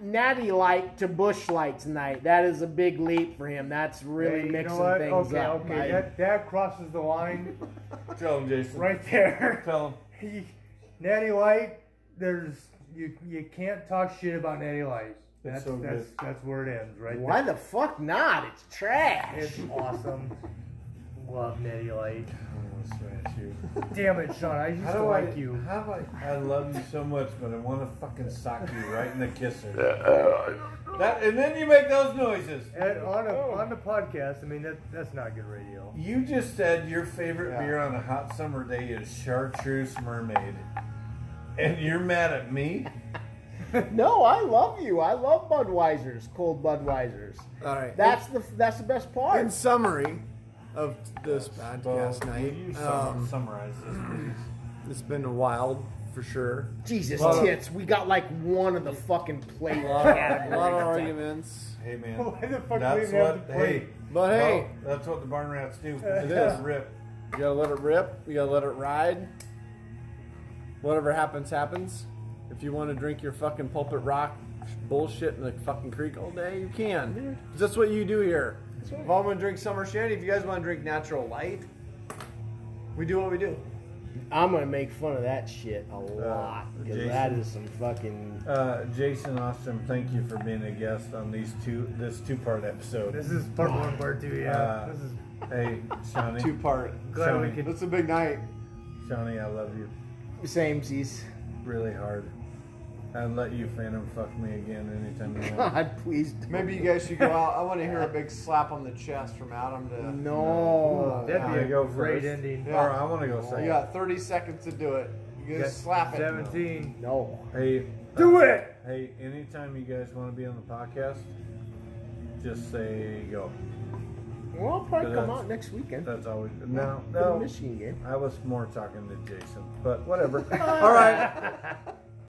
Speaker 4: natty light to bush light tonight. That is a big leap for him. That's really
Speaker 3: hey, you know
Speaker 4: mixing
Speaker 3: what?
Speaker 4: things
Speaker 3: okay,
Speaker 4: up.
Speaker 3: Okay,
Speaker 4: right?
Speaker 3: that, that crosses the line
Speaker 2: tell him, Jason.
Speaker 3: right there.
Speaker 2: Tell him.
Speaker 3: You- Natty Light, there's you you can't talk shit about Natty Light. That's
Speaker 2: so good.
Speaker 3: that's that's where it ends, right?
Speaker 4: Why the fuck not? It's
Speaker 3: there.
Speaker 4: trash.
Speaker 3: It's awesome. love Natty Light.
Speaker 2: I'm gonna smash you.
Speaker 3: Damn it, Sean. I used
Speaker 2: How
Speaker 3: to
Speaker 2: do
Speaker 3: like
Speaker 2: I,
Speaker 3: you.
Speaker 2: How do I, I love you so much, but I want to fucking sock you right in the kisser. that, and then you make those noises.
Speaker 3: And on, a, on the podcast, I mean, that, that's not good radio.
Speaker 2: You just said your favorite beer on a hot summer day is Chartreuse Mermaid, and you're mad at me?
Speaker 4: No, I love you. I love Budweisers, cold Budweisers.
Speaker 1: All right.
Speaker 4: That's the that's the best
Speaker 1: in
Speaker 4: part.
Speaker 1: summary of this podcast
Speaker 2: Well,
Speaker 1: night,
Speaker 2: You sum-
Speaker 1: um,
Speaker 2: summarize this, please.
Speaker 1: it's been wild for sure.
Speaker 4: Jesus
Speaker 1: Well-
Speaker 4: tits, we got like one of the fucking plate
Speaker 1: A lot of,
Speaker 4: categories.
Speaker 1: lot of arguments,
Speaker 2: Hey, man.
Speaker 3: Why the fuck
Speaker 2: that's
Speaker 3: do we even have
Speaker 2: what,
Speaker 3: to play?
Speaker 2: hey,
Speaker 1: but
Speaker 2: no,
Speaker 1: hey,
Speaker 2: that's what the barn rats do. It
Speaker 1: is.
Speaker 2: Rip.
Speaker 1: you gotta let it rip. You gotta let it ride. Whatever happens, happens. If you want to drink your fucking pulpit rock bullshit in the fucking creek all day, you can. That's what you do here.
Speaker 10: If I'm gonna drink summer shandy, if you guys want to drink natural light, we do what we do.
Speaker 4: I'm gonna make fun of that shit a lot because
Speaker 2: Jason.
Speaker 4: that is some fucking.
Speaker 2: Uh, Jason Ostrom, thank you for being a guest on these two this two part episode.
Speaker 3: This is part one, part two, yeah.
Speaker 2: Uh,
Speaker 3: this is
Speaker 2: Hey, Shawnee,
Speaker 11: Two part.
Speaker 3: glad
Speaker 2: Sean,
Speaker 3: we could.
Speaker 11: That's a big night.
Speaker 2: Shawnee, I love you
Speaker 4: Same seas.
Speaker 2: really hard. I'd let you phantom fuck me again anytime you want.
Speaker 4: God, please. do
Speaker 11: Maybe you guys should go out. I want to hear a big slap on the chest from Adam to.
Speaker 4: No.
Speaker 3: That'd
Speaker 2: I
Speaker 3: be a
Speaker 2: go
Speaker 3: great
Speaker 2: first?
Speaker 3: ending.
Speaker 11: Yeah.
Speaker 2: Or I want to go
Speaker 11: You
Speaker 2: second.
Speaker 11: got 30 seconds to do it. You
Speaker 3: Got
Speaker 11: guys slap it.
Speaker 3: 17.
Speaker 4: No.
Speaker 2: Hey,
Speaker 3: Do
Speaker 2: uh,
Speaker 3: it!
Speaker 2: Hey, anytime you guys want to be on the podcast, just say go.
Speaker 4: Well, I'll probably come
Speaker 2: That's-
Speaker 4: out next weekend.
Speaker 2: That's always no
Speaker 4: for the
Speaker 2: no.
Speaker 4: Michigan game.
Speaker 2: I was more talking to Jason, but whatever. All right.